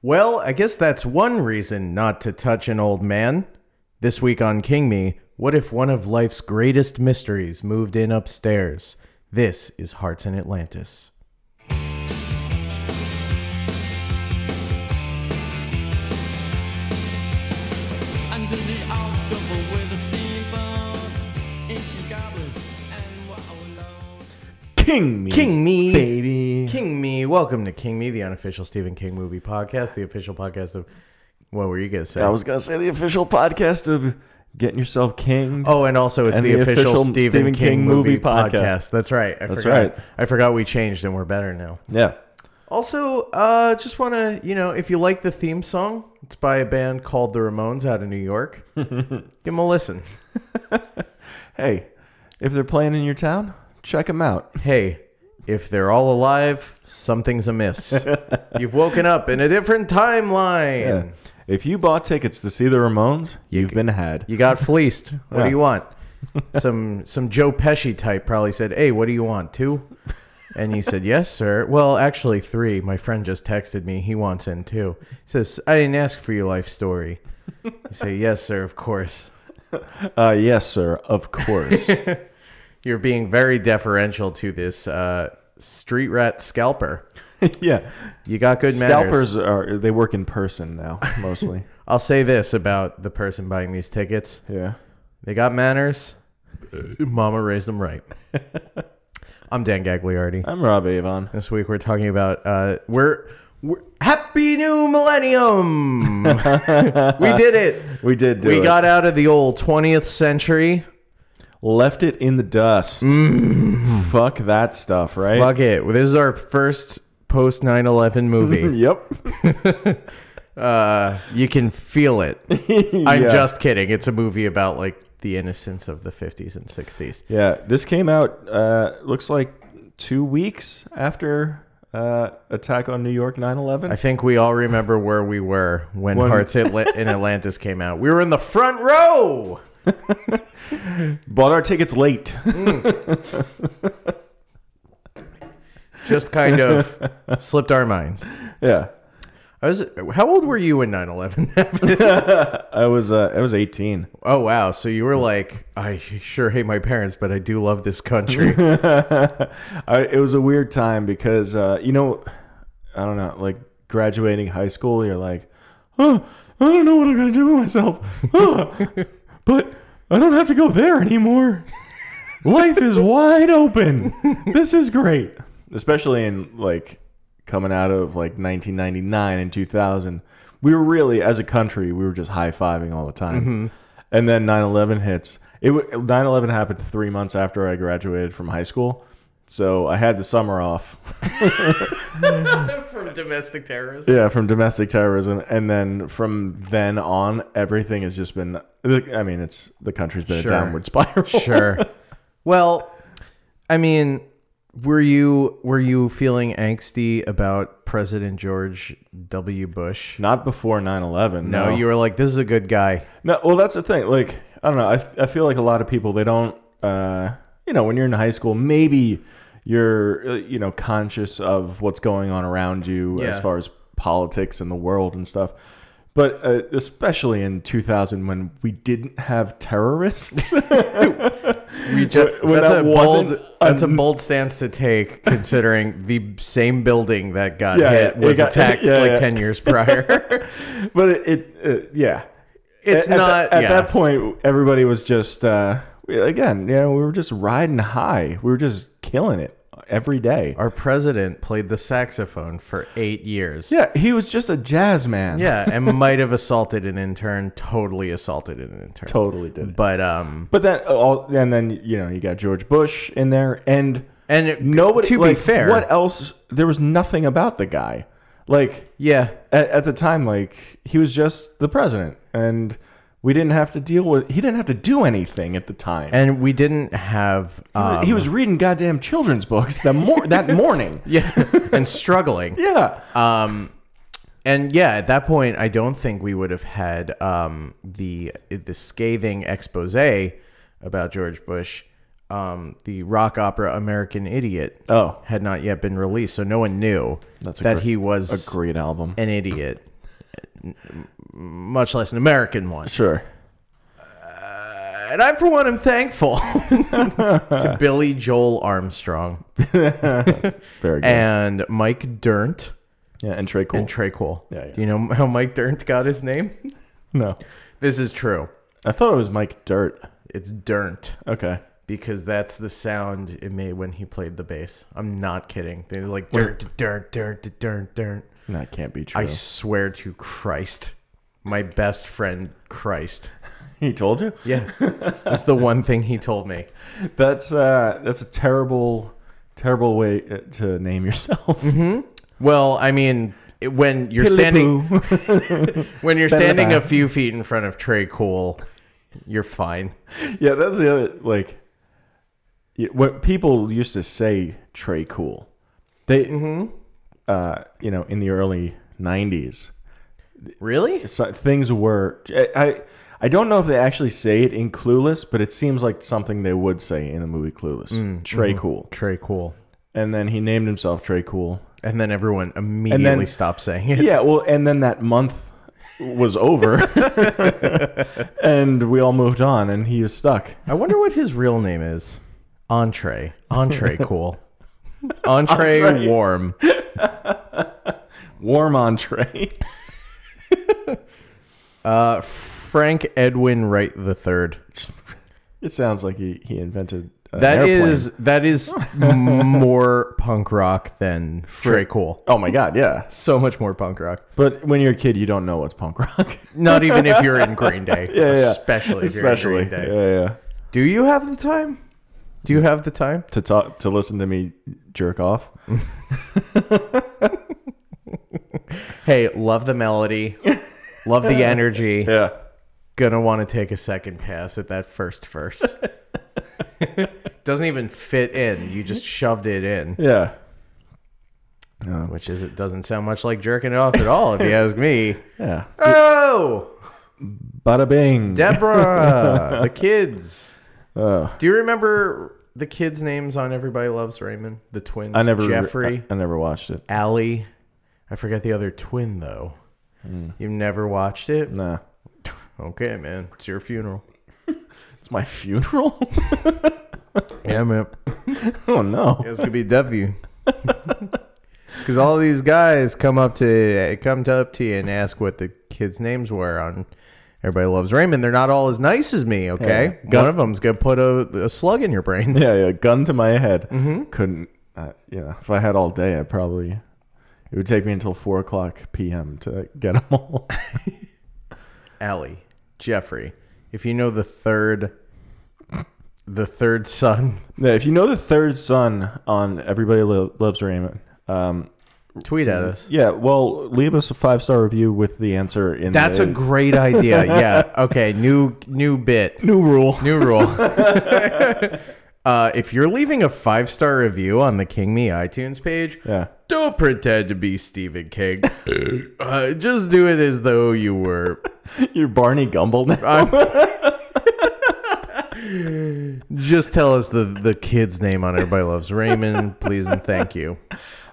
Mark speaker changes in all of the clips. Speaker 1: Well, I guess that's one reason not to touch an old man. This week on King Me, what if one of life's greatest mysteries moved in upstairs? This is Hearts in Atlantis.
Speaker 2: Under the outdoor with the steamboats, ancient goblins, and we're all alone.
Speaker 3: King me.
Speaker 1: King Me!
Speaker 3: Baby.
Speaker 1: King Me! Welcome to King Me, the unofficial Stephen King movie podcast, the official podcast of. What were you going to say?
Speaker 3: I was going to say the official podcast of getting yourself king.
Speaker 1: Oh, and also it's
Speaker 3: And
Speaker 1: the,
Speaker 3: the
Speaker 1: official,
Speaker 3: official
Speaker 1: Stephen,
Speaker 3: Stephen
Speaker 1: King,
Speaker 3: King
Speaker 1: movie
Speaker 3: movie podcast.
Speaker 1: podcast. That's right. I
Speaker 3: That's
Speaker 1: forgot.
Speaker 3: right.
Speaker 1: I forgot we changed and we're better now.
Speaker 3: Yeah.
Speaker 1: Also, uh, just want to, you know, if you like the theme song, it's by a band called The Ramones out of New York. Give them a listen.
Speaker 3: Hey, if they're playing in your town, check them out.
Speaker 1: Hey, if they're all alive, something's amiss. You've woken up in a different timeline.
Speaker 3: If you bought tickets to see the Ramones, you've been had.
Speaker 1: You got fleeced. What do
Speaker 3: Yeah.
Speaker 1: you want? Some some Joe Pesci type probably said, "Hey, what do you want? Two? And you said, "Yes, sir." Well, actually, three. My friend just texted me. He wants in two. He says, "I didn't ask for your life story." You say, "Yes, sir. Of course."
Speaker 3: Uh, yes, sir. Of course.
Speaker 1: You're being very deferential to this uh, street rat scalper.
Speaker 3: yeah.
Speaker 1: You got good manners.
Speaker 3: Scalpers are they work in person now mostly.
Speaker 1: I'll say this about the person buying these tickets.
Speaker 3: yeah.
Speaker 1: They got manners.
Speaker 3: Uh,
Speaker 1: Mama raised them right. I'm Dan Gagliardi.
Speaker 3: I'm Rob Avon.
Speaker 1: This week we're talking about uh, we're, we're happy new millennium. we did it.
Speaker 3: We did do
Speaker 1: we
Speaker 3: it.
Speaker 1: got out of the old 20th century.
Speaker 3: left it in the dust. Fuck that stuff, right?
Speaker 1: Mm. Fuck it. This is our first post 9/11 movie.
Speaker 3: Yep.
Speaker 1: uh, you can feel it. I'm
Speaker 3: Yeah.
Speaker 1: just kidding. It's a movie about like the innocence of the 50s and 60s.
Speaker 3: Yeah, this came out. Uh, looks like two weeks after uh, attack on New York 9/11.
Speaker 1: I think we all remember where we were when, Hearts Atla- in Atlantis came out. We were in the front row.
Speaker 3: Bought our tickets late.
Speaker 1: Just kind of slipped our minds.
Speaker 3: yeah,
Speaker 1: I was how old were you when 9/11 happened?
Speaker 3: I was. Uh, I was 18.
Speaker 1: Oh wow, so you were like I sure hate my parents but I do love this country.
Speaker 3: I, it was a weird time because uh, you know, I don't know, like graduating high school, you're like, oh, I don't know what I'm gonna do with myself, Oh, but I don't have to go there anymore. Life is wide open. This is great, especially in like coming out of like 1999 and 2000. We were really, as a country, we were just high fiving all the time. And then 9/11 hits. It 9/11 happened three months after I graduated from high school, so I had the summer off.
Speaker 1: From domestic terrorism.
Speaker 3: Yeah, from domestic terrorism, and then from then on, everything has just been. I mean, it's the country's been
Speaker 1: Sure.
Speaker 3: a downward spiral.
Speaker 1: Sure. Well, I mean, were you were you feeling angsty about President George W. Bush?
Speaker 3: Not before 9/11.
Speaker 1: No,
Speaker 3: No,
Speaker 1: you were like this is a good guy.
Speaker 3: No, well, that's the thing. Like, I don't know. I, I feel like a lot of people they don't. Uh, you know, when you're in high school, maybe you're uh, you know conscious of what's going on around you
Speaker 1: Yeah.
Speaker 3: as far as politics and the world and stuff. But uh, especially in 2000, when we didn't have terrorists,
Speaker 1: You ju-
Speaker 3: when
Speaker 1: that's
Speaker 3: that
Speaker 1: a
Speaker 3: wasn't
Speaker 1: bold that's a bold stance to take considering the same building that got
Speaker 3: Yeah,
Speaker 1: hit
Speaker 3: it
Speaker 1: was
Speaker 3: got-
Speaker 1: attacked
Speaker 3: yeah,
Speaker 1: like
Speaker 3: yeah.
Speaker 1: 10 years prior.
Speaker 3: but it, it uh, yeah,
Speaker 1: It's
Speaker 3: at, at
Speaker 1: not-
Speaker 3: the- at
Speaker 1: yeah.
Speaker 3: that point. Everybody was just uh, we- again, you know, we were just riding high. We were just killing it every day.
Speaker 1: Our president played the saxophone for eight years.
Speaker 3: Yeah, he was just a jazz man.
Speaker 1: Yeah, and might have assaulted an intern, totally assaulted an intern.
Speaker 3: totally did. it.
Speaker 1: But um
Speaker 3: But then uh, all and then you know you got George Bush in there and
Speaker 1: and it,
Speaker 3: nobody.
Speaker 1: to
Speaker 3: like,
Speaker 1: be fair.
Speaker 3: what else? There was nothing about the guy. Like
Speaker 1: yeah.
Speaker 3: at, at the time, like he was just the president, and we didn't have to deal with. He didn't have to do anything at the time.
Speaker 1: And we didn't have um,
Speaker 3: he was reading goddamn children's books that mor- that morning.
Speaker 1: yeah, and struggling.
Speaker 3: Yeah,
Speaker 1: Um, and yeah, at that point, I don't think we would have had um, the the scathing expose about George Bush. Um, the rock opera American Idiot
Speaker 3: Oh.
Speaker 1: had not yet been released, so no one knew
Speaker 3: That's a
Speaker 1: that
Speaker 3: gr-
Speaker 1: he was
Speaker 3: great album.
Speaker 1: an idiot. much less an American one.
Speaker 3: Sure.
Speaker 1: And I, for one, am thankful to Billy Joel Armstrong
Speaker 3: Very good.
Speaker 1: and Mike Dirnt
Speaker 3: yeah, and Trey Cole.
Speaker 1: and Traquel.
Speaker 3: Yeah, yeah.
Speaker 1: Do you know how Mike Dirnt got his name?
Speaker 3: no.
Speaker 1: This is true.
Speaker 3: I thought it was Mike Dirt.
Speaker 1: It's Dirnt
Speaker 3: Okay.
Speaker 1: because that's the sound it made when he played the bass. I'm not kidding. They're like Dirnt, Dirnt, Dirnt, Dirnt, Dirnt.
Speaker 3: That can't be true.
Speaker 1: I swear to Christ, my best friend Christ.
Speaker 3: he told you?
Speaker 1: Yeah, that's the one thing he told me.
Speaker 3: That's uh that's a terrible terrible way uh, to name yourself.
Speaker 1: Well, I mean, it- when you're standing when you're standing a few feet in front of Trey Cole, you're fine.
Speaker 3: yeah, that's the other like y- what people used to say Trey Cool. They uh you know, in the early 90s
Speaker 1: Really?
Speaker 3: so things were I, I I don't know if they actually say it in Clueless, but it seems like something they would say in the movie
Speaker 1: Mm,
Speaker 3: Clueless.
Speaker 1: mm-hmm.
Speaker 3: Trey Cool.
Speaker 1: Trey Cole.
Speaker 3: And then he named himself Trey Cool.
Speaker 1: And then everyone immediately
Speaker 3: And then-
Speaker 1: stopped saying it.
Speaker 3: Yeah, well, and then that month was over, and we all moved on, and he is stuck.
Speaker 1: I wonder what his real name is. Entree. Entree Cole. Entree,
Speaker 3: Entree.
Speaker 1: Warm.
Speaker 3: Warm entree.
Speaker 1: Frank Edwin Wright the Third.
Speaker 3: it sounds like he he invented an
Speaker 1: That
Speaker 3: airplane.
Speaker 1: is that is more punk rock than Trey Cole.
Speaker 3: Oh my god, yeah.
Speaker 1: So much more punk rock.
Speaker 3: But when you're a kid, you don't know what's punk rock,
Speaker 1: Not even if you're in Green Day.
Speaker 3: yeah.
Speaker 1: especially if you're
Speaker 3: especially.
Speaker 1: in Green Day.
Speaker 3: Yeah, yeah.
Speaker 1: Do you have the time? Do you have the time?
Speaker 3: To talk to listen to me jerk off.
Speaker 1: Hey, love the melody. Love the energy.
Speaker 3: Yeah,
Speaker 1: Gonna want to take a second pass at that first verse. Doesn't even fit in. You just shoved it in,
Speaker 3: yeah.
Speaker 1: which is it doesn't sound much like jerking it off at all, if you ask me.
Speaker 3: Yeah.
Speaker 1: Oh,
Speaker 3: Bada bing.
Speaker 1: Deborah, the kids.
Speaker 3: Oh.
Speaker 1: Do you remember the kids' names on Everybody Loves Raymond? The twins,
Speaker 3: I never
Speaker 1: Jeffrey,
Speaker 3: I, I never watched it.
Speaker 1: Allie. I forget the other twin though.
Speaker 3: Hmm.
Speaker 1: You've never watched it?
Speaker 3: Nah.
Speaker 1: Okay, man. It's your funeral.
Speaker 3: It's my funeral?
Speaker 1: Yeah, man.
Speaker 3: oh no.
Speaker 1: It's gonna be W. Because all these guys come up to come up to you and ask what the kids' names were on. Everybody loves Raymond. They're not all as nice as me. Okay,
Speaker 3: Yeah.
Speaker 1: one of them's gonna put a, a slug in your brain.
Speaker 3: Yeah, yeah. Gun to my head.
Speaker 1: Mm-hmm.
Speaker 3: Couldn't. Uh, yeah. If I had all day, I probably. It would take me until four o'clock p.m. to get them all.
Speaker 1: Allie, Jeffrey. If you know the third, the third son,
Speaker 3: yeah, if you know the third son on Everybody Lo- Loves Raymond, um,
Speaker 1: tweet at us.
Speaker 3: yeah. Well, leave us a five star review with the answer in.
Speaker 1: That's
Speaker 3: the
Speaker 1: a great idea. Yeah. Okay. New new bit.
Speaker 3: new rule.
Speaker 1: New rule. uh, if you're leaving a five star review on the King Me iTunes page,
Speaker 3: Yeah.
Speaker 1: don't pretend to be Stephen King. uh, just do it as though you were.
Speaker 3: You're Barney Gumble now.
Speaker 1: Uh, Just tell us the the kid's name on Everybody Loves Raymond, please and thank you.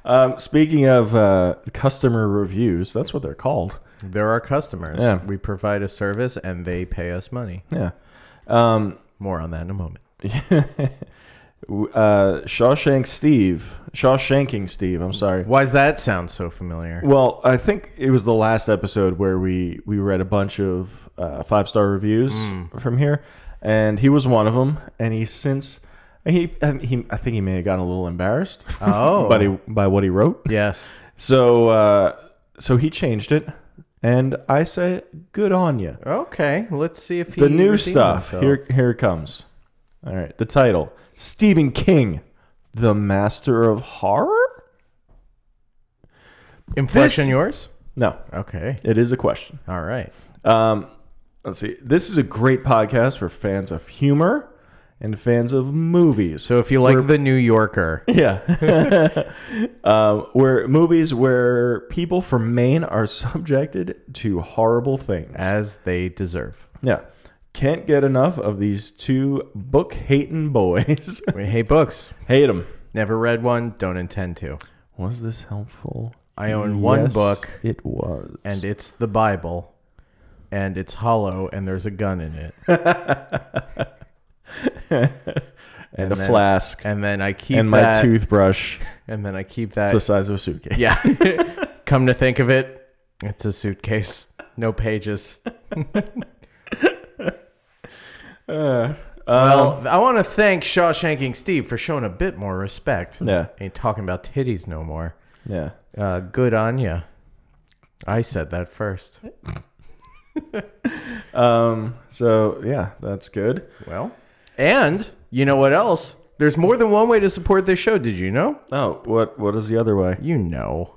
Speaker 3: Um, speaking of uh, customer reviews, that's what they're called.
Speaker 1: They're our customers.
Speaker 3: Yeah.
Speaker 1: We provide a service and they pay us money.
Speaker 3: Yeah. Um,
Speaker 1: More on that in a moment.
Speaker 3: uh, Shawshank Steve, Shawshanking Steve. I'm sorry.
Speaker 1: Why's that sound so familiar?
Speaker 3: Well, I think it was the last episode where we we read a bunch of uh, five star reviews
Speaker 1: Mm.
Speaker 3: from here, and he was one of them. And he's since he, and he I think he may have gotten a little embarrassed. uh,
Speaker 1: Oh.
Speaker 3: by, he, by what he wrote.
Speaker 1: Yes.
Speaker 3: So uh, so he changed it, and I say good on you.
Speaker 1: Okay. Let's see if he
Speaker 3: The new
Speaker 1: redeemed
Speaker 3: stuff
Speaker 1: himself.
Speaker 3: here here it comes. All right, the title: Stephen King, the master of horror.
Speaker 1: Impression
Speaker 3: This-
Speaker 1: yours?
Speaker 3: No,
Speaker 1: Okay.
Speaker 3: it is a question.
Speaker 1: All right.
Speaker 3: Um, let's see. This is a great podcast for fans of humor and fans of movies. So
Speaker 1: So if you like the New Yorker,
Speaker 3: yeah, um, where movies where people from Maine are subjected to horrible things.
Speaker 1: as they deserve.
Speaker 3: yeah, can't get enough of these two book hating boys.
Speaker 1: We hate books.
Speaker 3: Hate them.
Speaker 1: Never read one. Don't intend to.
Speaker 3: Was this helpful?
Speaker 1: I own one
Speaker 3: Yes,
Speaker 1: book,
Speaker 3: It was.
Speaker 1: and it's the Bible, and it's hollow, and there's a gun in it.
Speaker 3: and,
Speaker 1: then-
Speaker 3: a flask.
Speaker 1: And
Speaker 3: And,
Speaker 1: then I keep
Speaker 3: my
Speaker 1: that,
Speaker 3: toothbrush.
Speaker 1: and then I keep
Speaker 3: It's
Speaker 1: that.
Speaker 3: the size of a suitcase.
Speaker 1: yeah. Come to think of it, it's a suitcase, no pages.
Speaker 3: Uh,
Speaker 1: Well, I want to thank Shawshanking Steve for showing a bit more respect.
Speaker 3: Yeah.
Speaker 1: Ain't talking about titties no more.
Speaker 3: yeah.
Speaker 1: Uh, good on ya. I said that first.
Speaker 3: Um, so yeah, that's good.
Speaker 1: Well, and you know what else? There's more than one way to support this show. Did you know?
Speaker 3: Oh, what what is the other way?
Speaker 1: You know.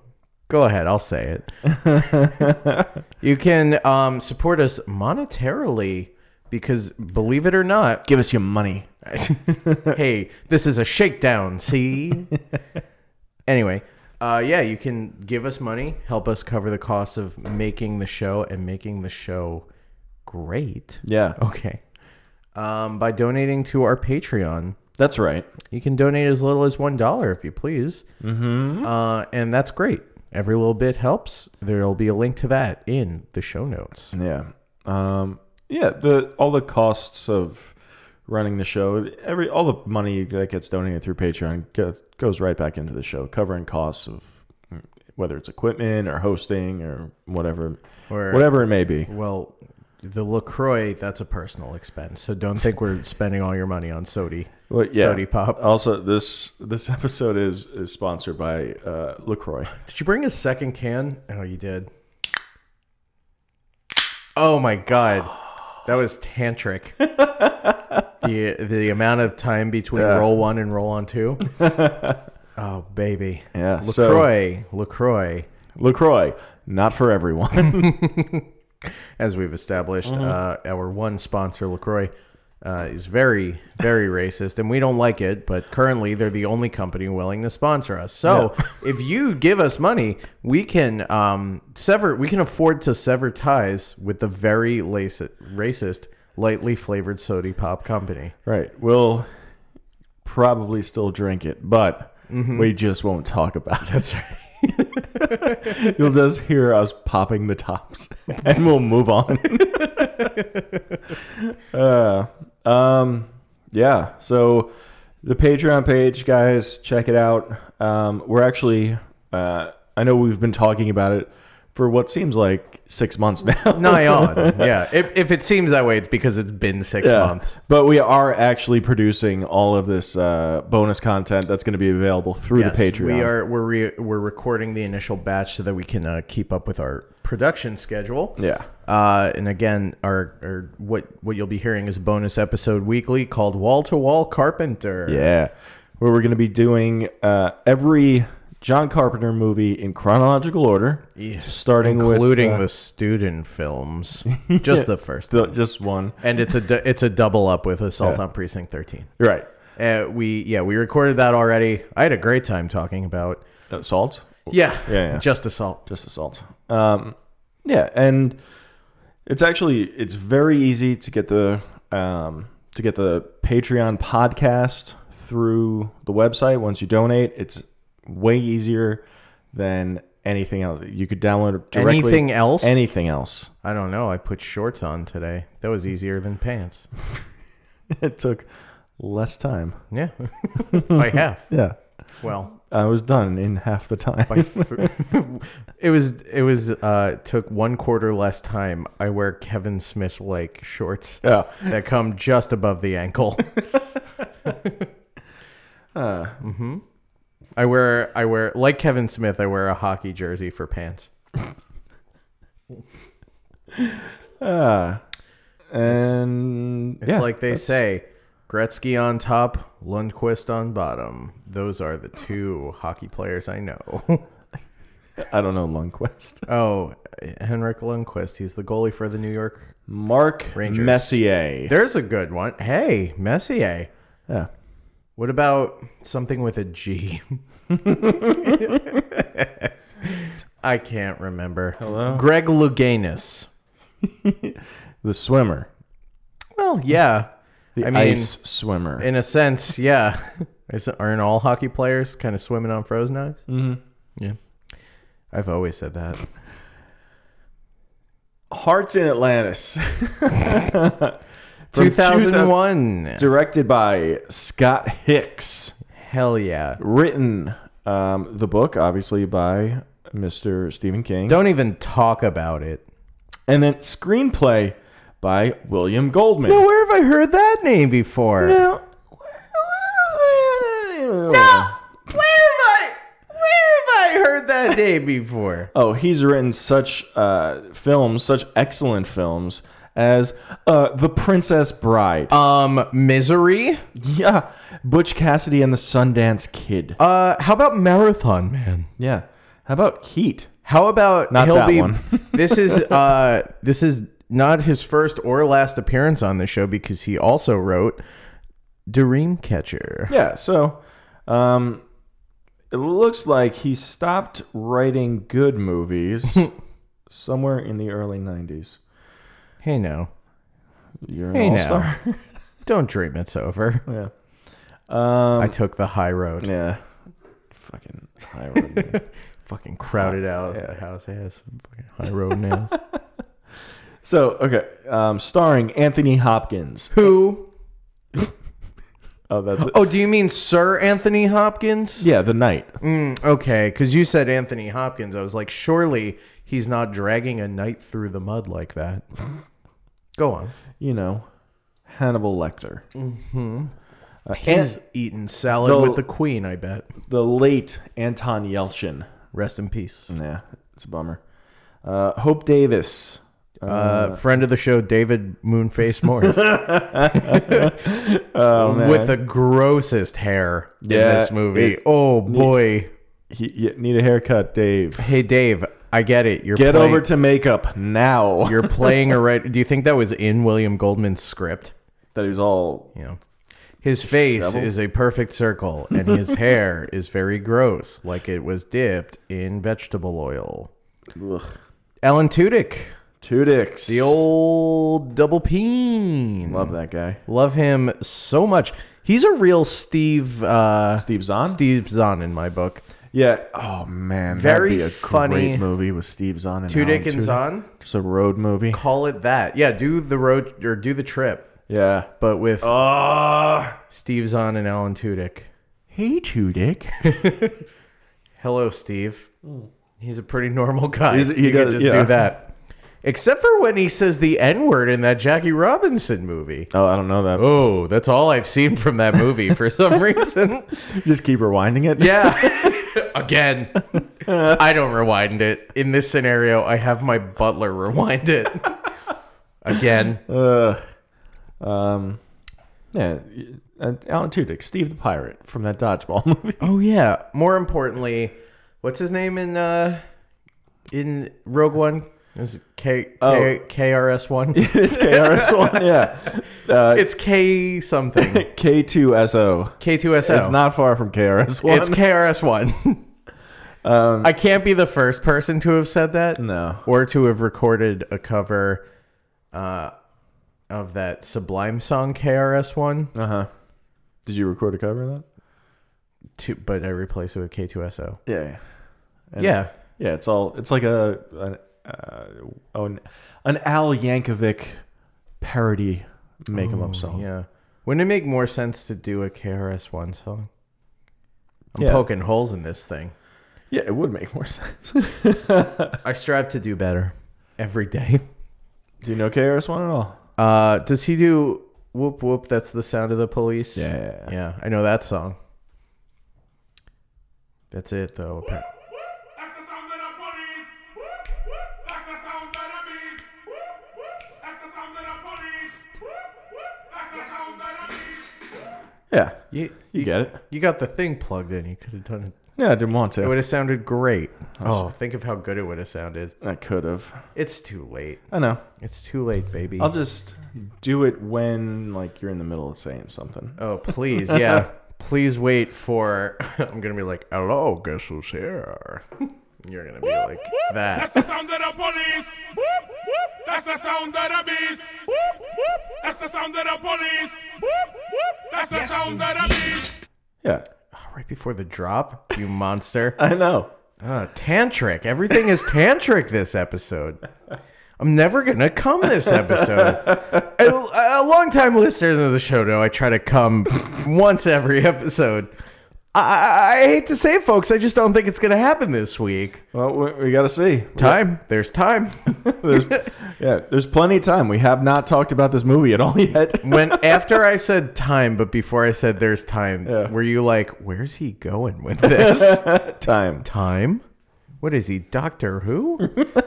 Speaker 1: Go ahead, I'll say it. you can um, support us monetarily because, believe it or not,
Speaker 3: Give us your money.
Speaker 1: hey, this is a shakedown, see? anyway, uh, yeah, you can give us money, help us cover the cost of making the show and making the show great.
Speaker 3: Yeah.
Speaker 1: Okay. Um, by donating to our Patreon.
Speaker 3: That's right.
Speaker 1: You can donate as little as one dollar if you please, mm-hmm. uh, and that's great. Every little bit helps. There'll be a link to that in the show notes.
Speaker 3: Yeah. Um yeah, the all the costs of running the show, every all the money that gets donated through Patreon go, goes right back into the show, covering costs of mm, whether it's equipment or hosting or whatever
Speaker 1: Or-
Speaker 3: whatever it may be.
Speaker 1: Well, the Lacroix that's a personal expense, so don't think we're spending all your money on sody,
Speaker 3: Well, yeah.
Speaker 1: sody pop.
Speaker 3: Also, this this episode is is sponsored by uh, Lacroix.
Speaker 1: Did you bring a second can? Oh, you did. Oh my god, that was tantric. the the amount of time between
Speaker 3: Yeah.
Speaker 1: roll one and roll on two. oh baby.
Speaker 3: Yeah, so-
Speaker 1: Lacroix, Lacroix,
Speaker 3: Lacroix, not for everyone.
Speaker 1: as we've established, uh, our one sponsor, Lacroix, uh, is very, very racist, and we don't like it. But currently, they're the only company willing to sponsor us. So, if you give us money, we can um, sever. We can afford to sever ties with the very laci- racist, lightly flavored soda pop company.
Speaker 3: right. We'll probably still drink it, but we just won't talk about it. That's right. You'll just hear us popping the tops, and we'll move on. uh, um, yeah. So the Patreon page, guys, check it out. Um, we're actually, uh, I know we've been talking about it for what seems like six months now.
Speaker 1: Nigh on, yeah. If, if it seems that way, it's because it's been six
Speaker 3: Yeah.
Speaker 1: months.
Speaker 3: But we are actually producing all of this uh, bonus content that's going to be available through
Speaker 1: Yes,
Speaker 3: the Patreon.
Speaker 1: We are we're re- we're recording the initial batch so that we can uh, keep up with our production schedule.
Speaker 3: Yeah.
Speaker 1: Uh, and again, our, our what what you'll be hearing is a bonus episode weekly called Wall to Wall Carpenter.
Speaker 3: Yeah. Where we're going to be doing uh, every John Carpenter movie in chronological order, starting
Speaker 1: including
Speaker 3: with, uh,
Speaker 1: the student films, just the first,
Speaker 3: the, just one.
Speaker 1: and it's a du- it's a double up with Assault on Precinct Thirteen.
Speaker 3: Right.
Speaker 1: Uh, we yeah we recorded that already. I had a great time talking about
Speaker 3: Assault.
Speaker 1: yeah
Speaker 3: Yeah, yeah.
Speaker 1: just assault.
Speaker 3: Just assault. Um, yeah, and it's actually it's very easy to get the um, to get the Patreon podcast through the website once you donate. It's way easier than anything else. You could download it directly.
Speaker 1: Anything else?
Speaker 3: Anything else.
Speaker 1: I don't know. I put shorts on today. That was easier than pants.
Speaker 3: it took less time.
Speaker 1: Yeah. by half.
Speaker 3: Yeah.
Speaker 1: Well,
Speaker 3: I was done in half the time.
Speaker 1: by th- it was it was uh took one quarter less time. I wear Kevin Smith like shorts
Speaker 3: yeah.
Speaker 1: that come just above the ankle.
Speaker 3: Uh,
Speaker 1: Mm-hmm. I wear I wear like Kevin Smith. I wear a hockey jersey for pants.
Speaker 3: uh, and
Speaker 1: It's
Speaker 3: yeah,
Speaker 1: like they
Speaker 3: that's-
Speaker 1: say, Gretzky on top, Lundqvist on bottom. Those are the two hockey players I know.
Speaker 3: I don't know Lundquist.
Speaker 1: oh, Henrik Lundqvist. He's the goalie for the New York
Speaker 3: Mark
Speaker 1: Rangers.
Speaker 3: Messier.
Speaker 1: There's a good one. Hey, Messier.
Speaker 3: yeah.
Speaker 1: What about something with a G? I can't remember. Hello? Greg Louganis.
Speaker 3: The swimmer.
Speaker 1: Well, yeah.
Speaker 3: The
Speaker 1: I mean,
Speaker 3: ice swimmer.
Speaker 1: in a sense, yeah. Is- Aren't all hockey players kind of swimming on frozen ice? Mm-hmm. Yeah. I've always said that.
Speaker 3: Hearts in Atlantis. From
Speaker 1: 2001.
Speaker 3: 2000 Directed by Scott Hicks.
Speaker 1: Hell yeah.
Speaker 3: Written um, the book, obviously, by Mr. Stephen King.
Speaker 1: Don't even talk about it.
Speaker 3: and then screenplay by William Goldman.
Speaker 1: Where have I heard that name before?
Speaker 3: No.
Speaker 1: I, where have I heard that name before?
Speaker 3: Oh, he's written such uh, films, such excellent films as uh, The Princess Bride,
Speaker 1: Um, Misery?
Speaker 3: yeah, Butch Cassidy and the Sundance Kid,
Speaker 1: Uh, how about Marathon Man?
Speaker 3: yeah. How about Heat?
Speaker 1: How about
Speaker 3: Not
Speaker 1: he'll
Speaker 3: that
Speaker 1: be-
Speaker 3: one.
Speaker 1: this is uh this is not his first or last appearance on the show because he also wrote Dreamcatcher.
Speaker 3: Yeah, so um, it looks like he stopped writing good movies somewhere in the early '90s.
Speaker 1: Hey now,
Speaker 3: You're an
Speaker 1: Hey, now.
Speaker 3: all-star.
Speaker 1: don't dream it's over.
Speaker 3: yeah. Um,
Speaker 1: I took the high road.
Speaker 3: Yeah. Fucking high road. man.
Speaker 1: Fucking crowded out of the house ass. Fucking high road ass.
Speaker 3: so, okay. Um, starring Anthony Hopkins.
Speaker 1: Who?
Speaker 3: Oh, that's it.
Speaker 1: Oh, do you mean Sir Anthony Hopkins?
Speaker 3: Yeah, The Knight.
Speaker 1: Mm, okay, because you said Anthony Hopkins. I was like, surely he's not dragging a knight through the mud like that. Go on.
Speaker 3: You know, Hannibal Lecter.
Speaker 1: He's eating salad
Speaker 3: Though-
Speaker 1: with the queen, I bet.
Speaker 3: The late Anton Yelchin.
Speaker 1: Rest in peace.
Speaker 3: Yeah, it's a bummer. Uh, Hope Davis.
Speaker 1: Uh, friend of the show, David Moonface Morris.
Speaker 3: Oh,
Speaker 1: With the grossest hair
Speaker 3: Yeah,
Speaker 1: in this movie.
Speaker 3: it-
Speaker 1: oh, boy.
Speaker 3: He, you need a haircut, Dave.
Speaker 1: Hey, Dave, I get it. You're
Speaker 3: Get
Speaker 1: playing,
Speaker 3: over to makeup now.
Speaker 1: You're playing a right. Do you think that was in William Goldman's script?
Speaker 3: that he's all.
Speaker 1: You know, his face
Speaker 3: Disheveled?
Speaker 1: is a perfect circle, and his hair is very gross, like it was dipped in vegetable oil.
Speaker 3: Ugh.
Speaker 1: Alan Tudyk,
Speaker 3: Two dicks.
Speaker 1: the old double peen.
Speaker 3: Love that guy.
Speaker 1: Love him so much. He's a real Steve. Uh,
Speaker 3: Steve Zahn?
Speaker 1: Steve Zahn in my book.
Speaker 3: Yeah. Oh man,
Speaker 1: Very
Speaker 3: that'd be a
Speaker 1: funny.
Speaker 3: great movie with Steve Zahn and
Speaker 1: Tudyk
Speaker 3: Alan
Speaker 1: and Zahn.
Speaker 3: Just a road movie.
Speaker 1: Call it that. Yeah, do the road or do the trip,
Speaker 3: Yeah.
Speaker 1: but with
Speaker 3: Ah.
Speaker 1: Steve Zahn and Alan Tudyk.
Speaker 3: hey Tudyk.
Speaker 1: Hello, Steve. He's a pretty normal guy.
Speaker 3: He's- he
Speaker 1: he could
Speaker 3: does-
Speaker 1: just
Speaker 3: yeah.
Speaker 1: do that. Except for when he says the N word in that Jackie Robinson movie.
Speaker 3: oh, I don't know that.
Speaker 1: Oh, that's all I've seen from that movie for some reason.
Speaker 3: Just keep rewinding it.
Speaker 1: Yeah. Again, I don't rewind it. In this scenario, I have my butler rewind it. Again.
Speaker 3: Ugh. Uh, um. Yeah. uh, Alan Tudyk, Steve the Pirate from that dodgeball movie.
Speaker 1: Oh yeah. More importantly, what's his name in uh in Rogue One? Is it K K
Speaker 3: Oh.
Speaker 1: KRS one?
Speaker 3: it's KRS One. Yeah. Uh,
Speaker 1: It's K something.
Speaker 3: K2SO.
Speaker 1: K2SO.
Speaker 3: It's not far from KRS One. Um,
Speaker 1: It's KRS1. I can't be the first person to have said that.
Speaker 3: No.
Speaker 1: Or to have recorded a cover uh, of that Sublime song KRS1,
Speaker 3: Uh huh. Did you record a cover of
Speaker 1: to, but I replaced it with K2SO.
Speaker 3: that? Yeah.
Speaker 1: yeah.
Speaker 3: Yeah, it's all it's like a an uh, oh, an, an Al Yankovic parody make em up song.
Speaker 1: Yeah. Wouldn't it make more sense to do a KRS1 song? I'm
Speaker 3: Yeah.
Speaker 1: poking holes in this thing.
Speaker 3: Yeah, it would make more sense.
Speaker 1: I strive to do better every day.
Speaker 3: Do you know KRS One at all?
Speaker 1: Uh, does he do whoop whoop? That's the sound of the police.
Speaker 3: Yeah.
Speaker 1: yeah. I know that song. That's it though. appa-
Speaker 4: That's the sound of the police. Whoop, whoop. That's the sound of the beast. Whoop, whoop. That's the sound of the police. Whoop, whoop. That's the sound of the beast.
Speaker 3: Yeah,
Speaker 1: You,
Speaker 3: you get it.
Speaker 1: you got the thing plugged in. You could have done it.
Speaker 3: Yeah, I didn't want
Speaker 1: It
Speaker 3: to.
Speaker 1: would have sounded great. Oh, think of how good it would have sounded.
Speaker 3: I could have.
Speaker 1: It's too late.
Speaker 3: I know.
Speaker 1: It's too late, baby.
Speaker 3: I'll just do it when like you're in the middle of saying something.
Speaker 1: oh, please, yeah. please wait for. I'm gonna be like, hello, guess who's here? You're gonna be like
Speaker 4: That's
Speaker 1: that.
Speaker 4: the sound of the police. Whoop, whoop. That's the sound of the beast. Whoop, whoop. That's the sound of the police. Whoop, whoop. That's the sound of the beast.
Speaker 3: Yeah,
Speaker 1: Right before the drop, you monster.
Speaker 3: I know.
Speaker 1: Uh, tantric. Everything is tantric this episode. I'm never gonna come this episode. A, a longtime listeners of the show know I try to come once every episode. I, I, I hate to say it, folks. I just don't think it's gonna happen this week.
Speaker 3: Well, we, we got to see.
Speaker 1: Time. There's time.
Speaker 3: There's, yeah, there's plenty of time. We have not talked about this movie at all yet.
Speaker 1: When after I said time, but before I said there's time,
Speaker 3: Yeah.
Speaker 1: were you like, where's he going with this?
Speaker 3: time.
Speaker 1: time? What is he, Doctor Who?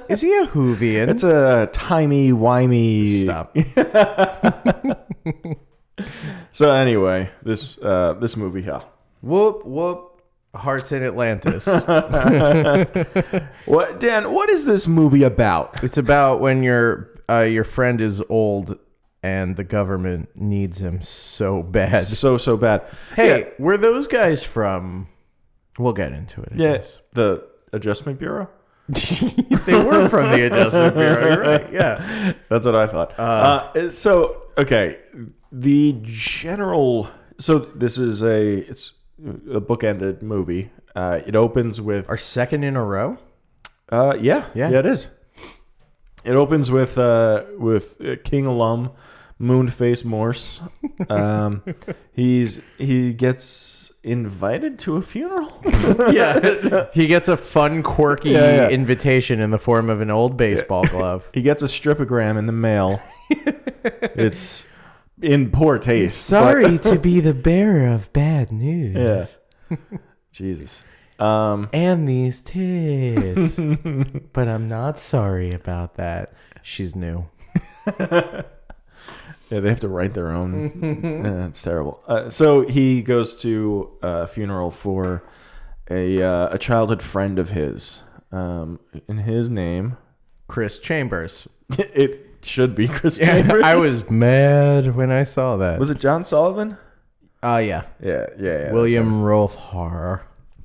Speaker 1: is he a Whovian?
Speaker 3: It's a timey wimey.
Speaker 1: Stop.
Speaker 3: So anyway, this uh, this movie here.
Speaker 1: Whoop whoop. Hearts in Atlantis.
Speaker 3: What Dan? What is this movie about?
Speaker 1: it's about when your uh, your friend is old and the government needs him so bad.
Speaker 3: So so bad.
Speaker 1: Hey, were those guys from? We'll get into it. I
Speaker 3: yes, the Adjustment Bureau.
Speaker 1: guess. they were from the Adjustment Bureau. You're right. Yeah.
Speaker 3: That's what I thought. Uh, so okay, the general. So this is a it's a bookended movie. Uh, it opens with
Speaker 1: Our second in a row.
Speaker 3: uh, yeah, yeah
Speaker 1: Yeah.
Speaker 3: it is. It opens with uh, with uh, King alum Moonface Morse. Um, he's he gets invited to a funeral.
Speaker 1: Yeah. he gets a fun, quirky
Speaker 3: Yeah, yeah.
Speaker 1: invitation in the form of an old baseball glove.
Speaker 3: he gets a stripogram in the mail. it's in poor taste. but-
Speaker 1: Sorry to be the bearer of bad news.
Speaker 3: Yeah. Jesus. Um,
Speaker 1: and these tits. but I'm not sorry about that. She's new.
Speaker 3: Yeah, they have to write their own. yeah, it's terrible. Uh, so he goes to a funeral for a uh, a childhood friend of his. Um, in his name,
Speaker 1: Chris Chambers.
Speaker 3: it should be Chris Chambers.
Speaker 1: I was mad when I saw that.
Speaker 3: was it John Sullivan?
Speaker 1: Oh, yeah.
Speaker 3: Yeah, yeah, yeah.
Speaker 1: William Rolfhar.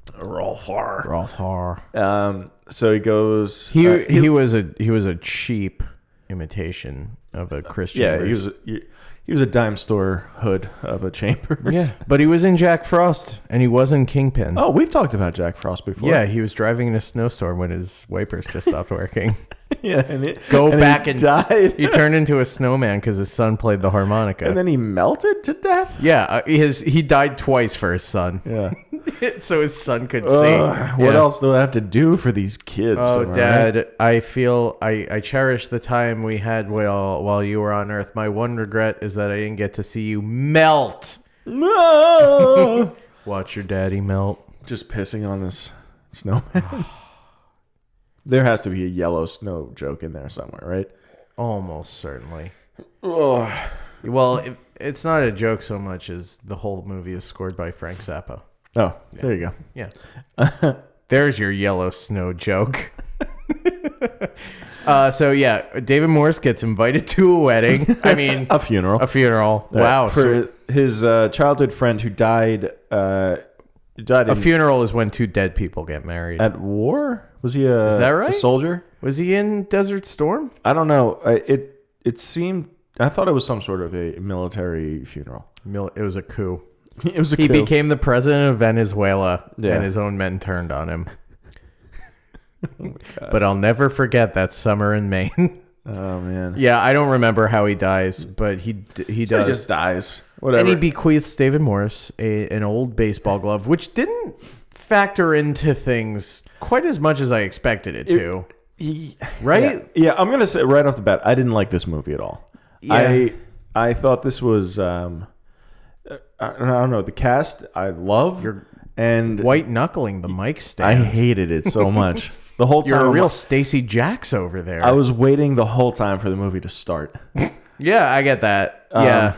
Speaker 3: that's it. Rolf Haar.
Speaker 1: Rolfhar.
Speaker 3: Um, so he goes.
Speaker 1: He,
Speaker 3: uh,
Speaker 1: he was a he was a cheap imitation of a Chris
Speaker 3: yeah,
Speaker 1: Chambers.
Speaker 3: he was a, he, he was a dime store hood of a Chambers.
Speaker 1: yeah, but he was in Jack Frost and he was in Kingpin.
Speaker 3: Oh, we've talked about Jack Frost before.
Speaker 1: yeah, he was driving in a snowstorm when his wipers just stopped working.
Speaker 3: yeah. And it,
Speaker 1: Go
Speaker 3: and he
Speaker 1: back and-
Speaker 3: died.
Speaker 1: he turned into a snowman because his son played the harmonica.
Speaker 3: and then he melted to death.
Speaker 1: Yeah, uh, his he died twice for his son,
Speaker 3: Yeah.
Speaker 1: so his son could
Speaker 3: Ugh,
Speaker 1: see.
Speaker 3: what
Speaker 1: Yeah.
Speaker 3: else do I have to do for these kids?
Speaker 1: Oh,
Speaker 3: am I right?
Speaker 1: Dad, I feel I, I cherish the time we had while while you were on Earth. My one regret is that I didn't get to see you melt.
Speaker 3: No.
Speaker 1: Watch your daddy melt.
Speaker 3: Just pissing on this snowman. there has to be a yellow snow joke in there somewhere, right?
Speaker 1: Almost certainly.
Speaker 3: Oh,
Speaker 1: Well, it, it's not a joke so much as the whole movie is scored by Frank Zappa.
Speaker 3: Oh, there you go.
Speaker 1: Yeah. There's your yellow snow joke. uh, so yeah, David Morris gets invited to a wedding. I mean,
Speaker 3: A funeral.
Speaker 1: a funeral.
Speaker 3: Uh,
Speaker 1: wow. so
Speaker 3: For his uh, childhood friend who died, uh, died
Speaker 1: a
Speaker 3: in,
Speaker 1: funeral is when two dead people get married.
Speaker 3: at war. Was he a,
Speaker 1: that
Speaker 3: a
Speaker 1: right?
Speaker 3: soldier?
Speaker 1: Was he in Desert Storm?
Speaker 3: I don't know. I, it it seemed. I thought it was some sort of a military funeral.
Speaker 1: Mil- It was a coup.
Speaker 3: It was a
Speaker 1: He
Speaker 3: coup.
Speaker 1: became the president of Venezuela,
Speaker 3: Yeah. Oh
Speaker 1: and his own men turned on him. but I'll never forget that summer in Maine.
Speaker 3: Oh man.
Speaker 1: yeah, I don't remember how he dies, but he d- he
Speaker 3: He
Speaker 1: does.
Speaker 3: just dies. Whatever.
Speaker 1: And he bequeaths David Morris a, an old baseball glove, which didn't factor into things quite as much as I expected it, to.
Speaker 3: He-
Speaker 1: Right?
Speaker 3: Yeah, I'm gonna say right off the bat, I didn't like this movie at all. I I thought this was um, I I don't know the cast I love and
Speaker 1: White knuckling the mic
Speaker 3: I
Speaker 1: stand.
Speaker 3: hated it so much the whole time.
Speaker 1: You're a real Stacy Jacks over there.
Speaker 3: I was waiting the whole time for the movie to start.
Speaker 1: yeah, I get that.
Speaker 3: Um,
Speaker 1: yeah.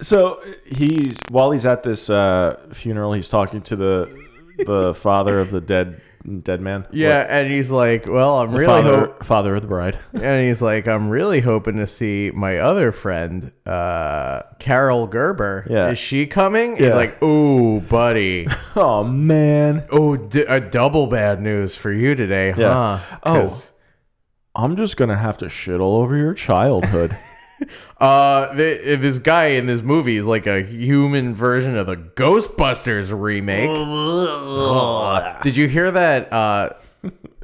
Speaker 3: So he's while he's at this uh, funeral, he's talking to the the father of the dead dead man.
Speaker 1: Yeah, and he's like, "Well, I'm really
Speaker 3: father
Speaker 1: hope,"
Speaker 3: father of the bride.
Speaker 1: and he's like, "I'm really hoping to see my other friend, uh, Carol Gerber.
Speaker 3: Yeah.
Speaker 1: Is she coming?"
Speaker 3: Yeah.
Speaker 1: He's like, "Ooh, buddy,
Speaker 3: oh man.
Speaker 1: oh, d- a double bad news for you today,
Speaker 3: Yeah.
Speaker 1: huh?
Speaker 3: Oh.
Speaker 1: 'Cause-
Speaker 3: I'm just gonna have to shit all over your childhood.
Speaker 1: Uh, th this guy in this movie is like a human version of the Ghostbusters remake. Did you hear that? Uh,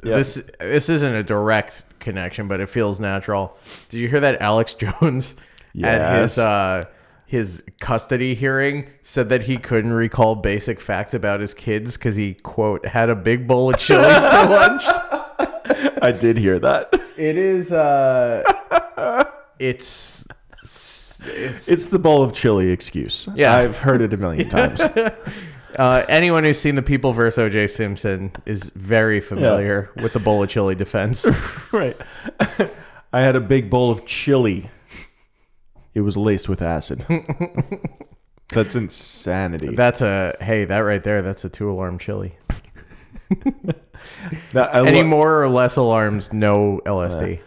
Speaker 1: This this isn't a direct connection, but it feels natural. Did you hear that Alex Jones at his
Speaker 3: Yes.
Speaker 1: uh, his custody hearing said that he couldn't recall basic facts about his kids because he quote had a big bowl of chili for lunch.
Speaker 3: I did hear that.
Speaker 1: It is uh, it's it's
Speaker 3: It's the bowl of chili excuse.
Speaker 1: Yeah.
Speaker 3: I've heard it a million times.
Speaker 1: Uh, anyone who's seen The People vs. O.J. Simpson is very familiar with the bowl of chili defense.
Speaker 3: right. I had a big bowl of chili. It was laced with acid. That's insanity.
Speaker 1: That's a hey, that right there. That's a two alarm chili.
Speaker 3: That- I lo-
Speaker 1: Any more or less alarms, no LSD.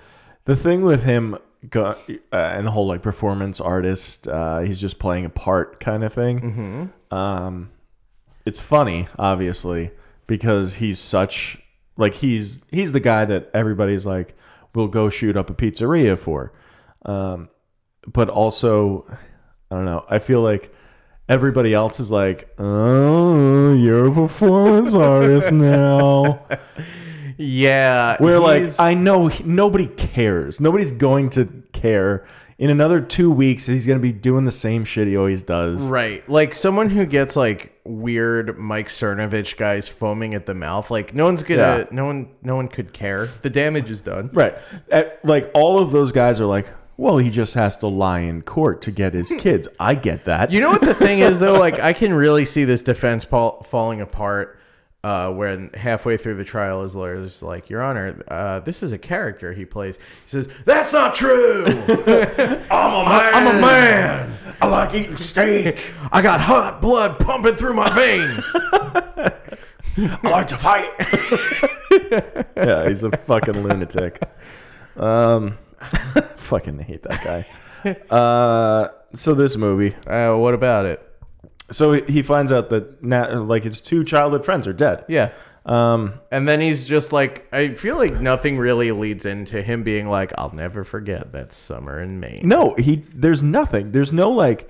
Speaker 3: the thing with him go, uh, and the whole like performance artist, uh, he's just playing a part kind of thing. Um, it's funny, obviously, because he's such like he's he's the guy that everybody's like, we'll go shoot up a pizzeria for. Um, but also, I don't know. I feel like everybody else is like, oh, you're a performance artist now.
Speaker 1: yeah,
Speaker 3: Where like
Speaker 1: Uh, he's-
Speaker 3: I know he- nobody cares. Nobody's going to care. In another two weeks, he's gonna be doing the same shit he always does.
Speaker 1: right, like someone who gets like weird Mike Cernovich guys foaming at the mouth. Like no one's gonna,
Speaker 3: Yeah.
Speaker 1: no one, no one could care. The damage is done.
Speaker 3: Right. At- like all of those guys are like, well, he just has to lie in court to get his kids. I get that.
Speaker 1: You know what the thing is though? Like I can really see this defense pa- falling apart uh, when halfway through the trial, his lawyer's like, "Your Honor, uh, this is a character he plays." He says, "That's not true.
Speaker 3: I'm a man. I'm a man. I like eating steak.
Speaker 1: I got hot blood pumping through my veins."
Speaker 3: I like to fight. yeah, he's a fucking lunatic. Um, fucking hate that guy. Uh, so this movie.
Speaker 1: uh, what about it?
Speaker 3: So he finds out that na like his two childhood friends are dead.
Speaker 1: Yeah.
Speaker 3: Um,
Speaker 1: And then he's just like, I feel like nothing really leads into him being like, "I'll never forget that summer in Maine."
Speaker 3: no, he. There's nothing. There's no like.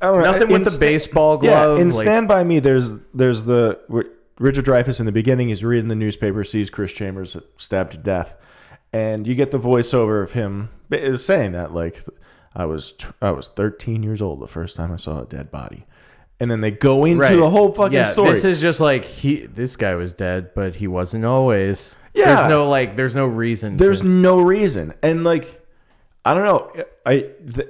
Speaker 3: I don't know,
Speaker 1: Nothing with
Speaker 3: uh, in
Speaker 1: the
Speaker 3: Sta-
Speaker 1: baseball
Speaker 3: Yeah,
Speaker 1: glove.
Speaker 3: in
Speaker 1: like-
Speaker 3: Stand by Me, there's there's the R- Richard Dreyfuss in the beginning. He's reading the newspaper, sees Chris Chambers stabbed to death, and you get the voiceover of him ba- saying that like, I was t- I was 13 years old the first time I saw a dead body, and then they go into
Speaker 1: Right.
Speaker 3: the whole fucking
Speaker 1: yeah,
Speaker 3: story.
Speaker 1: This is just like he. This guy was dead, but he wasn't always.
Speaker 3: Yeah.
Speaker 1: There's no like. There's no reason.
Speaker 3: there's
Speaker 1: to,
Speaker 3: no reason and like i don't know i th-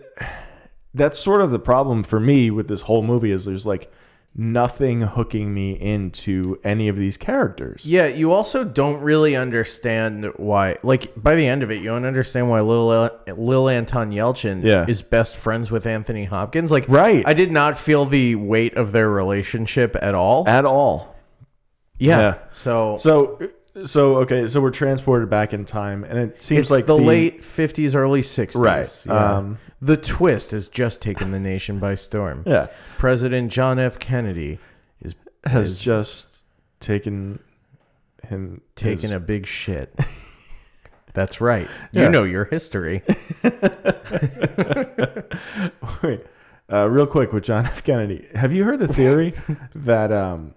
Speaker 3: that's sort of the problem for me with this whole movie is there's like nothing hooking me into any of these characters
Speaker 1: yeah. You also don't really understand why. Like by the end of it, you don't understand why Lil Lil Anton Yelchin
Speaker 3: Yeah.
Speaker 1: is best friends with Anthony Hopkins. Like
Speaker 3: Right.
Speaker 1: I did not feel the weight of their relationship at all.
Speaker 3: at all
Speaker 1: yeah.
Speaker 3: yeah.
Speaker 1: So.
Speaker 3: so so okay so we're transported back in time and it seems
Speaker 1: it's
Speaker 3: like
Speaker 1: the, late 50s, early 60s.
Speaker 3: Right,
Speaker 1: Yeah.
Speaker 3: um,
Speaker 1: the twist has just taken the nation by storm.
Speaker 3: yeah
Speaker 1: President John F. Kennedy is
Speaker 3: has just taken him
Speaker 1: taking
Speaker 3: his-
Speaker 1: a big shit. That's right.
Speaker 3: Yeah.
Speaker 1: You know your history.
Speaker 3: Wait, uh, real quick with John F. Kennedy. Have you heard the theory that um,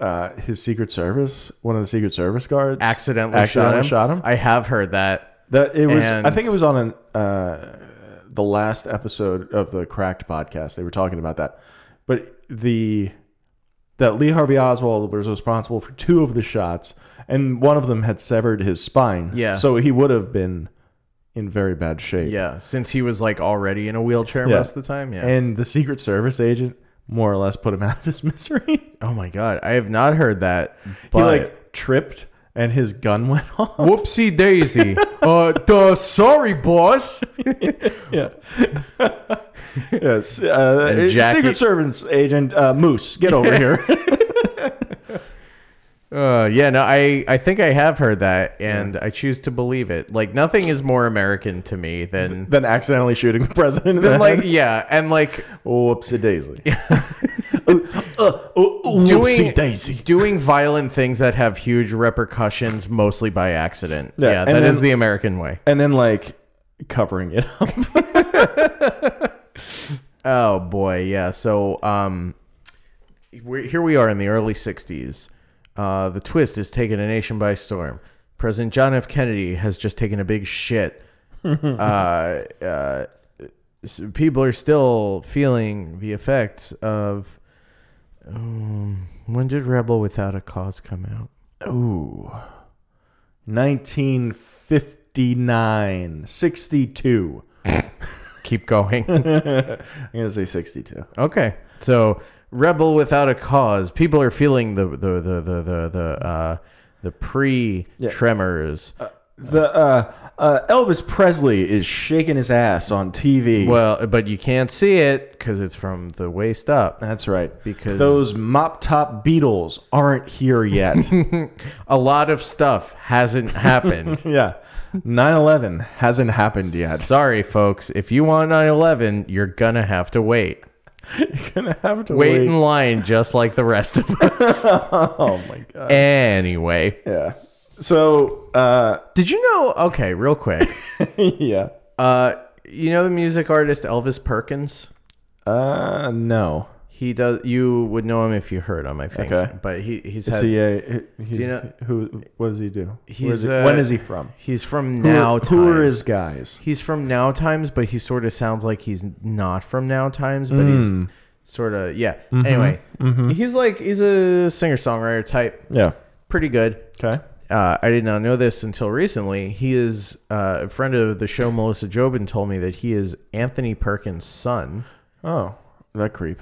Speaker 3: uh, his Secret Service, one of the Secret Service guards,
Speaker 1: Accidentally, shot, him. I have heard that.
Speaker 3: that it was. I
Speaker 1: and-
Speaker 3: think it was on an, uh, the last episode of the Cracked podcast. They were talking about that, but the that Lee Harvey Oswald was responsible for two of the shots, and one of them had severed his spine.
Speaker 1: Yeah.
Speaker 3: so he would have been in very bad shape.
Speaker 1: Yeah, since he was like already in a wheelchair
Speaker 3: Yeah.
Speaker 1: most of the time. Yeah.
Speaker 3: and the Secret Service agent more or less put him out of his misery.
Speaker 1: oh my god, I have not heard that. But
Speaker 3: he like tripped and his gun went off.
Speaker 1: whoopsie daisy. uh, duh, sorry, boss.
Speaker 3: Yeah. yes. Uh,
Speaker 1: And Jackie-
Speaker 3: Secret Service agent uh, Moose, get over here.
Speaker 1: Uh, yeah, no, I, I think I have heard that, and I choose to believe it. Like nothing is more American to me than,
Speaker 3: then accidentally shooting the president.
Speaker 1: than like yeah, and like
Speaker 3: whoopsie daisy. Uh,
Speaker 1: doing
Speaker 3: daisy.
Speaker 1: doing violent things that have huge repercussions mostly by accident.
Speaker 3: Yeah,
Speaker 1: Yeah, that is
Speaker 3: and then-
Speaker 1: the American way.
Speaker 3: And then like covering it up.
Speaker 1: Oh boy, yeah. So um, we're, here we are in the early '60s. Uh, the twist has taken a nation by storm. President John F. Kennedy has just taken a big shit. uh, uh, s- people are still feeling the effects of. Um, when did Rebel Without a Cause come out?
Speaker 3: Ooh. 1959. 62.
Speaker 1: Keep going.
Speaker 3: I'm going to say 62.
Speaker 1: Okay, so rebel without a cause. People are feeling the the the the the the, uh, the pre tremors.
Speaker 3: The uh, uh, Elvis Presley is shaking his ass on TV.
Speaker 1: well, but you can't see it because it's from the waist up.
Speaker 3: That's right.
Speaker 1: Because-
Speaker 3: those mop top Beatles aren't here yet.
Speaker 1: A lot of stuff hasn't happened.
Speaker 3: yeah. 9 11 hasn't happened yet.
Speaker 1: Sorry, folks. If you want 9/11, you're gonna have to wait.
Speaker 3: You're going to have to
Speaker 1: Wait
Speaker 3: wait.
Speaker 1: in line, just like the rest of us.
Speaker 3: oh, my God.
Speaker 1: anyway,
Speaker 3: Yeah. So, uh,
Speaker 1: did you know? Okay, real quick.
Speaker 3: yeah.
Speaker 1: Uh, you know the music artist Elvis Perkins.
Speaker 3: Uh, no.
Speaker 1: He does. You would know him if you heard him, I think.
Speaker 3: Okay.
Speaker 1: But he he's
Speaker 3: Is
Speaker 1: had,
Speaker 3: he a, he's,
Speaker 1: you know-
Speaker 3: who, what does he do? Where
Speaker 1: he's
Speaker 3: is he-
Speaker 1: uh,
Speaker 3: when is he from?
Speaker 1: He's from
Speaker 3: Who are-
Speaker 1: now times.
Speaker 3: Who are his guys?
Speaker 1: He's from now times, but he sort of sounds like he's not from now times, but
Speaker 3: Hmm.
Speaker 1: he's sort of yeah.
Speaker 3: Mm-hmm.
Speaker 1: Anyway, he's like he's a singer songwriter type,
Speaker 3: Yeah.
Speaker 1: pretty good.
Speaker 3: Okay.
Speaker 1: Uh, I did not know this until recently. He is uh, a friend of the show. Melissa Jobin told me that he is Anthony Perkins' son.
Speaker 3: Oh, that creep.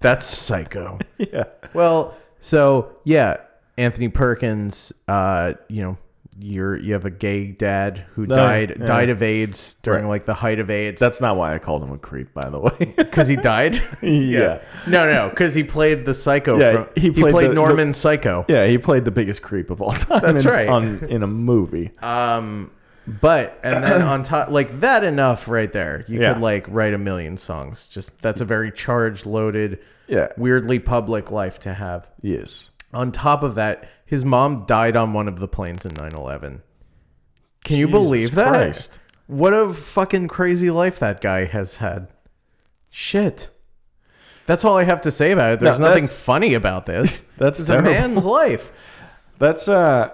Speaker 1: That's psycho.
Speaker 3: Yeah.
Speaker 1: Well, so yeah, Anthony Perkins, uh, you know, you're you have a gay dad who died
Speaker 3: yeah.
Speaker 1: died of AIDS during
Speaker 3: Right.
Speaker 1: like the height of AIDS
Speaker 3: That's not why I called him a creep, by the way.
Speaker 1: because he died.
Speaker 3: yeah.
Speaker 1: No, no, because he played the psycho.
Speaker 3: Yeah,
Speaker 1: from,
Speaker 3: he
Speaker 1: he played,
Speaker 3: played the-
Speaker 1: Norman Psycho.
Speaker 3: Yeah, he played the biggest creep of all time.
Speaker 1: That's
Speaker 3: in,
Speaker 1: right. Uh,
Speaker 3: On, in a movie.
Speaker 1: But and then on top, like that enough right there, you
Speaker 3: Yeah.
Speaker 1: could like write a million songs. Just that's a very charged, loaded,
Speaker 3: Yeah.
Speaker 1: weirdly public life to have.
Speaker 3: yes.
Speaker 1: On top of that, his mom died on one of the planes in 9 11. Can you
Speaker 3: Jesus
Speaker 1: believe that?
Speaker 3: Christ.
Speaker 1: What a fucking crazy life that guy has had. Shit. That's all I have to say about it. There's
Speaker 3: No,
Speaker 1: nothing
Speaker 3: that's-
Speaker 1: funny about this.
Speaker 3: That's
Speaker 1: it's
Speaker 3: terrible.
Speaker 1: a man's life.
Speaker 3: That's uh,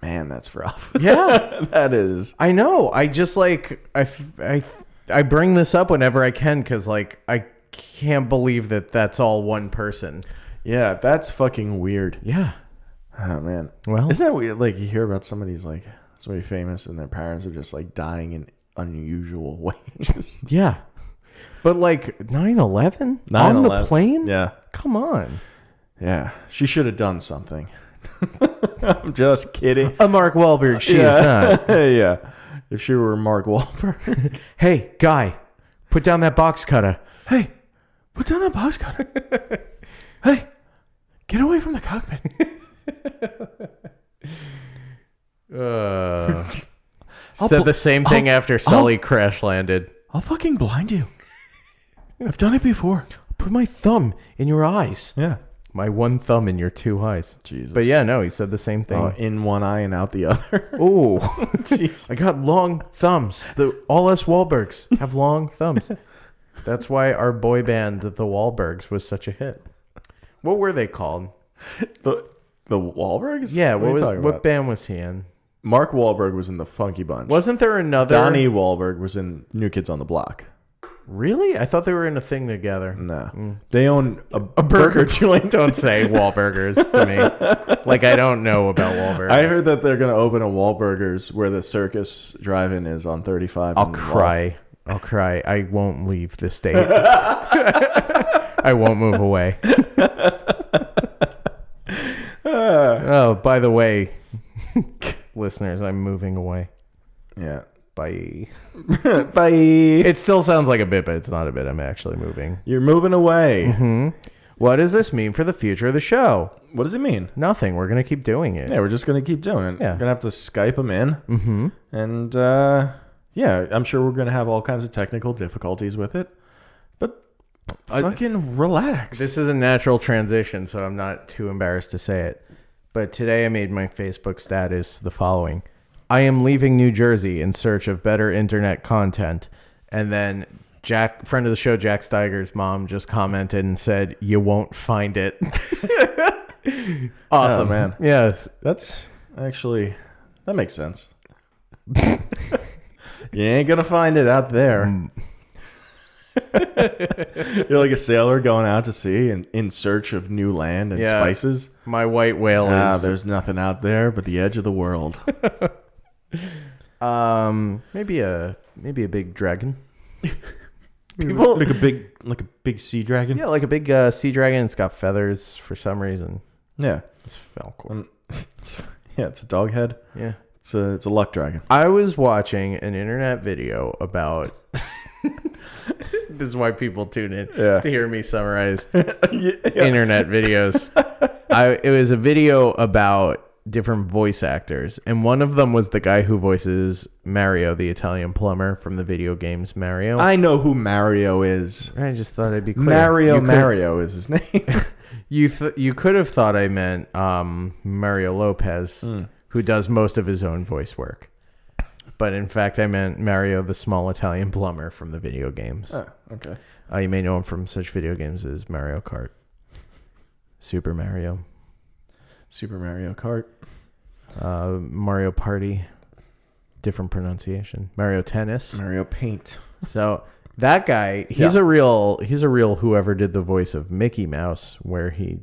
Speaker 3: man, that's rough.
Speaker 1: Yeah,
Speaker 3: that is.
Speaker 1: I know. I just like I f- I I bring this up whenever I can because like I can't believe that that's all one person.
Speaker 3: Yeah, that's fucking weird.
Speaker 1: Yeah.
Speaker 3: Oh man.
Speaker 1: Well-
Speaker 3: isn't that weird? Like you hear about somebody's like somebody famous and their parents are just like dying in unusual ways.
Speaker 1: Yeah. But like 9/11 on the
Speaker 3: 9/11.
Speaker 1: plane?
Speaker 3: Yeah.
Speaker 1: Come on.
Speaker 3: Yeah. She should have done something. I'm just kidding.
Speaker 1: A Mark Wahlberg, she's
Speaker 3: yeah.
Speaker 1: not.
Speaker 3: yeah. If she were Mark Wahlberg,
Speaker 1: Hey, guy, put down that box cutter.
Speaker 3: hey, put down that box cutter. hey, get away from the cockpit.
Speaker 1: Uh, said the same thing after Sully crash landed.
Speaker 3: I'll fucking blind you. I've done it before.
Speaker 1: Put my thumb in your eyes.
Speaker 3: Yeah.
Speaker 1: My one thumb in your two eyes.
Speaker 3: Jesus.
Speaker 1: But yeah, no, he said the same
Speaker 3: Uh,
Speaker 1: thing.
Speaker 3: in one eye and out the other.
Speaker 1: Oh, Ooh,
Speaker 3: Jeez.
Speaker 1: I got long thumbs. The, all us Wahlbergs have long thumbs. That's why our boy band, the Wahlbergs, was such a hit. What were they called?
Speaker 3: The the Wahlbergs?
Speaker 1: Yeah,
Speaker 3: what, are
Speaker 1: what,
Speaker 3: you
Speaker 1: was,
Speaker 3: talking
Speaker 1: what
Speaker 3: about?
Speaker 1: band was he in?
Speaker 3: Mark Wahlberg was in the Funky Bunch.
Speaker 1: Wasn't there another?
Speaker 3: Donnie Wahlberg was in New Kids on the Block.
Speaker 1: Really? I thought they were in a thing together.
Speaker 3: No,
Speaker 1: Mm.
Speaker 3: they own a, a
Speaker 1: burger joint. Don't say Wahlburgers to me. Like I don't know about Wahlburgers.
Speaker 3: I heard that they're gonna open a Wahlburgers where the circus drive-in is on 35.
Speaker 1: I'll cry. I'll cry. I won't leave the state. I won't move away. oh, by the way, listeners, I'm moving away.
Speaker 3: Yeah.
Speaker 1: Bye.
Speaker 3: Bye.
Speaker 1: It still sounds like a bit, but it's not a bit. I'm actually moving.
Speaker 3: You're moving away.
Speaker 1: Mm-hmm. What does this mean for the future of the show?
Speaker 3: What does it mean?
Speaker 1: Nothing. We're gonna keep doing it.
Speaker 3: Yeah, we're just gonna keep doing it.
Speaker 1: Yeah.
Speaker 3: We're gonna have to Skype them in. Mm-hmm. And uh, yeah, I'm sure we're gonna have all kinds of technical difficulties with it. But fucking relax.
Speaker 1: This is a natural transition, so I'm not too embarrassed to say it. But today I made my Facebook status the following I am leaving New Jersey in search of better internet content. And then Jack, friend of the show, Jack Steiger's mom just commented and said, You won't find it. awesome.
Speaker 3: Oh, man.
Speaker 1: Yes.
Speaker 3: That's actually that makes sense. you ain't gonna find it out
Speaker 1: Mm.
Speaker 3: there. You're like a sailor going out to sea and in search of new land and
Speaker 1: Yeah.
Speaker 3: spices.
Speaker 1: My white whale
Speaker 3: Ah,
Speaker 1: is.
Speaker 3: there's nothing out there but the edge of the world.
Speaker 1: Um, maybe a maybe a big dragon. People,
Speaker 3: a big, like a big sea dragon.
Speaker 1: yeah, like a big uh, sea dragon. It's got feathers for some reason.
Speaker 3: Yeah,
Speaker 1: It's Falcor.
Speaker 3: Um, it's, yeah. It's a dog head.
Speaker 1: Yeah.
Speaker 3: It's a, it's a luck dragon.
Speaker 1: I was watching an internet video about. this is why people tune in
Speaker 3: Yeah.
Speaker 1: to hear me summarize internet videos. I it was a video about different voice actors, and one of them was the guy who voices Mario, the Italian plumber from the video games Mario. I,
Speaker 3: I know who Mario is.
Speaker 1: just thought I'd be clear.
Speaker 3: Mario
Speaker 1: You could-
Speaker 3: Mario is his name.
Speaker 1: You th- you could have thought I meant um, Mario Lopez, who does most of his own voice work. But in fact, I meant Mario, the small Italian plumber from the video games.
Speaker 3: oh, okay.
Speaker 1: Uh, you may know him from such video games as Mario Kart, Super Mario,
Speaker 3: Super Mario Kart.
Speaker 1: uh, Mario Party, different pronunciation, Mario Tennis.
Speaker 3: Mario Paint.
Speaker 1: So that guy, he's
Speaker 3: Mm. Yeah.
Speaker 1: a real he's a real whoever did the voice of Mickey Mouse, where he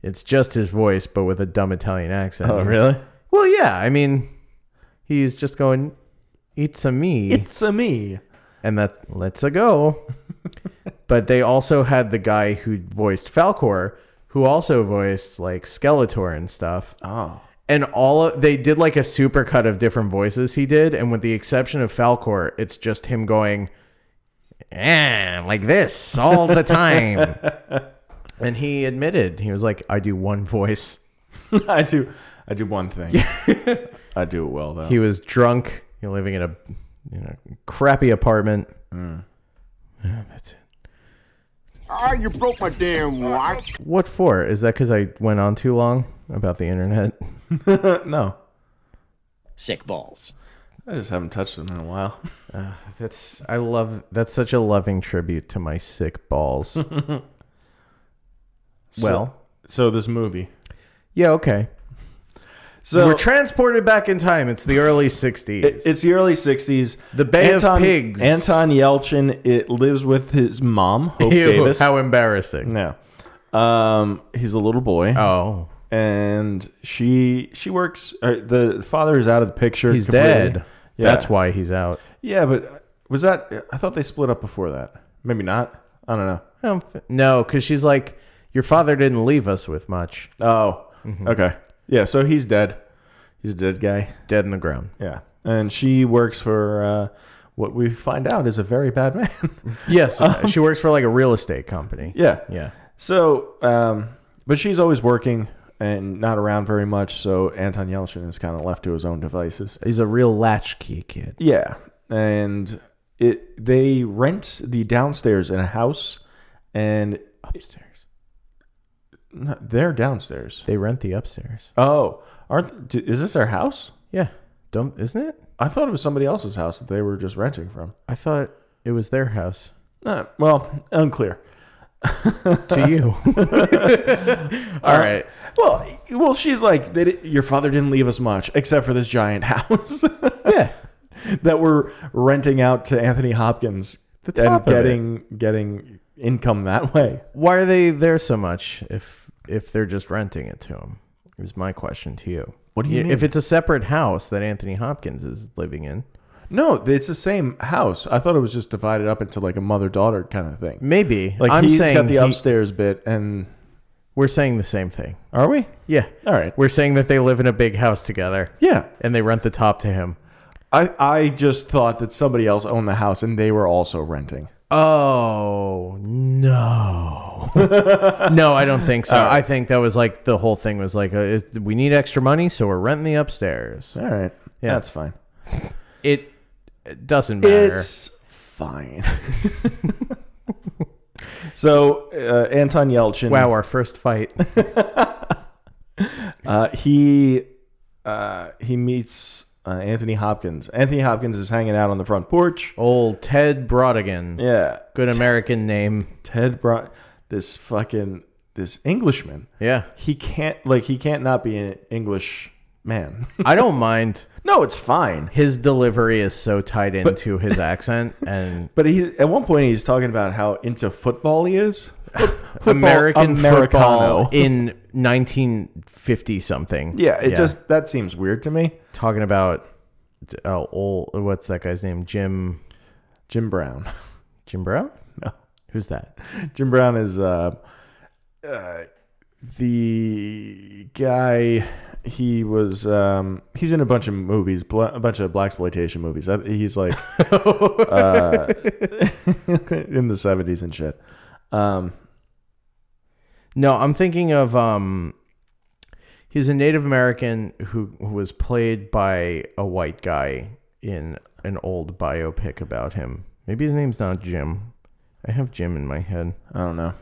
Speaker 1: it's just his voice, but with a dumb Italian accent.
Speaker 3: Oh, really?
Speaker 1: Well, yeah. I mean, he's just going, "It's a me,"
Speaker 3: It's a me.
Speaker 1: and that lets a go. but they also had the guy who voiced Falcor, who also voiced like Skeletor and stuff.
Speaker 3: Oh.
Speaker 1: And all of, they did like a supercut of different voices he did, and with the exception of Falcor, it's just him going, "Eh," like this all the time. and he admitted he was like, "I do one voice."
Speaker 3: I do I do one thing. I do it well though.
Speaker 1: He was drunk. You're living in a you know crappy apartment. Yeah, that's it.
Speaker 5: Ah, you broke my damn watch.
Speaker 1: What for? Is that because I went on too long about the internet?
Speaker 3: Uh, no.
Speaker 6: Sick balls.
Speaker 3: I just haven't touched them in a while.
Speaker 1: That's I love. That's such a loving tribute to my sick balls. well,
Speaker 3: So this movie.
Speaker 1: yeah, okay.
Speaker 3: So
Speaker 1: We're transported back in time. It's the early '60s.
Speaker 3: it- it's the early '60s.
Speaker 1: The Bay of Pigs.
Speaker 3: Anton Yelchin it lives with his mom, Hope
Speaker 1: Ew,
Speaker 3: Davis.
Speaker 1: How embarrassing.
Speaker 3: no, um, he's a little boy,
Speaker 1: Oh,
Speaker 3: and she she works. Or the father is out of the picture.
Speaker 1: he's
Speaker 3: completely.
Speaker 1: dead.
Speaker 3: Yeah.
Speaker 1: That's why he's out.
Speaker 3: Yeah, but was that? I thought they split up before that. Maybe not. I don't know.
Speaker 1: I don't thi- Um, no, because she's like, your father didn't leave us with much.
Speaker 3: Oh,
Speaker 1: Mm-hmm.
Speaker 3: okay. Yeah, so he's dead. He's a dead guy.
Speaker 1: Dead in the ground.
Speaker 3: Yeah, and she works for uh, what we find out is a very bad man.
Speaker 1: Yes, she works for like a real estate company.
Speaker 3: Um, yeah,
Speaker 1: yeah.
Speaker 3: So, um, but she's always working and not around very much. So Anton Yelchin is kind of left to his own devices.
Speaker 1: He's a real latchkey kid.
Speaker 3: Yeah, and it they rent the downstairs in a house, and
Speaker 1: Upstairs.
Speaker 3: no, they're downstairs.
Speaker 1: They rent the upstairs.
Speaker 3: Oh, aren't d- is this their house?
Speaker 1: Yeah. Don't isn't it?
Speaker 3: I thought it was somebody else's house that they were just renting from.
Speaker 1: I thought it was their house.
Speaker 3: Uh, well, unclear.
Speaker 1: To you. Uh, All right.
Speaker 3: Well, well, she's like, they di- your father didn't leave us much except for this giant house
Speaker 1: Yeah.
Speaker 3: that we're renting out to Anthony Hopkins
Speaker 1: The top
Speaker 3: and
Speaker 1: of it.
Speaker 3: getting getting income that way.
Speaker 1: Why are they there so much if if they're just renting it to him? Is my question to you.
Speaker 3: What do you
Speaker 1: Yeah,
Speaker 3: mean?
Speaker 1: If it's a separate house that Anthony Hopkins is living in,
Speaker 3: No, it's the same house. I thought it was just divided up into like a mother daughter kind of thing.
Speaker 1: maybe.
Speaker 3: Like
Speaker 1: I'm
Speaker 3: he's
Speaker 1: saying
Speaker 3: got the
Speaker 1: he-
Speaker 3: upstairs bit, and
Speaker 1: we're saying the same thing.
Speaker 3: are we?
Speaker 1: Yeah.
Speaker 3: All right.
Speaker 1: We're saying that they live in a big house together
Speaker 3: Yeah,
Speaker 1: and they rent the top to him.
Speaker 3: I I just thought that somebody else owned the house and they were also renting.
Speaker 1: Oh no! no, I don't think so. I think that was like the whole thing was like, uh, is, we need extra money, so we're renting the upstairs.
Speaker 3: All right, yeah, that's fine.
Speaker 1: It, it doesn't matter.
Speaker 3: It's fine. so uh, Anton Yelchin.
Speaker 1: wow, our first fight.
Speaker 3: Uh, he uh, he meets uh, Anthony Hopkins. Anthony Hopkins is hanging out on the front porch.
Speaker 1: Old Ted Brodigan.
Speaker 3: Yeah,
Speaker 1: Good American name.
Speaker 3: Ted brought this fucking this Englishman.
Speaker 1: Yeah.
Speaker 3: He can't like he can't not be an English man.
Speaker 1: I don't mind.
Speaker 3: no, it's fine.
Speaker 1: His delivery is so tied into his accent and
Speaker 3: But he at one point he's talking about how into football he is. Foot- football
Speaker 1: American
Speaker 3: Americano.
Speaker 1: football in 1950 something.
Speaker 3: Yeah, it just that seems weird to me.
Speaker 1: talking about oh, old what's that guy's name? Jim
Speaker 3: Jim Brown.
Speaker 1: Jim Brown?
Speaker 3: No.
Speaker 1: Who's that?
Speaker 3: Jim Brown is uh, uh, the guy. He was. Um, he's in a bunch of movies, bl- a bunch of black exploitation movies. I- He's like uh, in the seventies and shit. Um,
Speaker 1: No, I'm thinking of um he's a Native American who, who was played by a white guy in an old biopic about him. Maybe his name's not Jim. I have Jim in my head.
Speaker 3: I don't know.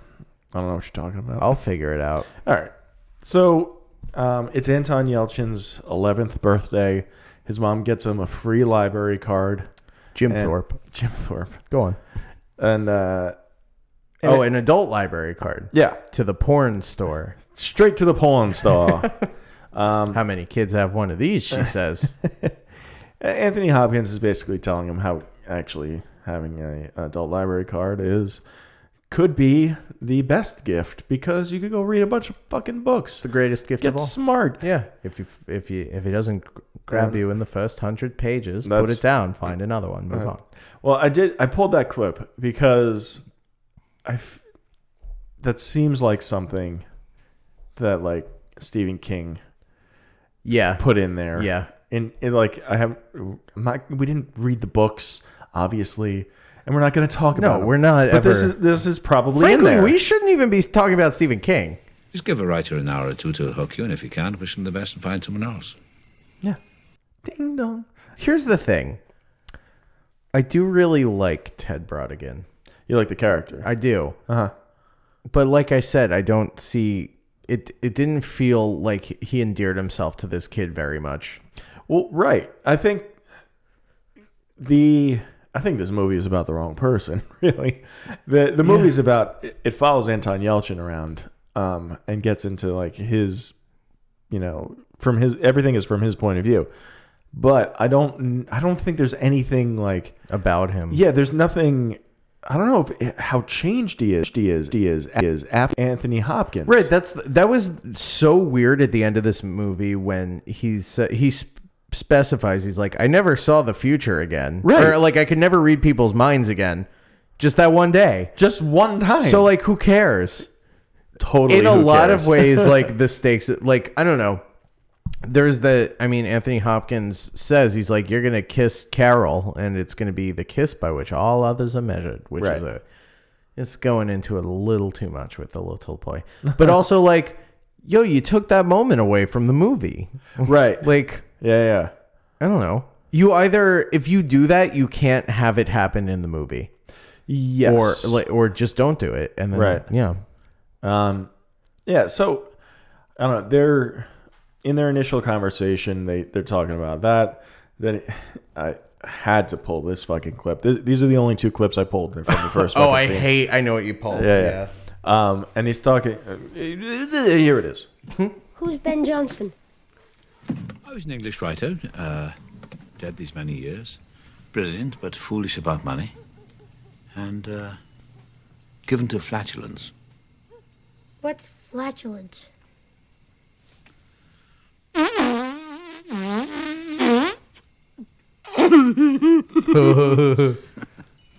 Speaker 3: I don't know what you're talking about.
Speaker 1: I'll figure it out.
Speaker 3: All right. So um, it's Anton Yelchin's eleventh birthday. His mom gets him a free library card.
Speaker 1: Jim
Speaker 3: And-
Speaker 1: Thorpe.
Speaker 3: Jim Thorpe.
Speaker 1: Go on.
Speaker 3: And uh,
Speaker 1: oh, an adult library card.
Speaker 3: yeah,
Speaker 1: To the porn store.
Speaker 3: straight to the porn store.
Speaker 1: How many kids have one of these? She says.
Speaker 3: Anthony Hopkins is basically telling him how actually having a adult library card is could be the best gift because you could go read a bunch of fucking books.
Speaker 1: the greatest gift
Speaker 3: Get
Speaker 1: of all.
Speaker 3: smart.
Speaker 1: yeah. If you if you if it doesn't gr- grab you in the first hundred pages, put
Speaker 3: That's- Uh-huh.
Speaker 1: it down. Find another one. Move on.
Speaker 3: Well, I did. I pulled that clip because I f- that seems like something that like Stephen King
Speaker 1: Yeah.
Speaker 3: put in there.
Speaker 1: Yeah.
Speaker 3: And, and like I have, I'm not. We didn't read the books, obviously, and we're not going to talk
Speaker 1: No,
Speaker 3: about. them.
Speaker 1: we're not
Speaker 3: But this
Speaker 1: ever-
Speaker 3: is this is probably in
Speaker 1: Frankly,
Speaker 3: there.
Speaker 1: we shouldn't even be talking about Stephen King.
Speaker 7: Just give a writer an hour or two to hook you, and if you can't, wish him the best and find someone else.
Speaker 3: Yeah. Ding dong.
Speaker 1: Here's the thing. I do really like Ted Brodigan.
Speaker 3: You like the character.
Speaker 1: I do.
Speaker 3: Uh-huh.
Speaker 1: But like I said, I don't see it. It didn't feel like he endeared himself to this kid very much.
Speaker 3: Well, right. I think the I think this movie is about the wrong person, really. The the movie's about it, it follows Anton Yelchin around um and gets into like his you know, from his everything is from his point of view. But I don't I don't think there's anything like
Speaker 1: about him.
Speaker 3: yeah, there's nothing I don't know if how changed he is. He is. He is. Is after Anthony Hopkins.
Speaker 1: Right, that's that was so weird at the end of this movie when he's uh, he sp- specifies he's like I never saw the future again,
Speaker 3: Right.
Speaker 1: Or like I could never read people's minds again, just that one day.
Speaker 3: Just one time.
Speaker 1: So like, who cares?
Speaker 3: totally.
Speaker 1: in a
Speaker 3: who
Speaker 1: lot
Speaker 3: cares?
Speaker 1: of ways like the stakes like i don't know there's the i mean anthony hopkins says he's like you're gonna kiss carol and it's gonna be the kiss by which all others are measured which is
Speaker 3: Right.
Speaker 1: a it's going into it a little too much with the little boy but also like yo you took that moment away from the movie
Speaker 3: Right.
Speaker 1: like
Speaker 3: yeah, yeah.
Speaker 1: i don't know you either if you do that you can't have it happen in the movie
Speaker 3: Yes.
Speaker 1: or like or just don't do it and then
Speaker 3: Right.
Speaker 1: yeah
Speaker 3: um, yeah. So I don't know. They're in their initial conversation. They they're talking about that. Then I had to pull this fucking clip. This, these are the only two clips I pulled from the first.
Speaker 1: oh
Speaker 3: fucking
Speaker 1: i
Speaker 3: scene.
Speaker 1: hate i know what you pulled
Speaker 3: Yeah, yeah. Um, and he's talking. uh, here it is.
Speaker 8: Who's Ben Johnson?
Speaker 7: I was an English writer, uh, dead these many years, brilliant but foolish about money, and uh, given to flatulence.
Speaker 8: What's flatulence?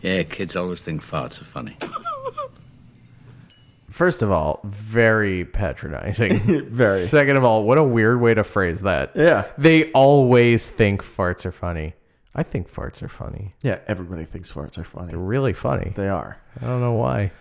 Speaker 7: Yeah, kids always think farts are funny.
Speaker 1: First of all, very patronizing.
Speaker 3: Very.
Speaker 1: Second of all, what a weird way to phrase that.
Speaker 3: Yeah.
Speaker 1: They always think farts are funny. I think farts are funny.
Speaker 3: Yeah. Everybody thinks farts are funny.
Speaker 1: They're really funny.
Speaker 3: They are.
Speaker 1: I don't know why.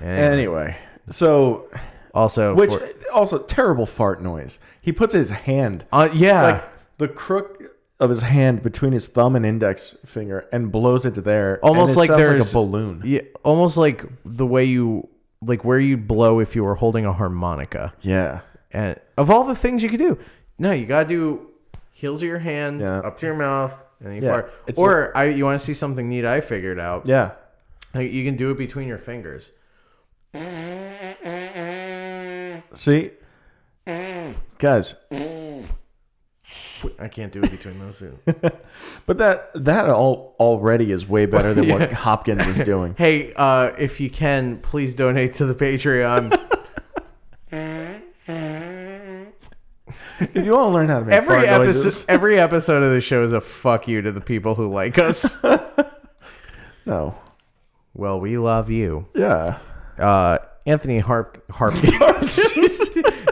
Speaker 1: And
Speaker 3: Anyway, so
Speaker 1: also,
Speaker 3: which
Speaker 1: for-
Speaker 3: also terrible fart noise. He puts his hand
Speaker 1: uh, yeah,
Speaker 3: like the crook of his hand between his thumb and index finger and blows it to there.
Speaker 1: Almost
Speaker 3: and it
Speaker 1: like
Speaker 3: sounds like a
Speaker 1: there's-
Speaker 3: balloon.
Speaker 1: yeah, almost like the way you like where you'd blow if you were holding a harmonica.
Speaker 3: Yeah.
Speaker 1: And of all the things you could do, no, you gotta do heels of your hand
Speaker 3: Yeah.
Speaker 1: up to your mouth, and then you
Speaker 3: Yeah,
Speaker 1: fart.
Speaker 3: it's
Speaker 1: Or I, you want to see something neat? I figured out.
Speaker 3: Yeah.
Speaker 1: Like, you can do it between your fingers.
Speaker 3: See, guys,
Speaker 1: I can't do it between those two.
Speaker 3: but that that all already is way better than what Hopkins is doing.
Speaker 1: hey, uh, if you can, please donate to the Patreon.
Speaker 3: If you want to learn how to make
Speaker 1: every
Speaker 3: fart
Speaker 1: episode,
Speaker 3: noises,
Speaker 1: every episode of the show is a fuck you to the people who like us.
Speaker 3: no,
Speaker 1: well, we love you.
Speaker 3: yeah,
Speaker 1: Uh, Anthony Harp Harpkins.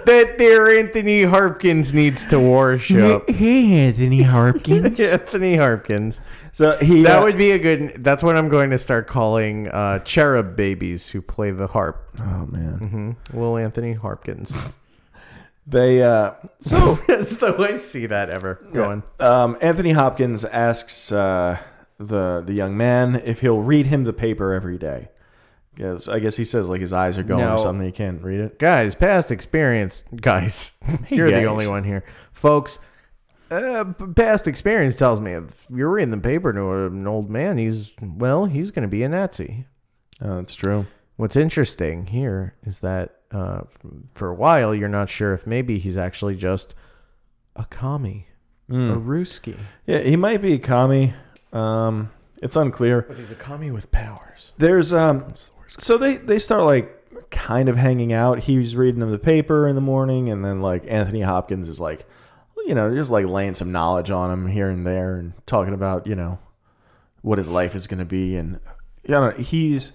Speaker 1: that there Anthony Harpkins needs to worship.
Speaker 3: Hey, Anthony Hopkins.
Speaker 1: Anthony Harpkins.
Speaker 3: So he uh,
Speaker 1: That would be a good. That's what I'm going to start calling uh, cherub babies who play the harp. Mm-hmm.
Speaker 3: Oh man,
Speaker 1: Little Anthony Harpkins.
Speaker 3: they uh, so
Speaker 1: That's the way I see that ever going.
Speaker 3: um, Anthony Hopkins asks uh, the the young man if he'll read him the paper every day. Because I guess he says like his eyes are going
Speaker 1: No.
Speaker 3: or something. He can't read it.
Speaker 1: Guys, past experience. Guys, you're
Speaker 3: guys.
Speaker 1: the only one here, folks. Uh, p- past experience tells me if you're reading the paper to an old man, he's well, he's going to be a Nazi.
Speaker 3: Oh, that's true.
Speaker 1: What's interesting here is that uh, f- for a while you're not sure if maybe he's actually just a commie, a Ruski.
Speaker 3: Yeah, he might be a commie. Um, it's unclear.
Speaker 1: But he's a commie with powers.
Speaker 3: There's um so they they start like kind of hanging out. He's reading them the paper in the morning and then like Anthony Hopkins is like you know, just like laying some knowledge on him here and there and talking about, you know, what his life is going to be and you know, he's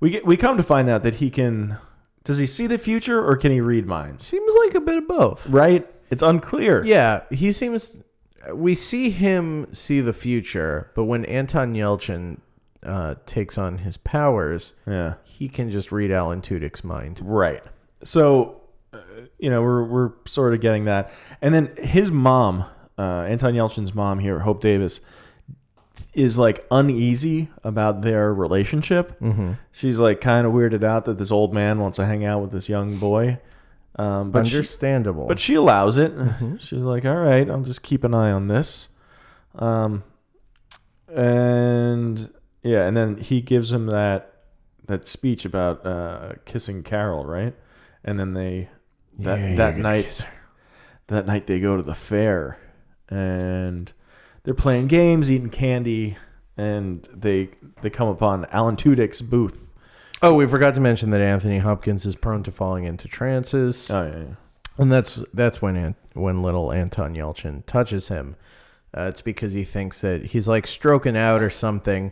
Speaker 3: we get we come to find out that he can does he see the future or can he read minds?
Speaker 1: Seems like a bit of both.
Speaker 3: Right? It's unclear.
Speaker 1: Yeah, he seems. We see him see the future, but when Anton Yelchin uh, takes on his powers,
Speaker 3: Yeah.
Speaker 1: he can just read Alan Tudyk's mind.
Speaker 3: Right. So, uh, you know, we're we're sort of getting that, and then his mom, uh, Anton Yelchin's mom here, Hope Davis, is like uneasy about their relationship. Mm-hmm. She's like kind of weirded out that this old man wants to hang out with this young boy. Um, but she,
Speaker 1: Understandable.
Speaker 3: but she allows it.
Speaker 1: Mm-hmm.
Speaker 3: She's like, all right, I'll just keep an eye on this. Um, and yeah, and then he gives him that that speech about uh, kissing Carol, right? And then they that
Speaker 1: Yeah, you're
Speaker 3: that
Speaker 1: gonna
Speaker 3: night
Speaker 1: kiss her.
Speaker 3: that night they go to the fair and they're playing games, eating candy, and they they come upon Alan Tudyk's booth.
Speaker 1: oh, we forgot to mention that Anthony Hopkins is prone to falling into trances.
Speaker 3: Oh yeah, yeah.
Speaker 1: And that's that's when Ant, when little Anton Yelchin touches him. Uh, it's because he thinks that he's like stroking out or something,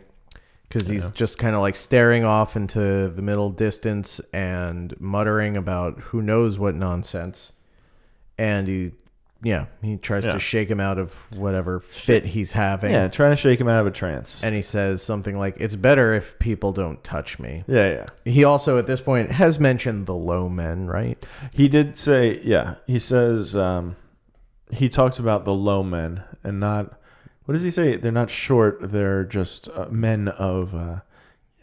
Speaker 1: because he's just kind of like staring off into the middle distance and muttering about who knows what nonsense. And he, yeah, he tries
Speaker 3: Yeah.
Speaker 1: to shake him out of whatever fit he's having.
Speaker 3: yeah, trying to shake him out of a trance.
Speaker 1: And he says something like, "It's better if people don't touch me."
Speaker 3: yeah, yeah.
Speaker 1: He also, at this point, has mentioned the low men, right?
Speaker 3: He did say, yeah. He says um, he talks about the low men and not. What does he say? They're not short. They're just uh, men of. Uh,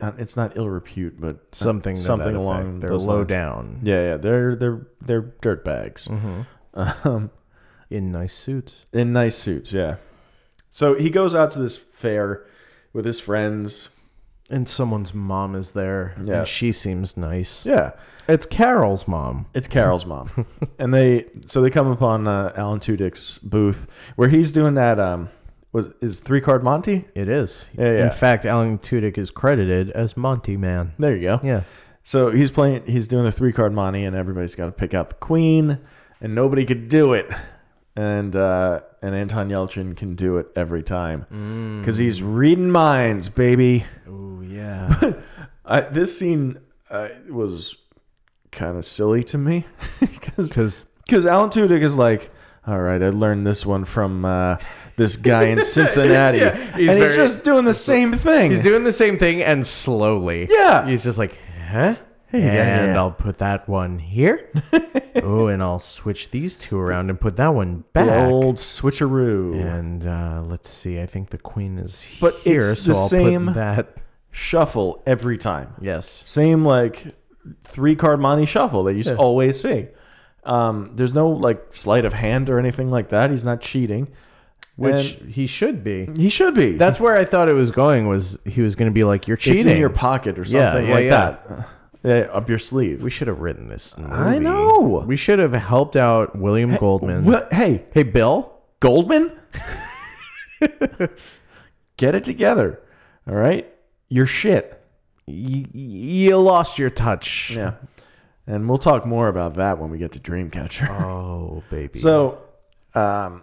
Speaker 3: uh, it's not ill repute, but uh,
Speaker 1: Something, to
Speaker 3: something
Speaker 1: that
Speaker 3: along
Speaker 1: effect. They're
Speaker 3: those
Speaker 1: low
Speaker 3: lines.
Speaker 1: down. Mm-hmm.
Speaker 3: Yeah, yeah. They're they're they're dirt bags um,
Speaker 1: in nice suits.
Speaker 3: in nice suits. Yeah. So he goes out to this fair with his friends.
Speaker 1: And someone's mom is there,
Speaker 3: Yeah.
Speaker 1: and she seems nice.
Speaker 3: Yeah.
Speaker 1: It's Carol's mom.
Speaker 3: It's Carol's mom, and they so they come upon uh, Alan Tudyk's booth where he's doing that. Um, was is three card Monty?
Speaker 1: It is.
Speaker 3: Yeah, yeah.
Speaker 1: In fact, Alan Tudyk is credited as Monty Man.
Speaker 3: There you go.
Speaker 1: Yeah.
Speaker 3: So he's playing. He's doing a three card monty, and everybody's got to pick out the queen, and nobody could do it. And uh, and Anton Yelchin can do it every
Speaker 1: Mm.
Speaker 3: time because he's reading minds, baby.
Speaker 1: Oh yeah.
Speaker 3: I, this scene uh, was kind of silly to me because
Speaker 1: Because
Speaker 3: because Alan Tudyk is like. All right, I learned this one from uh, this guy in Cincinnati,
Speaker 1: he's
Speaker 3: and he's
Speaker 1: very-
Speaker 3: just doing the same thing.
Speaker 1: he's doing the same thing and slowly.
Speaker 3: Yeah.
Speaker 1: He's just like, huh? Hey, and
Speaker 3: yeah.
Speaker 1: I'll put that one here. oh, and I'll switch these two around and put that one
Speaker 3: The
Speaker 1: back.
Speaker 3: old switcheroo.
Speaker 1: And uh, let's see. I think the queen is
Speaker 3: But
Speaker 1: here,
Speaker 3: it's
Speaker 1: so
Speaker 3: the
Speaker 1: I'll
Speaker 3: same-
Speaker 1: put that.
Speaker 3: Shuffle every time.
Speaker 1: Yes.
Speaker 3: same like three card Monty shuffle that you s always see. Um, there's no like sleight of hand or anything like that. He's not cheating.
Speaker 1: which he should be.
Speaker 3: He should be.
Speaker 1: That's where I thought it was going. Was he was going to be like you're
Speaker 3: it's
Speaker 1: cheating?
Speaker 3: in your pocket or
Speaker 1: Yeah,
Speaker 3: something
Speaker 1: yeah,
Speaker 3: like
Speaker 1: yeah.
Speaker 3: that. Uh, up your sleeve.
Speaker 1: we should have written this.
Speaker 3: I
Speaker 1: movie.
Speaker 3: know.
Speaker 1: We should have helped out William Goldman.
Speaker 3: Well, hey,
Speaker 1: Hey, Bill.
Speaker 3: Goldman, get it together. All right, you're shit.
Speaker 1: Y- you lost your touch.
Speaker 3: Yeah, and we'll talk more about that when we get to Dreamcatcher.
Speaker 1: Oh, baby.
Speaker 3: So, um,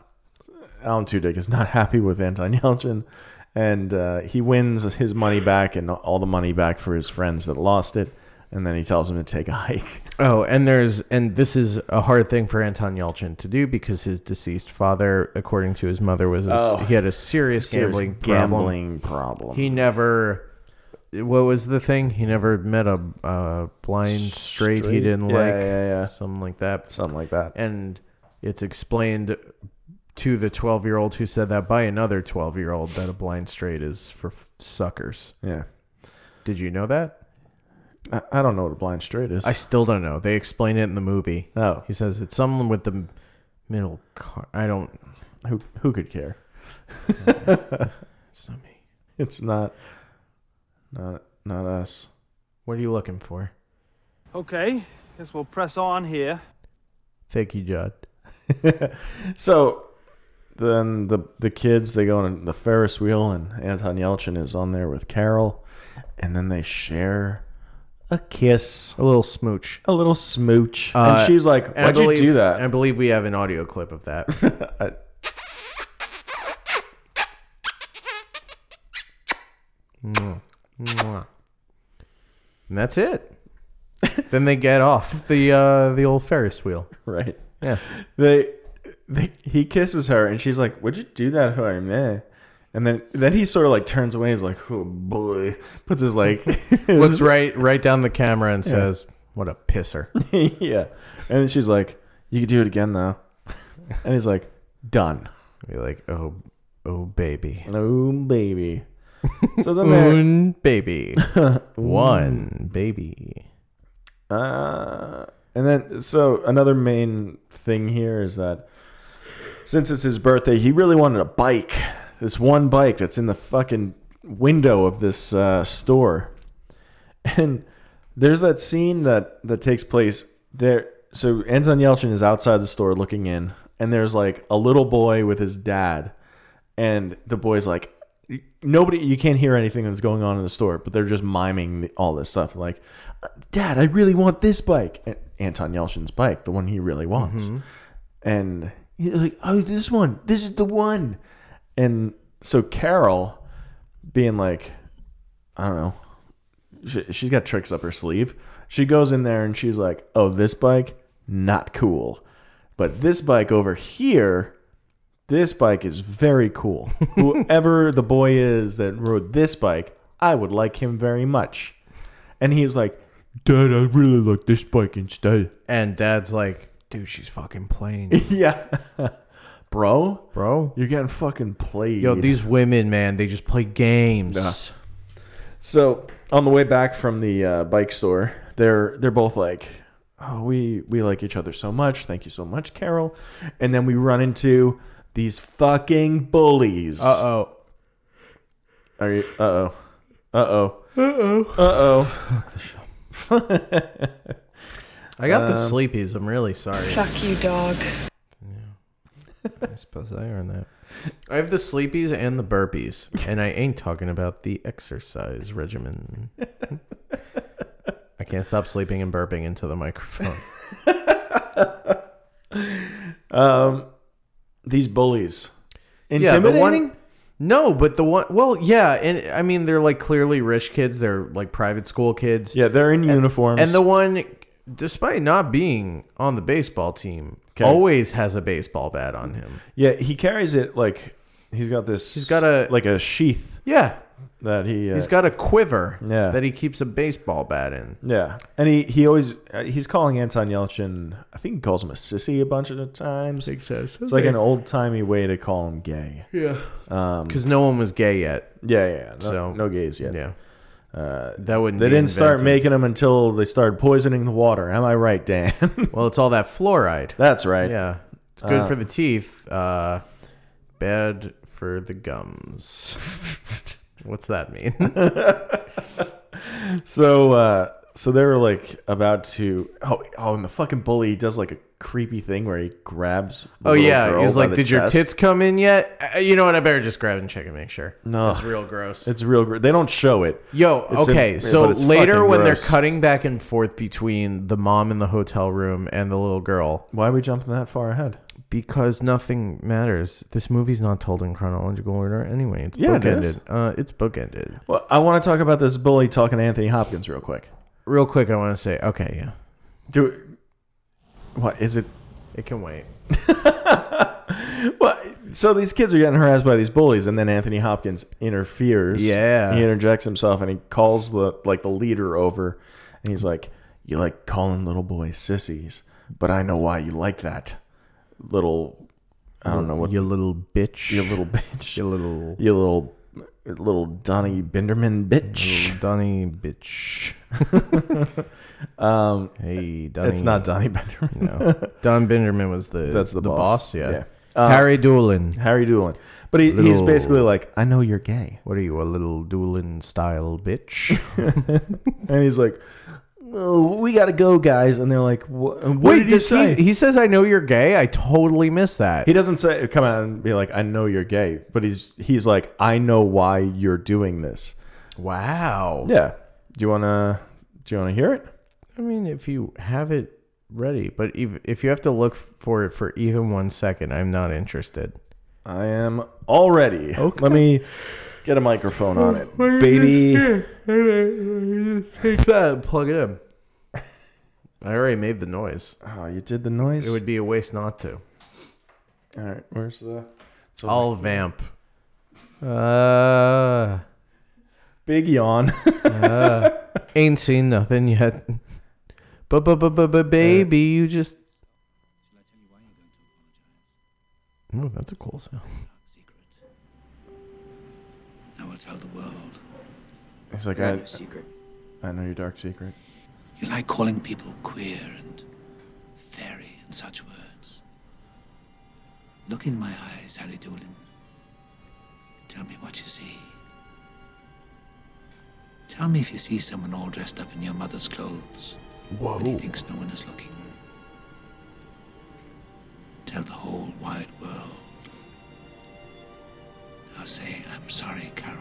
Speaker 3: Alan Tudyk is not happy with Anton Yelchin, and uh, he wins his money back and all the money back for his friends that lost it. And then he tells him to take a hike.
Speaker 1: Oh, and there's and this is a hard thing for Anton Yelchin to do because his deceased father, according to his mother, was a,
Speaker 3: Oh.
Speaker 1: he had a serious, gambling problem.
Speaker 3: gambling problem.
Speaker 1: He never. What was the thing? He never met a uh, blind straight, he
Speaker 3: Straight?
Speaker 1: didn't
Speaker 3: Yeah,
Speaker 1: like,
Speaker 3: yeah, yeah.
Speaker 1: something like that.
Speaker 3: something like that.
Speaker 1: and it's explained to the twelve-year-old who said that by another twelve-year-old that a blind straight is for f- suckers.
Speaker 3: Yeah,
Speaker 1: Did you know that?
Speaker 3: I, I don't know what a blind straight is.
Speaker 1: I still don't know. They explain it in the movie.
Speaker 3: Oh.
Speaker 1: He says it's someone with the middle car. I don't.
Speaker 3: who who could care?
Speaker 1: It's not me.
Speaker 3: It's not, not not us.
Speaker 1: What are you looking for?
Speaker 9: Okay, guess we'll press on here.
Speaker 1: Thank you, Judd.
Speaker 3: So then the the kids they go on the Ferris wheel and Anton Yelchin is on there with Carol, and then they share a kiss,
Speaker 1: A little smooch.
Speaker 3: a little smooch,
Speaker 1: Uh,
Speaker 3: and she's like,
Speaker 1: and I
Speaker 3: "Why'd you
Speaker 1: believe-
Speaker 3: do
Speaker 1: I
Speaker 3: that?"
Speaker 1: believe we have an audio clip of that. Mwah. Mwah. and that's it. then they get off the uh, the old Ferris wheel.
Speaker 3: right?
Speaker 1: Yeah.
Speaker 3: They, they he kisses her, and she's like, "Would you do that for me?" And then then he sort of like turns away. He's like, "Oh boy," puts his like
Speaker 1: Looks right right down the camera and says, "What a pisser."
Speaker 3: yeah. And then she's like, You could do it again though. And he's like, Done.
Speaker 1: You're like, "Oh, oh baby."
Speaker 3: No baby. So then they're
Speaker 1: One baby. One baby.
Speaker 3: uh, and then so another main thing here is that since it's his birthday, he really wanted a bike. This one bike that's in the fucking window of this uh, store. And there's that scene that that takes place there. So Anton Yelchin is outside the store looking in, and there's like a little boy with his dad, and the boy's like, nobody, you can't hear anything that's going on in the store, but they're just miming the, all this stuff. Like, "Uh, Dad, I really want this bike, and Anton Yelchin's bike, the one he really wants, and he's like, oh, this one, this is the one, and so Carol, being like, I don't know she, she's got tricks up her sleeve. She goes in there and she's like, "Oh, this bike, not cool, but this bike over here, this bike is very cool. Whoever the boy is that rode this bike, I would like him very much." And he's like, "Dad, I really like this bike instead."
Speaker 1: And dad's like, "Dude, she's fucking playing,
Speaker 3: yeah, bro,
Speaker 1: bro."
Speaker 3: you're getting fucking played.
Speaker 1: Yo, these women, man, they just play games.
Speaker 3: So on the way back from the uh, bike store, they're they're both like, "Oh, we we like each other so much. Thank you so much, Carol." And then we run into these fucking bullies. Uh
Speaker 1: Uh-oh.
Speaker 3: oh. Are you? Uh oh. Uh oh. Uh oh. Uh oh.
Speaker 1: I got the sleepies. I'm really sorry.
Speaker 10: Fuck you, dog.
Speaker 1: I suppose I earned that. I have the sleepies and the burpees, and I ain't talking about the exercise regimen. I can't stop sleeping and burping into the microphone.
Speaker 3: These bullies.
Speaker 1: Yeah, the
Speaker 3: Intimidating.
Speaker 1: one- No, but the one, well, yeah, and I mean they're like clearly rich kids. They're like private school kids.
Speaker 3: Yeah, they're in uniforms.
Speaker 1: And the one, despite not being on the baseball team,
Speaker 3: Okay.
Speaker 1: always has a baseball bat on him.
Speaker 3: yeah, he carries it like he's got this. He's
Speaker 1: got a-
Speaker 3: like a sheath
Speaker 1: Yeah,
Speaker 3: that he. Uh,
Speaker 1: he's got a quiver
Speaker 3: Yeah.
Speaker 1: that he keeps a baseball bat in.
Speaker 3: Yeah, and he he always uh, he's calling Anton Yelchin. I think he calls him a sissy a bunch of times. It's like an old timey way to call him gay. Yeah,
Speaker 1: because no one was gay yet.
Speaker 3: yeah, Um, yeah. No,
Speaker 1: So-
Speaker 3: no gays yet.
Speaker 1: Yeah, that wouldn't.
Speaker 3: They
Speaker 1: be
Speaker 3: didn't start
Speaker 1: invented.
Speaker 3: making them until they started poisoning the water. Am I right, Dan?
Speaker 1: Well, it's all that fluoride.
Speaker 3: That's right.
Speaker 1: yeah, it's good for the teeth. Uh, Bad for the gums. What's that mean?
Speaker 3: So uh so they were like about to oh oh and the fucking bully he does like a creepy thing where he grabs the
Speaker 1: Oh
Speaker 3: little
Speaker 1: yeah,
Speaker 3: girl
Speaker 1: he was
Speaker 3: by
Speaker 1: like,
Speaker 3: the
Speaker 1: "Did your
Speaker 3: chest."
Speaker 1: tits come in yet?" Uh, you know what? I better just grab and check and make sure.
Speaker 3: No.
Speaker 1: it's real gross.
Speaker 3: It's real gr- they don't show it.
Speaker 1: Yo,
Speaker 3: It's in-
Speaker 1: okay,
Speaker 3: yeah,
Speaker 1: so
Speaker 3: but it's
Speaker 1: later
Speaker 3: fucking
Speaker 1: when
Speaker 3: gross.
Speaker 1: they're cutting back and forth between the mom in the hotel room and the little girl,
Speaker 3: Why are we jumping that far ahead?
Speaker 1: because nothing matters. This movie's not told in chronological order anyway. It's
Speaker 3: Yeah, it
Speaker 1: bookended.
Speaker 3: is.
Speaker 1: Uh, it's bookended.
Speaker 3: Well, I want to talk about this bully talking to Anthony Hopkins real quick.
Speaker 1: Real quick, I want to say, okay, yeah,
Speaker 3: Do what is it?
Speaker 1: it can wait.
Speaker 3: Well, so these kids are getting harassed by these bullies, and then Anthony Hopkins interferes.
Speaker 1: Yeah.
Speaker 3: he interjects himself and he calls the like the leader over, and he's like, "You like calling little boys sissies, but I know why you like that little. I don't know what
Speaker 1: You little bitch.
Speaker 3: you little bitch,
Speaker 1: You little
Speaker 3: you little little Donnie Binderman bitch.
Speaker 1: Donny bitch. um, hey, Donny.
Speaker 3: It's not Donnie Binderman.
Speaker 1: No. Don Binderman was the
Speaker 3: That's the boss.
Speaker 1: boss. Yeah.
Speaker 3: Yeah. Uh,
Speaker 1: Harry Doolin.
Speaker 3: Harry Doolin, but he, he's
Speaker 1: Little-
Speaker 3: basically like, "I know you're gay."
Speaker 1: What are you, a little Doolin style bitch?
Speaker 3: and he's like, oh, "We gotta go, guys." And they're like, "What, what did he
Speaker 1: does
Speaker 3: say?"
Speaker 1: He,
Speaker 3: He,
Speaker 1: says, "I know you're gay." I totally missed that.
Speaker 3: doesn't say come out and be like, "I know you're gay," but he's he's like, "I know why you're doing this."
Speaker 1: wow.
Speaker 3: Yeah. Do you wanna do you wanna hear it?
Speaker 1: I mean, if you have it ready, but if, if you have to look for it for even one second, I'm not interested.
Speaker 3: I am already. Okay. Let me Oh get a microphone on it, baby.
Speaker 1: Plug it in. I already made the noise.
Speaker 3: Oh, you did the noise.
Speaker 1: It would be a waste not to.
Speaker 3: All right. Where's the
Speaker 1: I'll vamp. Uh,
Speaker 3: big yawn?
Speaker 1: ain't seen nothing yet. But but but but but baby, you just. Ooh, that's a cool sound.
Speaker 7: I will tell the world.
Speaker 3: he's like, I, I know your dark secret.
Speaker 7: You like calling people queer and fairy and such words. Look in my eyes, Harry Doolin. Tell me what you see. Tell me if you see someone all dressed up in your mother's clothes when he
Speaker 1: Whoa.
Speaker 7: thinks no one is looking. Tell the whole wide world. I'll say, I'm sorry, Carol.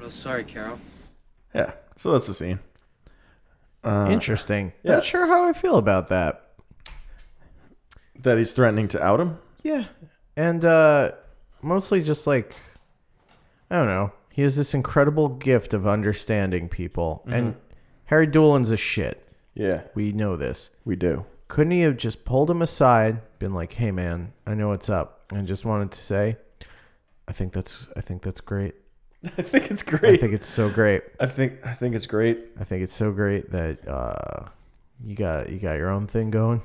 Speaker 2: Well, sorry, Carol.
Speaker 3: Yeah. So that's the scene.
Speaker 1: Uh, Interesting.
Speaker 3: yeah.
Speaker 1: Not sure how I feel about that.
Speaker 3: That he's threatening to out him.
Speaker 1: Yeah. And uh mostly just like I don't know. He has this incredible gift of understanding people.
Speaker 3: Mm-hmm.
Speaker 1: And Harry Doolin's a shit.
Speaker 3: Yeah,
Speaker 1: We know this.
Speaker 3: we do.
Speaker 1: Couldn't he have just pulled him aside, been like, "Hey man, I know what's up." And just wanted to say, "I think that's I think that's great.
Speaker 3: I think it's
Speaker 1: I
Speaker 3: great.
Speaker 1: think it's so great.
Speaker 3: I think I think it's great.
Speaker 1: I think it's so great that uh you got you got your own thing going."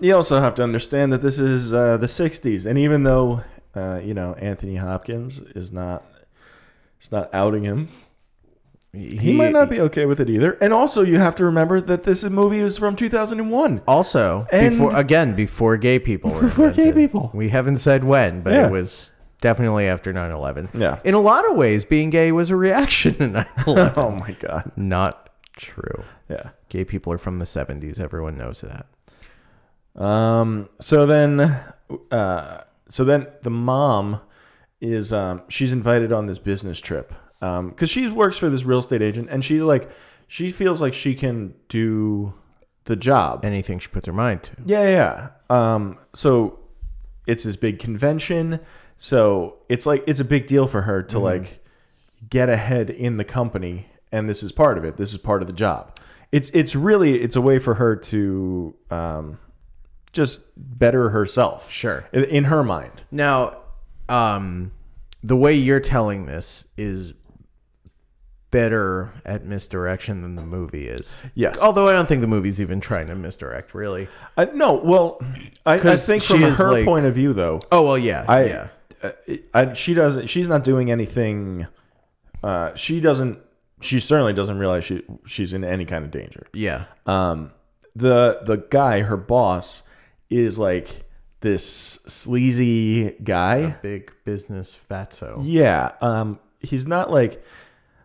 Speaker 3: You also have to understand that this is uh, the '60s, and even though uh, you know Anthony Hopkins is not, it's not outing him.
Speaker 1: He,
Speaker 3: He, might not be okay with it either. And also, you have to remember that this movie is from 2001.
Speaker 1: Also,
Speaker 3: And-
Speaker 1: before again, before gay people were
Speaker 3: Before gay
Speaker 1: invented.
Speaker 3: people.
Speaker 1: We haven't said when, but
Speaker 3: Yeah.
Speaker 1: it was definitely after 9/11.
Speaker 3: Yeah.
Speaker 1: In a lot of ways, being gay was a reaction to 9/11.
Speaker 3: Oh my god.
Speaker 1: Not true.
Speaker 3: Yeah.
Speaker 1: Gay people are from the 70s, everyone knows that.
Speaker 3: Um. So then, uh, so then the mom is um she's invited on this business trip um because she works for this real estate agent and she like she feels like she can do the job
Speaker 1: Anything she puts her mind to.
Speaker 3: Yeah, yeah, yeah. Um, so it's this big convention. So it's like it's a big deal for her
Speaker 1: Mm-hmm.
Speaker 3: to like get ahead in the company, and this is part of it. This is part of the job. It's it's really it's a way for her to um, just better herself.
Speaker 1: Sure.
Speaker 3: in, in her mind.
Speaker 1: Now, um, the way you're telling this is better at misdirection than the movie is.
Speaker 3: Yes.
Speaker 1: Although I don't think the movie's even trying to misdirect, really.
Speaker 3: I, no, well, I, I
Speaker 1: 'Cause
Speaker 3: think
Speaker 1: she
Speaker 3: from
Speaker 1: is,
Speaker 3: her
Speaker 1: like-
Speaker 3: point of view, though,
Speaker 1: Oh, well, yeah.
Speaker 3: I,
Speaker 1: yeah.
Speaker 3: uh, I, she doesn't. She's not doing anything. Uh, she doesn't. She certainly doesn't realize she she's in any kind of danger.
Speaker 1: Yeah.
Speaker 3: the the guy, her boss, is like this sleazy guy.
Speaker 1: Big business fatso.
Speaker 3: Yeah. Um, he's not like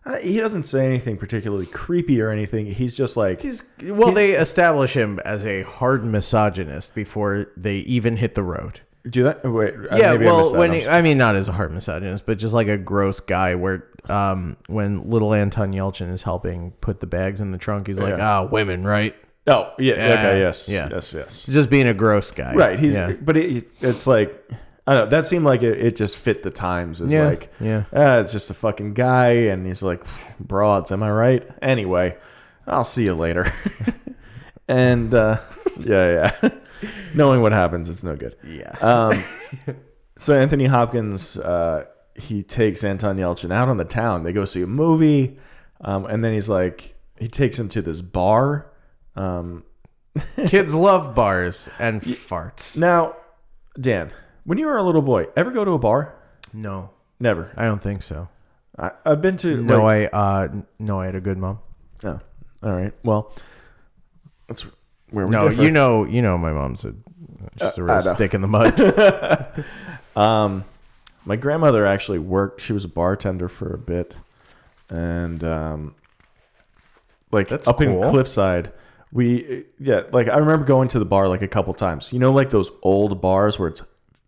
Speaker 3: uh, he doesn't say anything particularly creepy or anything. He's just like
Speaker 1: He's, well, they establish him as a hard misogynist before they even hit the road.
Speaker 3: do that. Wait, uh,
Speaker 1: Yeah,
Speaker 3: maybe I missed
Speaker 1: well,
Speaker 3: that.
Speaker 1: when
Speaker 3: I'm
Speaker 1: he, I mean, not as a hard misogynist, but just like a gross guy. Where um, when little Anton Yelchin is helping put the bags in the trunk, he's like,
Speaker 3: Yeah.
Speaker 1: ah, women, right?
Speaker 3: Oh yeah,
Speaker 1: Yeah,
Speaker 3: okay, yes,
Speaker 1: yeah.
Speaker 3: yes, yes.
Speaker 1: He's just being a gross guy,
Speaker 3: Right, he's
Speaker 1: yeah.
Speaker 3: but it, it's like I don't know. That seemed like it, it just fit the times. It's
Speaker 1: Yeah,
Speaker 3: like
Speaker 1: yeah.
Speaker 3: ah, it's just a fucking guy, and he's like broads. Am I right? Anyway, I'll see you later. and uh, yeah, yeah. Knowing what happens, it's no good. Yeah.
Speaker 1: Uh,
Speaker 3: Um, so Anthony Hopkins, uh, he takes Anton Yelchin out on the town. They go see a movie, um, and then he's like, he takes him to this bar. Um,
Speaker 1: Kids love bars and farts.
Speaker 3: Now, Dan, when you were a little boy, ever go to a bar?
Speaker 1: No,
Speaker 3: Never.
Speaker 1: I don't think so.
Speaker 3: I, I've been to.
Speaker 1: No,
Speaker 3: like-
Speaker 1: I uh, n- no, I had a good mom.
Speaker 3: No. All right. Well, that's where we
Speaker 1: No,
Speaker 3: differ.
Speaker 1: you know, you know, my mom's a she's a real
Speaker 3: I know.
Speaker 1: stick in the mud.
Speaker 3: My grandmother actually worked. She was a bartender for a bit, and um, like
Speaker 1: That's
Speaker 3: up in
Speaker 1: cool.
Speaker 3: Cliffside, we yeah. Like I remember going to the bar like a couple times. You know, like those old bars where it's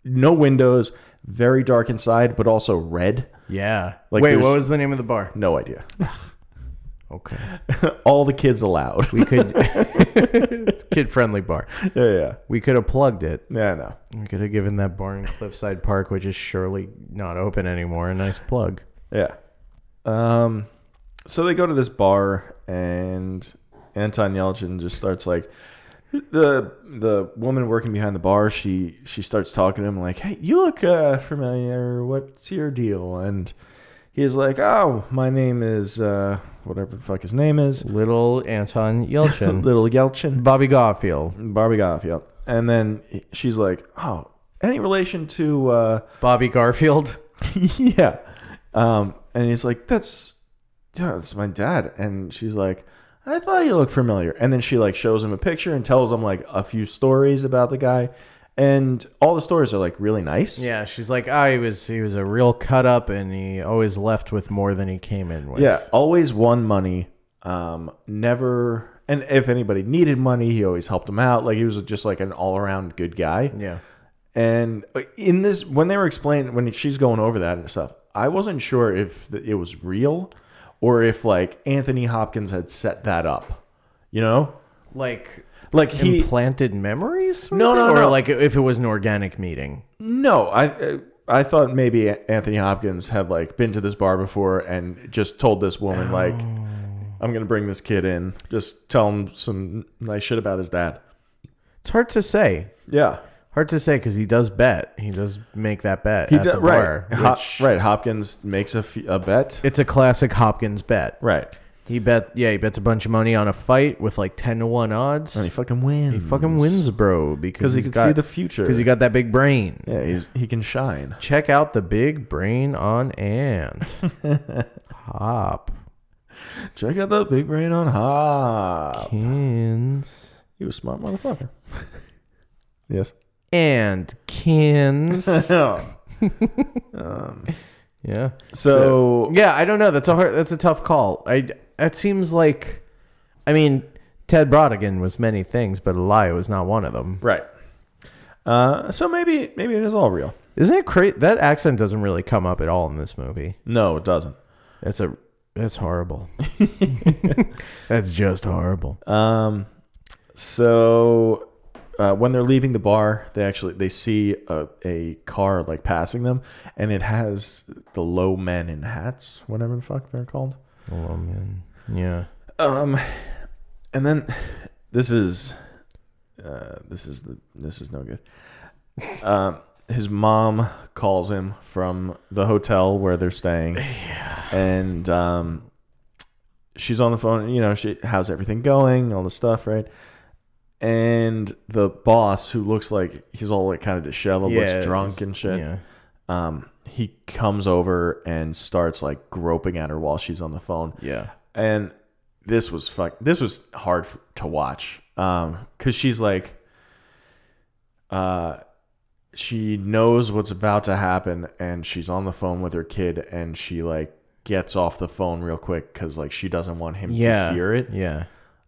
Speaker 3: no windows, very dark inside, but also red.
Speaker 1: yeah.
Speaker 3: Like
Speaker 1: Wait, what
Speaker 3: there's-
Speaker 1: was the name of the bar?
Speaker 3: No idea.
Speaker 1: Okay,
Speaker 3: All the kids allowed.
Speaker 1: we could. it's kid friendly bar.
Speaker 3: yeah, yeah,
Speaker 1: We could have plugged it.
Speaker 3: yeah. No.
Speaker 1: We could have given that bar in Cliffside Park, which is surely not open anymore, a nice plug.
Speaker 3: Yeah. Um, so they go to this bar, and Anton Yelchin just starts like the the woman working behind the bar. She she starts talking to him like, "Hey, you look uh, familiar. What's your deal?" And he's like, "Oh, my name is uh, whatever the fuck his name is,
Speaker 1: Little Anton Yelchin.
Speaker 3: Little Yelchin."
Speaker 1: Bobby Garfield.
Speaker 3: Barbie Goff. Yep. And then she's like, "Oh, any relation to?" Uh,
Speaker 1: Bobby Garfield.
Speaker 3: yeah. Um, and he's like, that's, yeah, that's my dad. And she's like, I thought you looked familiar. And then she like shows him a picture and tells him like a few stories about the guy. And all the stories are like really nice.
Speaker 1: Yeah, she's like, ah, he was he was a real cut up and he always left with more than he came in with.
Speaker 3: Yeah. Always won money. Um, never. And if anybody needed money, he always helped them out. Like he was just like an all around good guy.
Speaker 1: Yeah.
Speaker 3: And in this, when they were explaining, when she's going over that and stuff, I wasn't sure if th- it was real or if like Anthony Hopkins had set that up. You know,
Speaker 1: Like
Speaker 3: like he
Speaker 1: implanted memories? sort
Speaker 3: No,
Speaker 1: of?
Speaker 3: no,
Speaker 1: or
Speaker 3: no.
Speaker 1: like if it was an organic meeting.
Speaker 3: no, I I thought maybe Anthony Hopkins had like been to this bar before and just told this woman like, I'm gonna bring this kid in, just tell him some nice shit about his dad.
Speaker 1: It's hard to say.
Speaker 3: Yeah,
Speaker 1: Hard to say because he does bet. He does make that bet
Speaker 3: he
Speaker 1: at
Speaker 3: did
Speaker 1: the
Speaker 3: right.
Speaker 1: bar.
Speaker 3: Hop-
Speaker 1: which-
Speaker 3: right, Hopkins makes a f- a bet.
Speaker 1: It's a classic Hopkins bet.
Speaker 3: right,
Speaker 1: He bet, yeah, he bets a bunch of money on a fight with like ten to one odds.
Speaker 3: and he fucking wins.
Speaker 1: He fucking wins, bro, because
Speaker 3: 'Cause he
Speaker 1: he's
Speaker 3: can
Speaker 1: got-
Speaker 3: see the future.
Speaker 1: 'cause he got that big brain.
Speaker 3: Yeah, he's he can shine.
Speaker 1: Check out the big brain on Ant. Hop.
Speaker 3: Check out that big brain on Hop.
Speaker 1: Kins.
Speaker 3: You a smart motherfucker. yes.
Speaker 1: And Kins.
Speaker 3: So,
Speaker 1: yeah.
Speaker 3: so
Speaker 1: Yeah, I don't know. That's a hard, that's a tough call. I that seems like I mean, Ted Brodigan was many things, but a lie was not one of them.
Speaker 3: right. Uh, so maybe maybe it is all real.
Speaker 1: Isn't it crazy? That accent doesn't really come up at all in this movie.
Speaker 3: No, it doesn't.
Speaker 1: That's a that's horrible. that's just horrible.
Speaker 3: Um, so uh, when they're leaving the bar, they actually they see a, a car like passing them, and it has the low men in hats, whatever the fuck they're called.
Speaker 1: Oh man. Yeah.
Speaker 3: Um, and then this is uh, this is the this is no good. Um, his mom calls him from the hotel where they're staying, and um, she's on the phone. You know, she how's everything going, all the stuff, right? And the boss, who looks like he's all like kind of disheveled,
Speaker 1: Yeah,
Speaker 3: looks drunk
Speaker 1: it's-
Speaker 3: and shit
Speaker 1: Yeah.
Speaker 3: um, he comes over and starts like groping at her while she's on the phone.
Speaker 1: Yeah.
Speaker 3: And this was fuck. This was hard f- to watch. um because she's like uh she knows what's about to happen and she's on the phone with her kid and she like gets off the phone real quick because like she doesn't want him
Speaker 1: yeah.
Speaker 3: to hear it
Speaker 1: Yeah.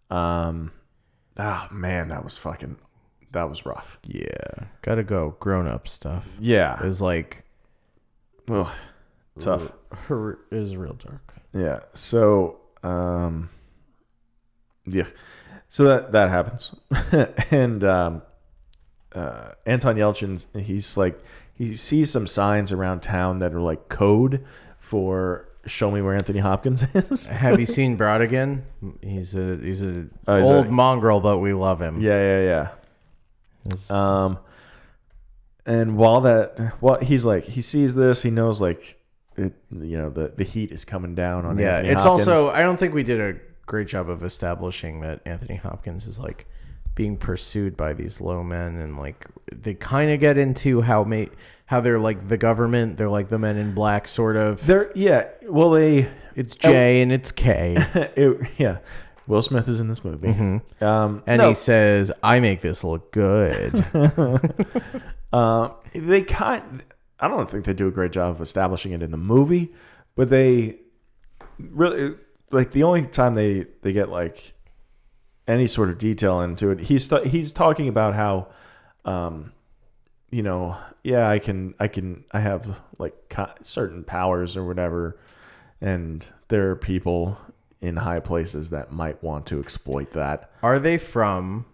Speaker 3: um ah man that was fucking that was rough
Speaker 1: Yeah. Gotta go. Grown up stuff
Speaker 3: yeah
Speaker 1: is like
Speaker 3: Ugh, tough
Speaker 1: her is real dark.
Speaker 3: Yeah. So, um, yeah. So that that happens, and um, uh, Anton Yelchin's he's like he sees some signs around town that are like code for show me where Anthony Hopkins is. yeah,
Speaker 1: Have you seen Brodigan? He's a he's a
Speaker 3: Oh, he's a-
Speaker 1: old mongrel, but we love him.
Speaker 3: yeah, yeah.
Speaker 1: It's-
Speaker 3: Um, and while that, while he's like, he sees this, he knows like, it, you know, the the heat is coming down on.
Speaker 1: yeah.
Speaker 3: Anthony
Speaker 1: It's
Speaker 3: Hopkins.
Speaker 1: also I don't think we did a great job of establishing that Anthony Hopkins is like being pursued by these low men and like they kind of get into how may how they're like the government, they're like the men in black sort of.
Speaker 3: there. Yeah. Well, they
Speaker 1: It's J and it's K.
Speaker 3: it, yeah. Will Smith is in this movie.
Speaker 1: Mm-hmm.
Speaker 3: Um,
Speaker 1: And
Speaker 3: no,
Speaker 1: he says, I make this look good.
Speaker 3: uh, they kind. I don't think they do a great job of establishing it in the movie, but they really like the only time they they get like any sort of detail into it. He's st- he's talking about how, um, you know, yeah, I can I can I have like co- certain powers or whatever, and there are people in high places that might want to exploit that.
Speaker 1: Are they from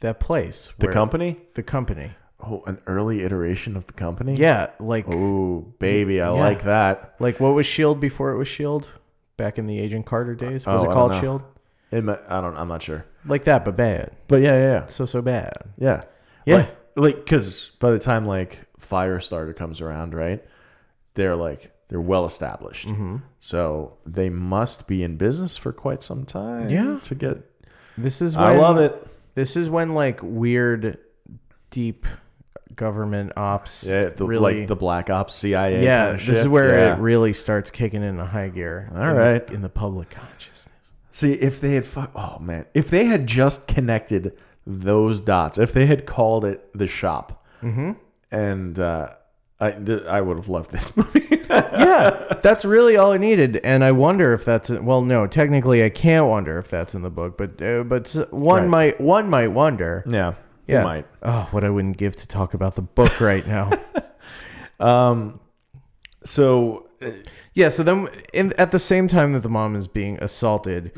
Speaker 1: that place?
Speaker 3: The
Speaker 1: where-
Speaker 3: company.
Speaker 1: The company.
Speaker 3: Oh, an early iteration of the company?
Speaker 1: Yeah, like
Speaker 3: Ooh, baby, I
Speaker 1: Yeah.
Speaker 3: like that.
Speaker 1: like what was Shield E before it was Shield? Back in the Agent Carter days, was
Speaker 3: Oh, I
Speaker 1: it
Speaker 3: don't
Speaker 1: called
Speaker 3: know.
Speaker 1: Shield?
Speaker 3: It mi- I don't. I'm not sure.
Speaker 1: E Like that, but bad.
Speaker 3: But yeah, yeah,
Speaker 1: So so bad.
Speaker 3: yeah,
Speaker 1: Yeah.
Speaker 3: yeah. Like, because by the time like Firestarter comes around, right? They're like they're well established,
Speaker 1: Mm-hmm.
Speaker 3: so they must be in business for quite some time.
Speaker 1: Yeah.
Speaker 3: to get.
Speaker 1: This is when,
Speaker 3: I love it.
Speaker 1: This is when like weird, deep government ops.
Speaker 3: Yeah, the,
Speaker 1: really.
Speaker 3: like the Black Ops, CIA.
Speaker 1: yeah,
Speaker 3: kinda
Speaker 1: this
Speaker 3: shit.
Speaker 1: is where
Speaker 3: Yeah.
Speaker 1: it really starts kicking into high gear.
Speaker 3: All
Speaker 1: in the-
Speaker 3: right.
Speaker 1: in the public consciousness.
Speaker 3: See, if they had, fu- oh man, if they had just connected those dots, if they had called it the shop,
Speaker 1: Mm-hmm.
Speaker 3: and uh, I, th- I would have loved this movie.
Speaker 1: yeah, that's really all I needed, and I wonder if that's well. No, technically, I can't wonder if that's in the book, but uh, but s- one
Speaker 3: Right.
Speaker 1: might one might wonder.
Speaker 3: yeah,
Speaker 1: Yeah.
Speaker 3: yeah, might.
Speaker 1: Oh, what I wouldn't give to talk about the book right now. Um,
Speaker 3: So uh,
Speaker 1: yeah. So then, in, at the same time that the mom is being assaulted,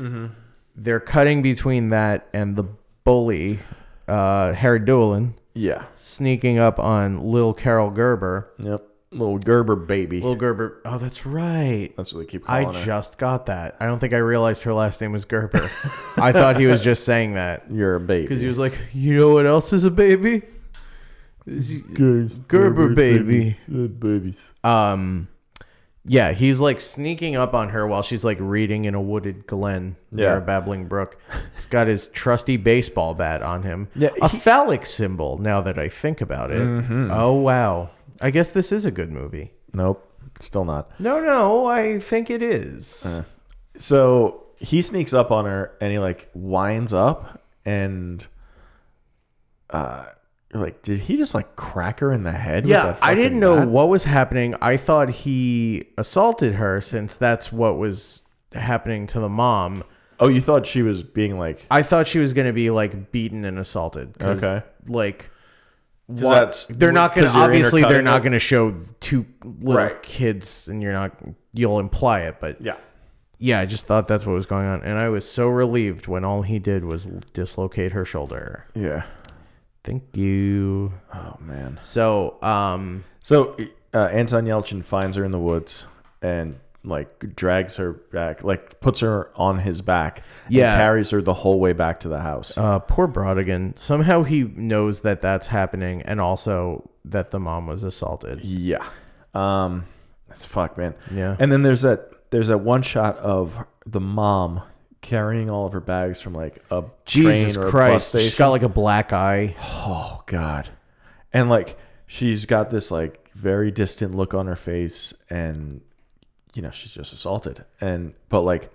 Speaker 1: they're cutting between that and the bully, uh, Harry Doolin,
Speaker 3: yeah,
Speaker 1: sneaking up on Lil Carol Gerber.
Speaker 3: yep, little Gerber baby.
Speaker 1: Lil Gerber. Oh, that's right.
Speaker 3: That's what they keep
Speaker 1: I
Speaker 3: calling her.
Speaker 1: just got that. I don't think I realized her last name was Gerber. I thought he was just saying that.
Speaker 3: You're a baby
Speaker 1: Because he was like, you know what else is a baby?
Speaker 3: Gerber,
Speaker 1: Gerber baby.
Speaker 3: babies, uh, babies.
Speaker 1: Um, yeah, he's like sneaking up on her while she's like reading in a wooded glen near
Speaker 3: Yeah.
Speaker 1: a babbling brook. He's got his trusty baseball bat on him.
Speaker 3: Yeah,
Speaker 1: a
Speaker 3: he- Mm-hmm.
Speaker 1: phallic symbol. Now that I think about it, oh wow. I guess this is a good movie.
Speaker 3: Nope, still not.
Speaker 1: No, no, I think it is.
Speaker 3: Uh, So he sneaks up on her and he like winds up and uh you're like, did he just like crack her in the head? with
Speaker 1: yeah,
Speaker 3: that
Speaker 1: I didn't
Speaker 3: fucking
Speaker 1: know
Speaker 3: bat?
Speaker 1: what was happening. I thought he assaulted her since that's what was happening to the mom.
Speaker 3: Oh, you thought she was being like
Speaker 1: I thought she was going to be like beaten and assaulted. 'cause,
Speaker 3: Okay.
Speaker 1: Like, what?
Speaker 3: that's-
Speaker 1: they're not going to
Speaker 3: 'cause you're
Speaker 1: obviously they're
Speaker 3: intercutting
Speaker 1: not
Speaker 3: it.
Speaker 1: going to show two little
Speaker 3: Right.
Speaker 1: kids, and you're not you'll imply it, but
Speaker 3: Yeah.
Speaker 1: yeah, I just thought that's what was going on, and I was so relieved when all he did was dislocate her shoulder.
Speaker 3: Yeah.
Speaker 1: Thank you.
Speaker 3: Oh man.
Speaker 1: So, um,
Speaker 3: So uh, Anton Yelchin finds her in the woods and like drags her back, like puts her on his back, and
Speaker 1: Yeah.
Speaker 3: carries her the whole way back to the house.
Speaker 1: uh, poor Brodigan. Somehow he knows that that's happening, and also that the mom was assaulted.
Speaker 3: Yeah. Um that's fuck, man.
Speaker 1: Yeah.
Speaker 3: And then there's that there's that one shot of the mom carrying all of her bags from like a
Speaker 1: Jesus
Speaker 3: train or a bus
Speaker 1: Christ,
Speaker 3: station.
Speaker 1: she's got like a black eye.
Speaker 3: oh god. And like she's got this like very distant look on her face and you know, she's just assaulted. And but like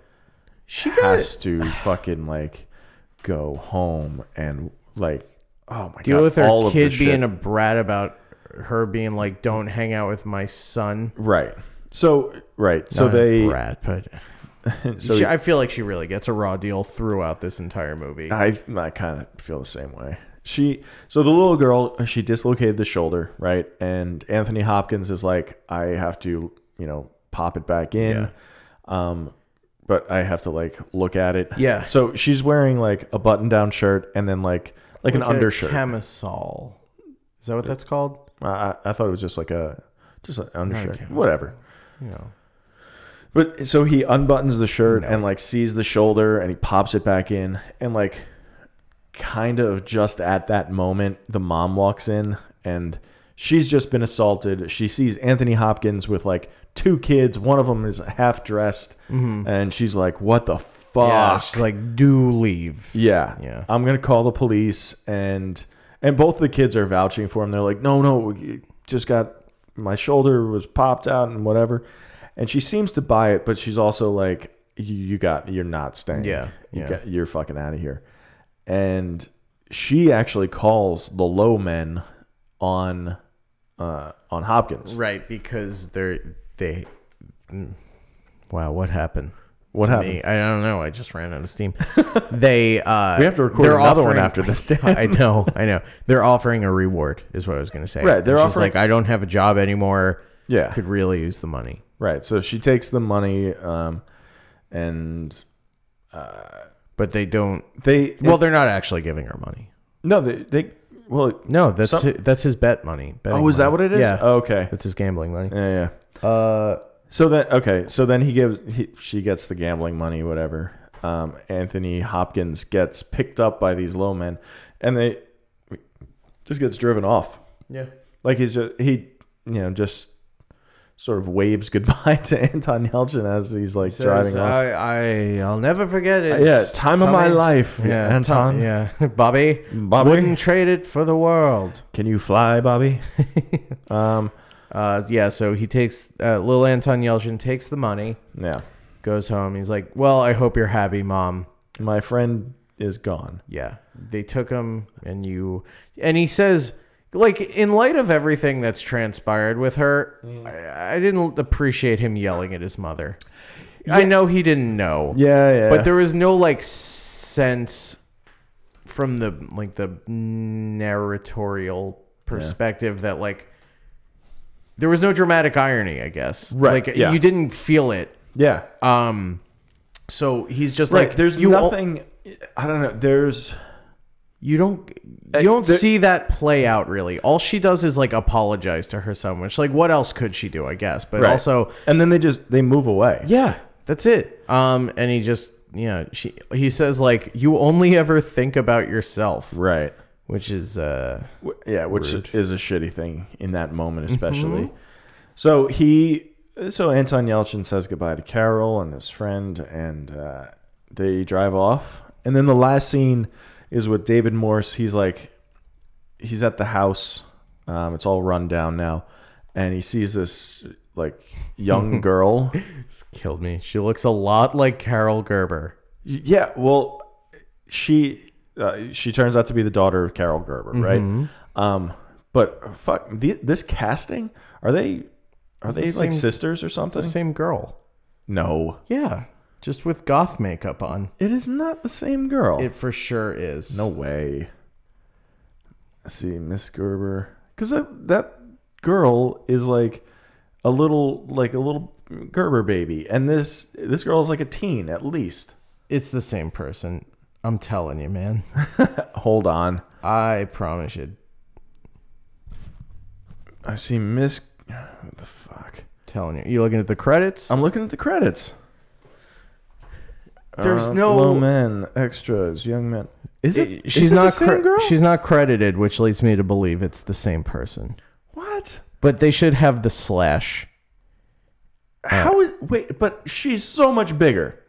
Speaker 1: She got
Speaker 3: has to fucking like go home and like, oh my
Speaker 1: Deal
Speaker 3: god,
Speaker 1: with
Speaker 3: all
Speaker 1: her
Speaker 3: of the
Speaker 1: kid
Speaker 3: shit.
Speaker 1: being a brat about her being like, "Don't hang out with my son."
Speaker 3: right. So right, so
Speaker 1: Not a
Speaker 3: they
Speaker 1: brat, but
Speaker 3: so
Speaker 1: she, I feel like she really gets a raw deal throughout this entire movie.
Speaker 3: I I kind of feel the same way. She so the little girl uh, she dislocated the shoulder right, and Anthony Hopkins is like, I have to you know pop it back in, um, but I have to like look at it.
Speaker 1: Yeah.
Speaker 3: So she's wearing like a button down shirt and then like like an
Speaker 1: Like a
Speaker 3: undershirt.
Speaker 1: camisole. Is that what that's called?
Speaker 3: I, I thought it was just like a just an undershirt, whatever.
Speaker 1: You know.
Speaker 3: But so he unbuttons the shirt and like sees the shoulder and he pops it back in and like kind of just at that moment the mom walks in and she's just been assaulted. She sees Anthony Hopkins with like two kids. One of them is half dressed and she's like, "What the fuck?"
Speaker 1: Mm-hmm. Yeah, she's like, do leave.
Speaker 3: Yeah.
Speaker 1: Yeah.
Speaker 3: I'm gonna call the police and and both the kids are vouching for him. They're like, no, no, you just got my shoulder was popped out and whatever. And she seems to buy it, but she's also like, you, you got, you're not staying.
Speaker 1: Yeah, yeah.
Speaker 3: You got, you're fucking out of here. And she actually calls the low men on uh, on Hopkins.
Speaker 1: Right, because they're they. mm. Wow, what happened?
Speaker 3: What
Speaker 1: to
Speaker 3: happened?
Speaker 1: me? I don't know. I just ran out of steam. they uh,
Speaker 3: We have to record
Speaker 1: they're
Speaker 3: another one after this, Dan.
Speaker 1: I know, I know. They're offering a reward, is what I was going to say.
Speaker 3: Right, they're
Speaker 1: And she's
Speaker 3: offering-
Speaker 1: like, I don't have a job anymore.
Speaker 3: Yeah.
Speaker 1: could really use the money.
Speaker 3: Right. So she takes the money, um, and
Speaker 1: But they don't.
Speaker 3: they
Speaker 1: Well, they're not actually giving her money.
Speaker 3: no, they they well.
Speaker 1: No, that's
Speaker 3: Some-
Speaker 1: hi- that's his bet money.
Speaker 3: Oh, is that what it is?
Speaker 1: Yeah,
Speaker 3: Oh, okay.
Speaker 1: that's his gambling money.
Speaker 3: Yeah, yeah. Uh, so then, okay, so then he gives, he, she gets the gambling money, whatever. Um, Anthony Hopkins gets picked up by these low men, and they just gets driven off.
Speaker 1: Yeah,
Speaker 3: Like he's just he, you know, just sort of waves goodbye to Anton Yelchin as he's like driving off.
Speaker 1: I, I I'll never forget it.
Speaker 3: yeah, time of my
Speaker 1: Tommy-
Speaker 3: life,
Speaker 1: "Uh, Yeah,
Speaker 3: Anton.
Speaker 1: Tom- yeah, Bobby.
Speaker 3: Bobby?
Speaker 1: wouldn't trade it for the world.
Speaker 3: Can you fly, Bobby?
Speaker 1: Uh, yeah. So he takes uh, little Anton Yelchin takes the money,
Speaker 3: yeah,
Speaker 1: goes home. He's like, "Well, I hope you're happy, mom."
Speaker 3: my friend is gone.
Speaker 1: Yeah, they took him, and you, and he says, like, in light of everything that's transpired with her,
Speaker 3: Mm.
Speaker 1: I, I didn't appreciate him yelling at his mother. I know he didn't know.
Speaker 3: Yeah, yeah.
Speaker 1: but there was no like sense from the like the narratorial perspective that like there was no dramatic irony i guess
Speaker 3: Right,
Speaker 1: like
Speaker 3: yeah.
Speaker 1: you didn't feel it
Speaker 3: yeah,
Speaker 1: um so he's just
Speaker 3: right.
Speaker 1: like
Speaker 3: there's
Speaker 1: you o-
Speaker 3: nothing. I don't know. There's
Speaker 1: you don't
Speaker 3: Uh,
Speaker 1: you don't
Speaker 3: there-
Speaker 1: see that play out really all she does is like apologize to her son which like what else could she do i guess but
Speaker 3: Right.
Speaker 1: also
Speaker 3: and then they just they move away
Speaker 1: Yeah, that's it. Um, and he just, you know, she, he says like, you only ever think about yourself,
Speaker 3: right
Speaker 1: which is, uh,
Speaker 3: W- yeah which is a shitty thing in that moment especially so he so anton yelchin says goodbye to carol and his friend and uh, they drive off and then the last scene is with david morse he's like he's at the house um, it's all run down now and he sees this like young girl
Speaker 1: it's killed me. She looks a lot like Carol Gerber.
Speaker 3: Yeah, well, she uh, she turns out to be the daughter of Carol Gerber,
Speaker 1: Mm-hmm.
Speaker 3: right? Um, but fuck, the, this casting are they are they
Speaker 1: the
Speaker 3: like
Speaker 1: same-
Speaker 3: sisters or something?
Speaker 1: The same girl.
Speaker 3: No,
Speaker 1: Yeah, just with goth makeup on.
Speaker 3: it is not the same girl.
Speaker 1: It for sure is.
Speaker 3: no way. Let's see, Miss Gerber, because that that girl is like a little like a little Gerber baby, and this this girl is like a teen at least.
Speaker 1: it's the same person. I'm telling you, man.
Speaker 3: Hold on.
Speaker 1: I promise you.
Speaker 3: I see Miss. What the fuck?
Speaker 1: Telling you. You looking at the credits?
Speaker 3: I'm looking at the credits.
Speaker 1: There's
Speaker 3: Uh,
Speaker 1: no-
Speaker 3: low men, extras, young men. Is it?
Speaker 1: she's
Speaker 3: is it
Speaker 1: not
Speaker 3: the same
Speaker 1: cre-
Speaker 3: girl.
Speaker 1: she's not credited, which leads me to believe it's the same person.
Speaker 3: what?
Speaker 1: But they should have the slash.
Speaker 3: How is? Wait, but she's so much bigger.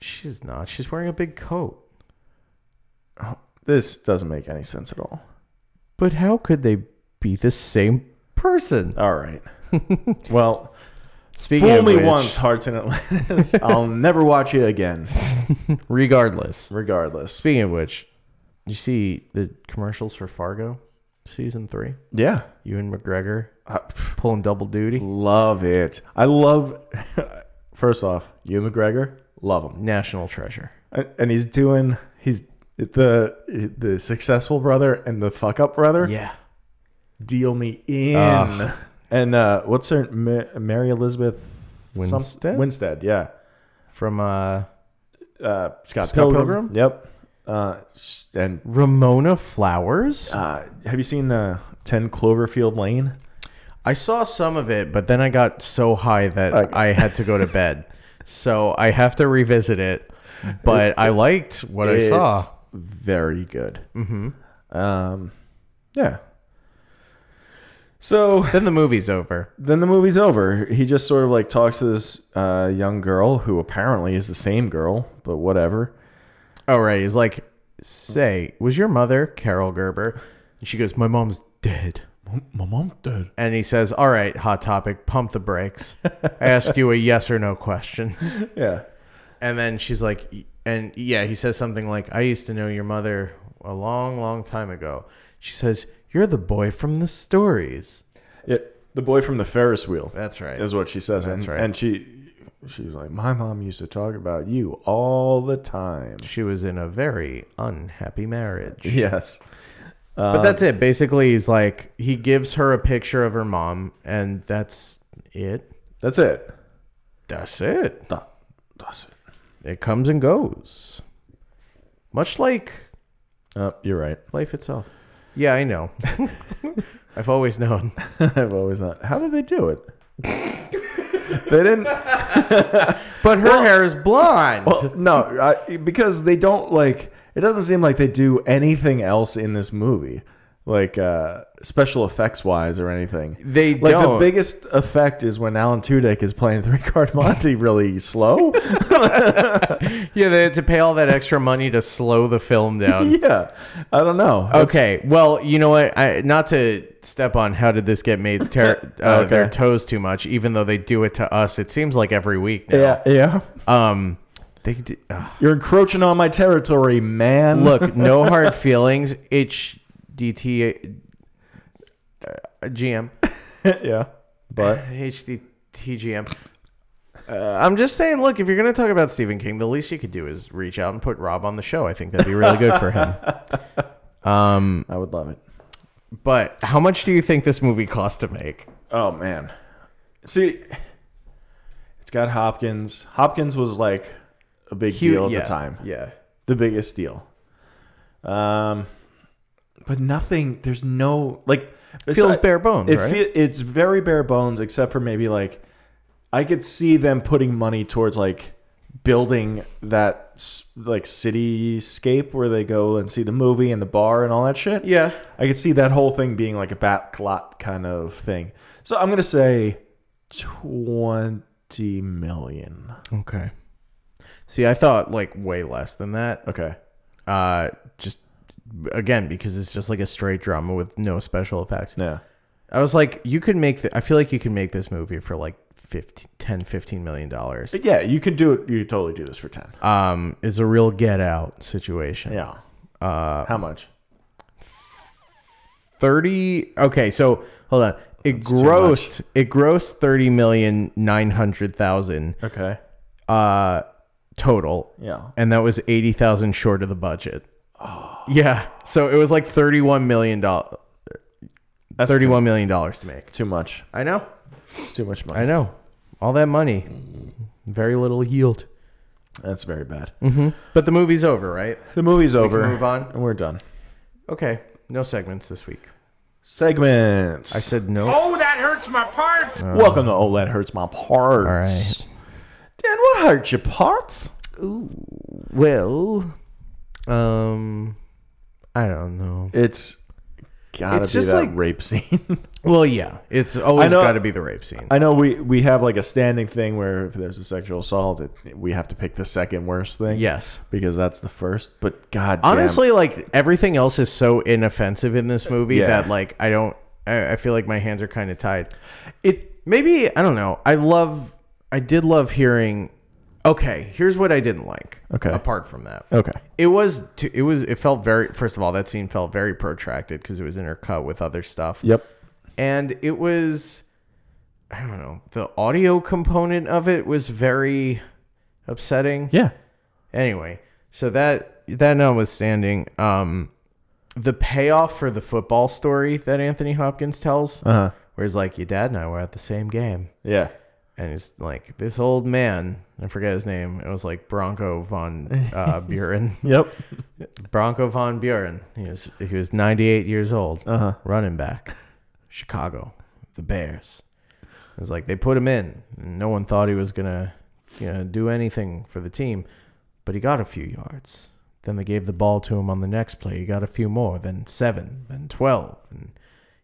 Speaker 1: She's not. She's wearing a big coat.
Speaker 3: This doesn't make any sense at all.
Speaker 1: But how could they be the same person?
Speaker 3: All right. well,
Speaker 1: Speaking
Speaker 3: Uh, Fool
Speaker 1: of
Speaker 3: me
Speaker 1: which,
Speaker 3: once, Hearts in Atlantis. I'll never watch it again.
Speaker 1: regardless.
Speaker 3: Regardless.
Speaker 1: Speaking of which, you see the commercials for Fargo season three.
Speaker 3: Yeah.
Speaker 1: You and McGregor pulling double duty.
Speaker 3: Love it. I love. First off, you McGregor, love him,
Speaker 1: National treasure.
Speaker 3: and he's doing. He's the the successful brother and the fuck up brother.
Speaker 1: Yeah.
Speaker 3: deal me in. And uh, what's her Ma- Mary Elizabeth some-
Speaker 1: Winstead?
Speaker 3: Winstead, yeah.
Speaker 1: From uh,
Speaker 3: Uh, Scott,
Speaker 1: Scott
Speaker 3: Pilgrim.
Speaker 1: Pilgrim?
Speaker 3: Yep. Uh, sh- and
Speaker 1: Ramona Flowers.
Speaker 3: uh, have you seen uh, Ten Cloverfield Lane?
Speaker 1: I saw some of it, but then I got so high that
Speaker 3: Okay.
Speaker 1: I had to go to bed. so I have to revisit it. But I liked what I saw.
Speaker 3: very good. Mm-hmm. Um, yeah. So
Speaker 1: Then the movie's over.
Speaker 3: then the movie's over. He just sort of like talks to this uh, young girl who apparently is the same girl, but whatever.
Speaker 1: Oh, right. He's like, say, was your mother Carol Gerber? And she goes, my mom's dead.
Speaker 3: My mom dead.
Speaker 1: And he says, all right, Hot Topic, pump the brakes. I asked you a yes or no question.
Speaker 3: Yeah.
Speaker 1: And then she's like, and yeah, he says something like, I used to know your mother a long, long time ago. She says, you're the boy from the stories.
Speaker 3: Yeah, the boy from the Ferris wheel.
Speaker 1: That's right.
Speaker 3: Is what she says.
Speaker 1: That's
Speaker 3: and,
Speaker 1: right.
Speaker 3: And she, she was like, my mom used to talk about you all the time.
Speaker 1: she was in a very unhappy marriage.
Speaker 3: Yes.
Speaker 1: but that's it. Basically, he's like he gives her a picture of her mom, and that's it.
Speaker 3: That's it.
Speaker 1: That's it.
Speaker 3: That, that's it.
Speaker 1: It comes and goes, much like
Speaker 3: Oh, you're right.
Speaker 1: life itself. Yeah, I know. I've always known.
Speaker 3: I've always not. How did they do it? they didn't.
Speaker 1: But her hair is blonde.
Speaker 3: Well, no, I, because they don't like. It doesn't seem like they do anything else in this movie, like uh, special effects wise or anything.
Speaker 1: They
Speaker 3: like
Speaker 1: don't.
Speaker 3: the biggest effect is when Alan Tudyk is playing Three Card Monte really slow.
Speaker 1: yeah, they had to pay all that extra money to slow the film down.
Speaker 3: yeah, I don't know. That's-
Speaker 1: Okay, well, you know what? I, not to step on how did this get made ter- uh,
Speaker 3: Okay.
Speaker 1: their toes too much, even though they do it to us. It seems like every week now.
Speaker 3: Yeah, yeah.
Speaker 1: Um, they d- ugh.
Speaker 3: You're encroaching on my territory, man.
Speaker 1: look, no hard feelings. HDT uh, GM
Speaker 3: yeah, but
Speaker 1: HDTGM. Uh, I'm just saying, look, if you're going to talk about Stephen King, the least you could do is reach out and put Rob on the show. I think that'd be really good for him.
Speaker 3: I would love it.
Speaker 1: But how much do you think this movie cost to make?
Speaker 3: Oh man, see, it's got Hopkins. Hopkins was like a big
Speaker 1: Hu-
Speaker 3: deal at
Speaker 1: yeah,
Speaker 3: the time.
Speaker 1: Yeah.
Speaker 3: the biggest deal. Um, but nothing. There's no like it
Speaker 1: feels bare bones,
Speaker 3: It
Speaker 1: right?
Speaker 3: fe- it's very bare bones, except for maybe like I could see them putting money towards like building that s- like cityscape where they go and see the movie and the bar and all that shit.
Speaker 1: Yeah.
Speaker 3: I could see that whole thing being like a bat lot kind of thing. So I'm gonna say twenty million.
Speaker 1: Okay. See, I thought like way less than that.
Speaker 3: Okay.
Speaker 1: Uh, just again because it's just like a straight drama with no special effects.
Speaker 3: Yeah.
Speaker 1: I was like, you could make. Th- I feel like you could make this movie for like 15, 10, 15 million dollars.
Speaker 3: But yeah, you could do it. You could totally do this for ten.
Speaker 1: Um, is a real Get Out situation.
Speaker 3: Yeah. How much?
Speaker 1: thirty. Okay, so hold on. It
Speaker 3: too
Speaker 1: grossed. It grossed thirty million nine hundred thousand
Speaker 3: Okay.
Speaker 1: uh, total.
Speaker 3: Yeah. Oh.
Speaker 1: and that was eighty thousand short of the budget. Yeah, so it was like thirty-one million dollars.
Speaker 3: That's
Speaker 1: Thirty-one million dollars to make.
Speaker 3: Too, too much.
Speaker 1: I know.
Speaker 3: It's too much
Speaker 1: I
Speaker 3: money.
Speaker 1: know. All that money, very little yield.
Speaker 3: That's very bad.
Speaker 1: But the movie's over, right?
Speaker 3: The movie's over.
Speaker 1: move on.
Speaker 3: And we're done.
Speaker 1: Okay, no segments this week.
Speaker 3: Segments.
Speaker 1: I said no.
Speaker 3: Oh. Welcome to Oh That Hurts My Parts.
Speaker 1: All right.
Speaker 3: Dan, what hurts your parts?
Speaker 1: Well, um, I don't know.
Speaker 3: It's gotta
Speaker 1: It's
Speaker 3: be
Speaker 1: just
Speaker 3: that
Speaker 1: like-
Speaker 3: rape scene.
Speaker 1: Well, yeah, it's always
Speaker 3: I know-
Speaker 1: got to be the rape scene.
Speaker 3: I know we, we have like a standing thing where if there's a sexual assault, it, we have to pick the second worst thing.
Speaker 1: yes.
Speaker 3: Because that's the first. But god
Speaker 1: Honestly, like everything else is so inoffensive in this movie
Speaker 3: Yeah.
Speaker 1: that like I don't. I, I feel like my hands are kind of tied.
Speaker 3: it
Speaker 1: maybe I don't know. I love. I did love hearing. Okay, here's what I didn't like.
Speaker 3: Okay.
Speaker 1: Apart from that,
Speaker 3: Okay.
Speaker 1: it was. Too, it was. It felt very. First of all, that scene felt very protracted because it was intercut with other stuff.
Speaker 3: Yep.
Speaker 1: and it was i don't know the audio component of it was very upsetting
Speaker 3: Yeah.
Speaker 1: anyway so that that notwithstanding um the payoff for the football story that anthony hopkins tells
Speaker 3: Uh huh.
Speaker 1: where he's like your dad and i were at the same game
Speaker 3: Yeah.
Speaker 1: and he's like this old man i forget his name it was like bronco von uh, buren
Speaker 3: Yep.
Speaker 1: Bronco von Buren. He was he was 98 years old. Running back, Chicago, the Bears. It's like they put him in. And no one thought he was gonna you know, do anything for the team, but he got a few yards. Then they gave the ball to him on the next play. He got a few more, then seven, then twelve, and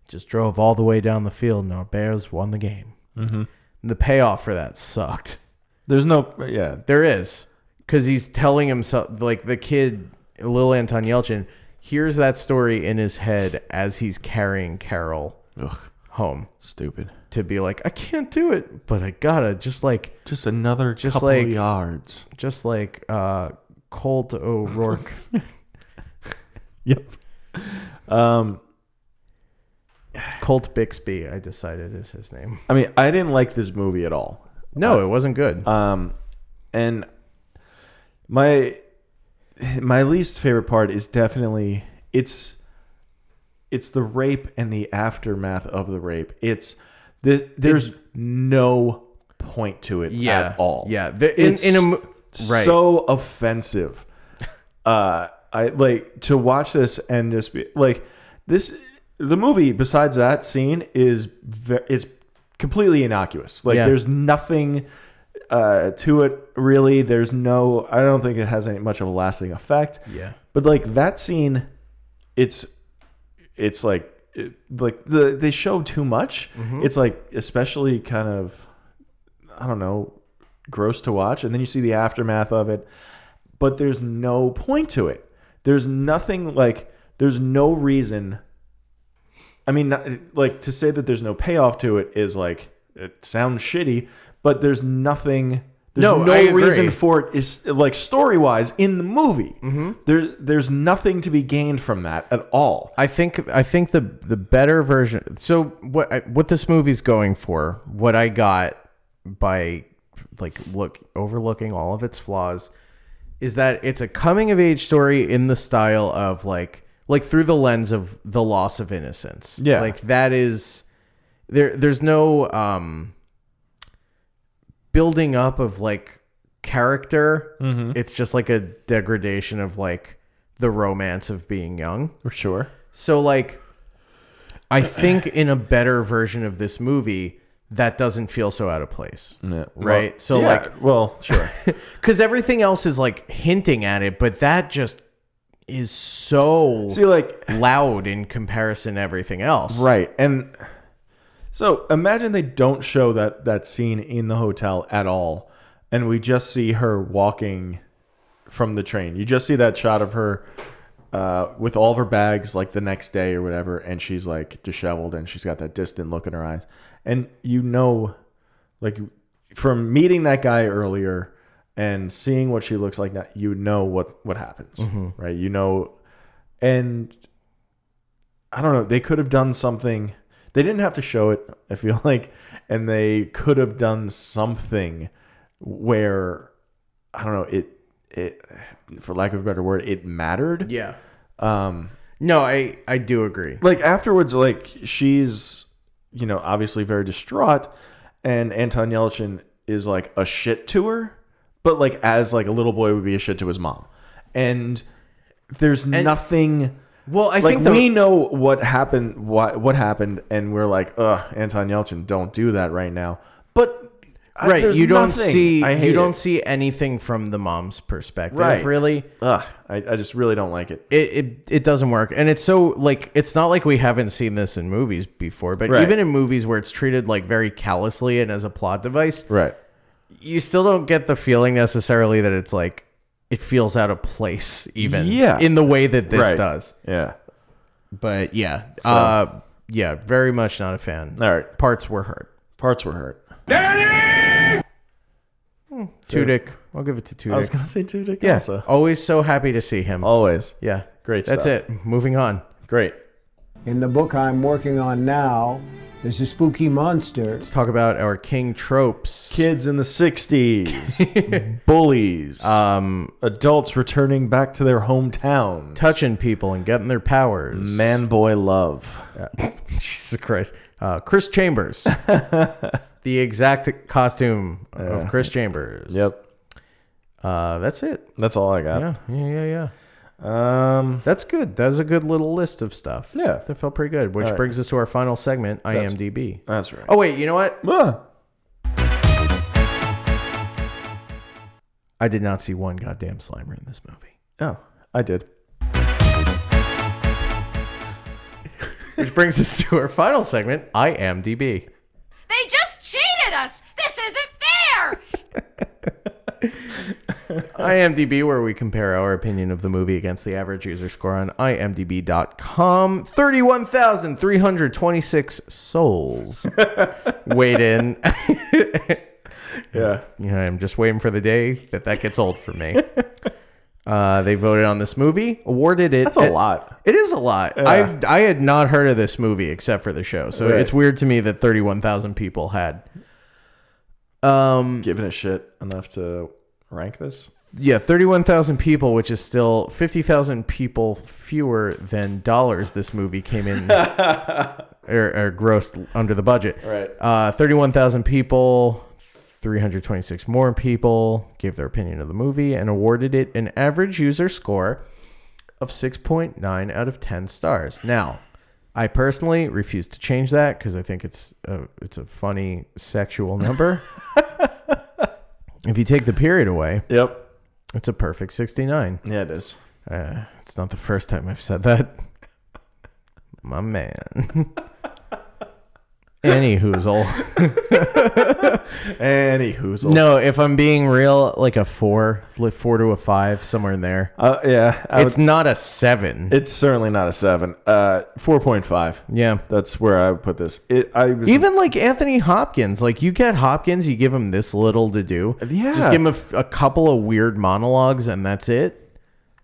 Speaker 1: just drove all the way down the field. And our Bears won the game. Mm-hmm. The payoff for that sucked.
Speaker 3: There's no. Yeah.
Speaker 1: There is. Because he's telling himself, like the kid, little Anton Yelchin, hears that story in his head as he's carrying Carol
Speaker 3: Ugh.
Speaker 1: home
Speaker 3: Stupid.
Speaker 1: to be like, I can't do it, but I gotta. Just like,
Speaker 3: Just another
Speaker 1: Just
Speaker 3: couple
Speaker 1: like-
Speaker 3: yards.
Speaker 1: just like uh, Colt O'Rourke.
Speaker 3: Yep. Um.
Speaker 1: Colt Bixby, I decided is his name.
Speaker 3: I mean, I didn't like this movie at all.
Speaker 1: No, it wasn't good.
Speaker 3: Um, and my my least favorite part is definitely it's it's the rape and the aftermath of the rape. It's the, there's no point to it
Speaker 1: yeah.
Speaker 3: at all.
Speaker 1: Yeah. The, in,
Speaker 3: It's
Speaker 1: in a, mo- right.
Speaker 3: so offensive. Uh, I like to watch this and just be like this. The movie, besides that scene, is ve- it's completely innocuous. Like
Speaker 1: Yeah.
Speaker 3: there's nothing uh, to it really. There's no. I don't think it has any much of a lasting effect.
Speaker 1: Yeah.
Speaker 3: But like that scene, it's it's like it- like the they show too much. It's like especially kind of I don't know gross to watch, and then you see the aftermath of it. But there's no point to it. There's nothing like there's no reason. I mean, not, like to say that there's no payoff to it is like it sounds shitty, but there's nothing. There's
Speaker 1: No,
Speaker 3: no,
Speaker 1: I agree.
Speaker 3: reason for it is like story wise in the movie.
Speaker 1: Mm-hmm.
Speaker 3: There, there's nothing to be gained from that at all.
Speaker 1: I think I think the the better version. So what I, what this movie's going for? What I got by like look overlooking all of its flaws is that it's a coming of age story in the style of like like through the lens of the loss of innocence.
Speaker 3: Yeah.
Speaker 1: like that is there. There's no um building up of like character. It's just like a degradation of like the romance of being young.
Speaker 3: For sure.
Speaker 1: So like I think in a better version of this movie that doesn't feel so out of place. Right? so
Speaker 3: yeah,
Speaker 1: like
Speaker 3: well, sure.
Speaker 1: cuz everything else is like hinting at it, but that just is so
Speaker 3: see, like
Speaker 1: loud in comparison to everything else.
Speaker 3: Right. And so imagine they don't show that that scene in the hotel at all and we just see her walking from the train. You just see that shot of her uh, with all of her bags like the next day or whatever and she's like disheveled and she's got that distant look in her eyes. And you know like from meeting that guy earlier and seeing what she looks like now, you know what what happens. Right? You know and I don't know. They could have done something. They didn't have to show it. I feel like, and they could have done something where I don't know it. It, for lack of a better word, it mattered.
Speaker 1: Yeah.
Speaker 3: Um,
Speaker 1: No, I I do agree.
Speaker 3: like afterwards, like she's you know obviously very distraught, and Anton Yelchin is like a shit to her, but like as like a little boy would be a shit to his mom, and there's nothing
Speaker 1: Well, I
Speaker 3: like
Speaker 1: think the,
Speaker 3: we know what happened what what happened and we're like ugh anton yelchin don't do that right now but I-
Speaker 1: right,
Speaker 3: there's
Speaker 1: you don't
Speaker 3: nothing.
Speaker 1: see
Speaker 3: I hate
Speaker 1: you don't
Speaker 3: it.
Speaker 1: see anything from the mom's perspective
Speaker 3: Right.
Speaker 1: really.
Speaker 3: ugh I, I just really don't like it
Speaker 1: it, it it doesn't work and it's so like it's not like we haven't seen this in movies before but
Speaker 3: Right.
Speaker 1: even in movies where it's treated like very callously and as a plot device
Speaker 3: right
Speaker 1: you still don't get the feeling necessarily that it's like it feels out of place even
Speaker 3: Yeah.
Speaker 1: in the way that this
Speaker 3: Right.
Speaker 1: does
Speaker 3: yeah
Speaker 1: but yeah uh yeah very much not a fan
Speaker 3: all right
Speaker 1: parts were hurt
Speaker 3: Parts were hurt.
Speaker 1: Tudyk. I'll give it to Tudyk.
Speaker 3: I was gonna say two dick.
Speaker 1: yeah.
Speaker 3: also.
Speaker 1: Always so happy to see him.
Speaker 3: always
Speaker 1: yeah.
Speaker 3: Great
Speaker 1: That's
Speaker 3: stuff.
Speaker 1: it. Moving on.
Speaker 3: great.
Speaker 10: In the book I'm working on now, there's a spooky monster.
Speaker 1: Let's talk about our king tropes.
Speaker 3: Kids in the '60s, bullies,
Speaker 1: Um,
Speaker 3: adults returning back to their hometown,
Speaker 1: touching people and getting their powers.
Speaker 3: man boy love.
Speaker 1: Jesus Christ. Uh, Chris Chambers. the exact costume of Chris Chambers.
Speaker 3: Yep,
Speaker 1: Uh, that's it.
Speaker 3: that's all I got.
Speaker 1: Yeah. Yeah. Yeah. Yeah.
Speaker 3: Um,
Speaker 1: That's good. That was a good little list of stuff.
Speaker 3: Yeah.
Speaker 1: That felt pretty good, which
Speaker 3: right.
Speaker 1: brings us to our final segment, IMDb.
Speaker 3: that's right.
Speaker 1: Oh, wait. You know what?
Speaker 3: Ah.
Speaker 1: I did not see one goddamn Slimer in this movie.
Speaker 3: Oh, I did.
Speaker 1: Which brings us to our final segment, IMDb.
Speaker 4: They just cheated us! This isn't fair!
Speaker 1: IMDb, where we compare our opinion of the movie against the average user score on imdb.com. 31,326 souls weighed in.
Speaker 3: Yeah,
Speaker 1: You know, I'm just waiting for the day that that gets old for me. Uh, they voted on this movie, awarded it.
Speaker 3: that's a
Speaker 1: at-
Speaker 3: lot.
Speaker 1: It is a lot.
Speaker 3: Yeah.
Speaker 1: I I had not heard of this movie except for the show, so
Speaker 3: Right.
Speaker 1: it's weird to me that 31,000 people had. Um,
Speaker 3: Giving a shit enough to rank this.
Speaker 1: yeah, 31,000 people, which is still 50,000 people fewer than dollars this movie came in or, or grossed under the budget.
Speaker 3: Right.
Speaker 1: Uh, 31,000 people, 326 more people gave their opinion of the movie and awarded it an average user score of 6.9 out of 10 stars. Now, I personally refuse to change that because I think it's a, it's a funny sexual number. if you take the period away,
Speaker 3: Yep.
Speaker 1: it's a perfect 69.
Speaker 3: Yeah, it is.
Speaker 1: Uh, it's not the first time I've said that. My man. Anywho's all.
Speaker 3: Any hoozle.
Speaker 1: No, if I'm being real, like a four, like four to a five, somewhere in there.
Speaker 3: Uh, yeah, I
Speaker 1: It's not a seven.
Speaker 3: It's certainly not a seven. Uh, four point five.
Speaker 1: yeah.
Speaker 3: That's where I would put this. It. I was,
Speaker 1: Even like Anthony Hopkins, like you get Hopkins, you give him this little to do.
Speaker 3: Yeah.
Speaker 1: Just give him a f- a couple of weird monologues and that's it.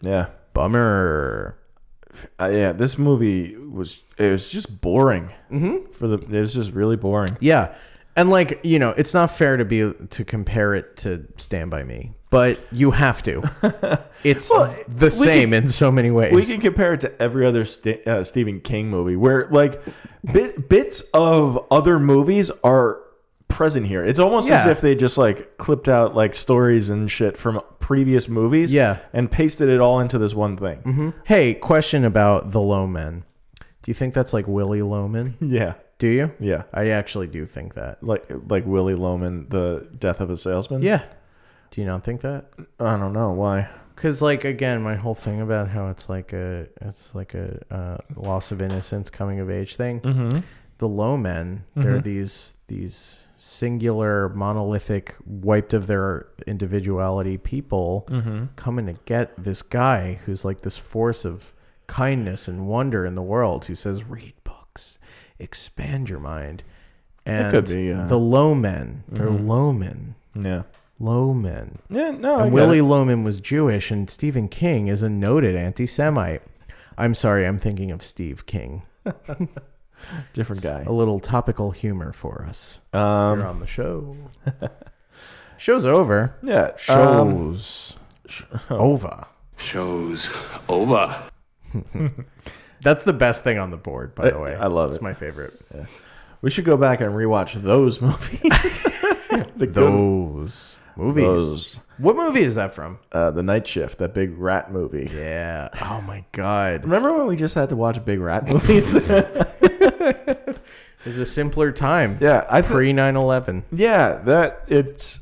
Speaker 3: Yeah.
Speaker 1: Bummer.
Speaker 3: Uh, yeah. This movie was. It was just boring. Mm-hmm. For the. It was just really boring.
Speaker 1: Yeah. And like, you know, it's not fair to be to compare it to Stand by Me, but you have to. It's the same in so many ways.
Speaker 3: We can compare it to every other St- uh, Stephen King movie where like bit, bits of other movies are present here. It's almost as
Speaker 1: Yeah.
Speaker 3: if they just like clipped out like stories and shit from previous movies.
Speaker 1: Yeah. Mm-hmm.
Speaker 3: And pasted it all into this one thing.
Speaker 1: hey, question about the Loman. Do you think that's like Willie Loman?
Speaker 3: Yeah.
Speaker 1: Do you?
Speaker 3: Yeah.
Speaker 1: I actually do think that.
Speaker 3: Like like Willy Loman, the death of a salesman.
Speaker 1: Yeah. Do you not think that?
Speaker 3: I don't know why.
Speaker 1: Cause like again, my whole thing about how it's like a it's like a uh, loss of innocence, coming of age thing. Mm-hmm. The low men, they're
Speaker 3: Mm-hmm.
Speaker 1: these these singular, monolithic, wiped of their individuality people
Speaker 3: Mm-hmm.
Speaker 1: coming to get this guy who's like this force of kindness and wonder in the world who says, "Read books, expand your mind." And
Speaker 3: could be, yeah. Mm-hmm.
Speaker 1: the low men, they're low men,
Speaker 3: Yeah.
Speaker 1: low men.
Speaker 3: Yeah, no. I
Speaker 1: And
Speaker 3: get
Speaker 1: Willie
Speaker 3: it.
Speaker 1: Loman was Jewish, and Stephen King is a noted anti Semite. I'm sorry, I'm thinking of Steve King.
Speaker 3: different guy.
Speaker 1: A little topical humor for us here
Speaker 3: Um,
Speaker 1: on the show. Show's over.
Speaker 3: yeah. um,
Speaker 1: Show's over.
Speaker 6: Show's over.
Speaker 1: That's the best thing on the board, by the way.
Speaker 3: I love
Speaker 1: It's
Speaker 3: it.
Speaker 1: my favorite.
Speaker 3: we should go back and rewatch those movies. the good
Speaker 1: Those movies.
Speaker 3: Those.
Speaker 1: What movie is that from?
Speaker 3: uh, the night shift, that big rat movie.
Speaker 1: Yeah. Oh my God.
Speaker 3: Remember when we just had to watch big rat movies?
Speaker 1: It was a simpler time.
Speaker 3: yeah, I think.
Speaker 1: Pre 9 11.
Speaker 3: Yeah, that it's.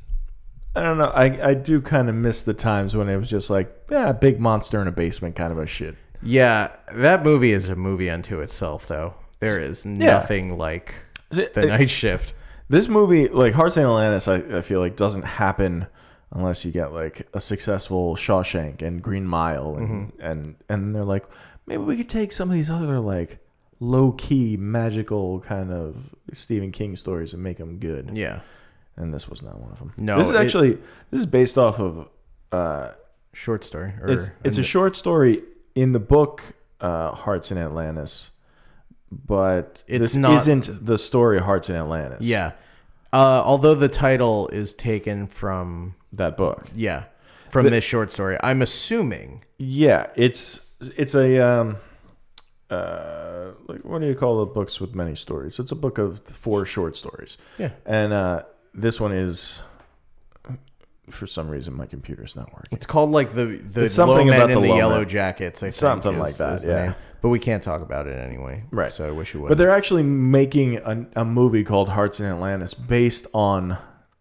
Speaker 3: I don't know. I, I do kind of miss the times when it was just like, yeah, big monster in a basement kind of a shit.
Speaker 1: Yeah. That movie is a movie unto itself, though. There is nothing like the night shift.
Speaker 3: This movie, like Hearts and Atlantis, I, I feel like doesn't happen unless you get like a successful Mm-hmm. Shawshank and Green Mile, and and, and they're like, maybe we could take some of these other like low key magical kind of Stephen King stories and make them good.
Speaker 1: Yeah.
Speaker 3: And this was not one of them.
Speaker 1: No,
Speaker 3: This is
Speaker 1: it-
Speaker 3: actually this is based off of uh
Speaker 1: Short story. Or
Speaker 3: it's, it's a short story in the book uh, Hearts in Atlantis, but
Speaker 1: It's
Speaker 3: this
Speaker 1: not-
Speaker 3: isn't the story Hearts in Atlantis.
Speaker 1: Yeah. Uh, although the title is taken from
Speaker 3: that book.
Speaker 1: yeah from
Speaker 3: The-
Speaker 1: this short story, I'm assuming
Speaker 3: Yeah, it's it's a um, uh, like what do you call the books with many stories? It's a book of four short stories.
Speaker 1: Yeah.
Speaker 3: and uh, this one is for some reason my computer's not working.
Speaker 1: it's called like the the
Speaker 3: It's something
Speaker 1: low men
Speaker 3: about
Speaker 1: in
Speaker 3: the
Speaker 1: the,
Speaker 3: low
Speaker 1: yellow
Speaker 3: men.
Speaker 1: jackets. I think
Speaker 3: Something
Speaker 1: is-
Speaker 3: like that,
Speaker 1: is the
Speaker 3: yeah.
Speaker 1: name. But we can't talk about it anyway.
Speaker 3: Right.
Speaker 1: So I wish you would.
Speaker 3: But they're actually making a, a movie called Hearts in Atlantis based on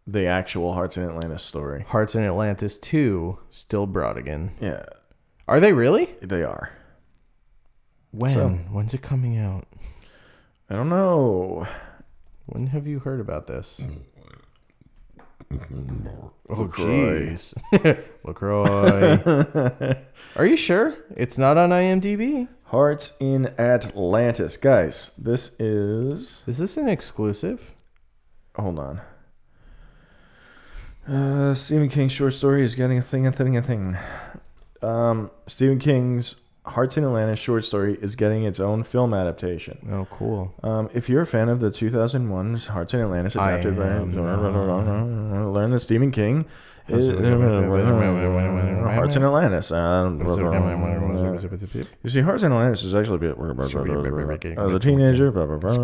Speaker 3: the actual Hearts in Atlantis story.
Speaker 1: Hearts in Atlantis two still Brodigan.
Speaker 3: Yeah,
Speaker 1: Are they really?
Speaker 3: they are.
Speaker 1: When?
Speaker 3: So-
Speaker 1: When's it coming out?
Speaker 3: I don't know.
Speaker 1: When have you heard about this? Oh,
Speaker 3: LaCroix.
Speaker 1: jeez. LaCroix. Are you sure? It's not on IMDb?
Speaker 3: Hearts in Atlantis, guys. This is
Speaker 1: Is this an exclusive?
Speaker 3: hold on. Uh, Stephen King's short story is getting a thing, a thing, a thing. Um, Stephen King's Hearts in Atlantis short story is getting its own film adaptation.
Speaker 1: Oh, cool.
Speaker 3: Um, if you're a fan of the 2001 Hearts in Atlantis
Speaker 1: I
Speaker 3: adapted by
Speaker 1: am
Speaker 3: learn that Stephen King is Hearts in Atlantis. Um, you see, Hearts in Atlantis is actually a bit. As a teenager, blah blah
Speaker 1: Uh,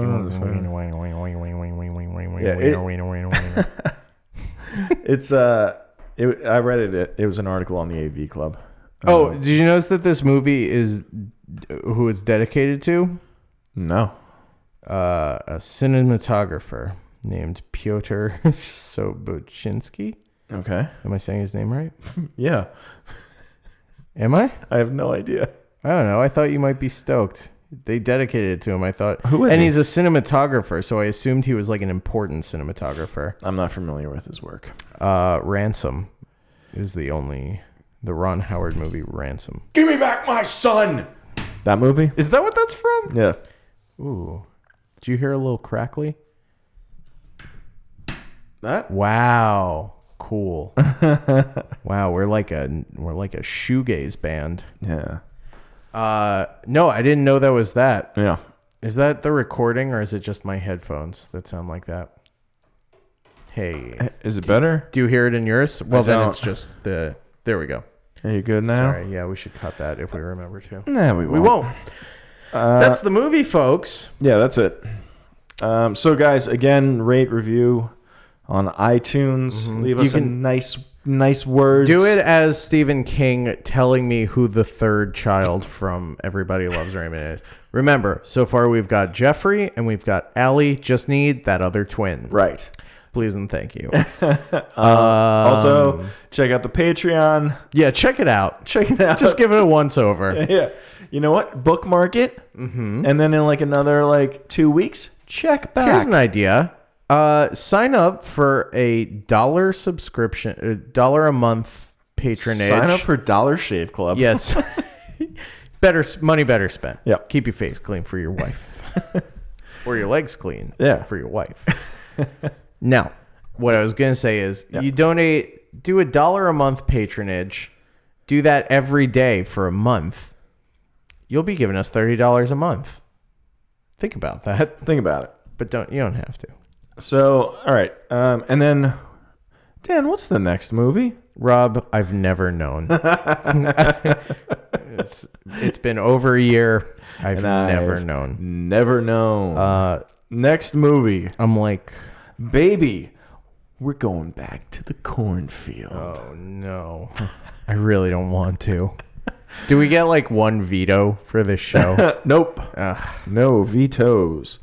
Speaker 3: blah. It's uh, it, I read it. It was an article on the AV Club.
Speaker 1: Oh, did you notice that this movie is who it's dedicated to?
Speaker 3: No,
Speaker 1: Uh, a cinematographer named Pyotr Sobochinsky.
Speaker 3: okay,
Speaker 1: Am I saying his name right?
Speaker 3: yeah,
Speaker 1: Am I?
Speaker 3: I have no idea.
Speaker 1: I don't know. I thought you might be stoked. They dedicated it to him. I thought.
Speaker 3: Who is
Speaker 1: and
Speaker 3: he?
Speaker 1: he's a cinematographer, so I assumed he was like an important cinematographer.
Speaker 3: I'm not familiar with his work.
Speaker 1: Uh, Ransom is the only the Ron Howard movie Ransom.
Speaker 3: Give me back my son. That movie?
Speaker 1: Is that what that's from?
Speaker 3: Yeah.
Speaker 1: Ooh. Did you hear a little crackly?
Speaker 3: That?
Speaker 1: Wow. Cool. wow, we're like a we're like a shoegaze band.
Speaker 3: Yeah.
Speaker 1: Uh no, I didn't know that was that.
Speaker 3: Yeah.
Speaker 1: Is that the recording or is it just my headphones that sound like that? Hey.
Speaker 3: Is it better?
Speaker 1: Do you hear it in yours? Well then
Speaker 3: Uh, don't.
Speaker 1: it's just the there we go.
Speaker 3: Are you good now?
Speaker 1: Sorry, yeah, we should cut that if we remember to.
Speaker 3: Nah, we won't.
Speaker 1: We won't.
Speaker 3: uh,
Speaker 1: That's the movie, folks.
Speaker 3: Yeah, that's it. Um, so, guys, again, rate review on iTunes. Leave
Speaker 1: Mm-hmm. You
Speaker 3: us a
Speaker 1: can-
Speaker 3: nice, nice words.
Speaker 1: Do it as Stephen King telling me who the third child from Everybody Loves Raymond is. Remember, so far we've got Jeffrey and we've got Allie. Just need that other twin.
Speaker 3: right.
Speaker 1: Please and thank you. Um,
Speaker 3: also, check out the Patreon.
Speaker 1: yeah, check it out.
Speaker 3: Check it out.
Speaker 1: Just give it a once over.
Speaker 3: yeah. You know what? Bookmark it, mm-hmm. and then in like another like two weeks, check back.
Speaker 1: Here's an idea. Uh, sign up for a dollar subscription, a dollar a month patronage.
Speaker 3: Sign up for Dollar Shave Club.
Speaker 1: yes. better s- money, better spent.
Speaker 3: Yeah.
Speaker 1: Keep your face clean for your wife, or your legs clean.
Speaker 3: Yeah.
Speaker 1: for your wife. now, what I was going to say is you donate, do a dollar a month patronage, do that every day for a month. You'll be giving us $30 a month. Think about that,
Speaker 3: Think about it.
Speaker 1: but don't you don't have to.
Speaker 3: So, all right, um, and then Dan, what's the next movie?
Speaker 1: Rob, I've never known. it's, it's been over a year. I've never
Speaker 3: I've
Speaker 1: known.
Speaker 3: Never know. Uh, next movie,
Speaker 1: I'm like,
Speaker 3: baby. We're going back to the cornfield.
Speaker 1: oh no, I really don't want to. Do we get like one veto for this show?
Speaker 3: Uh, nope. No vetoes.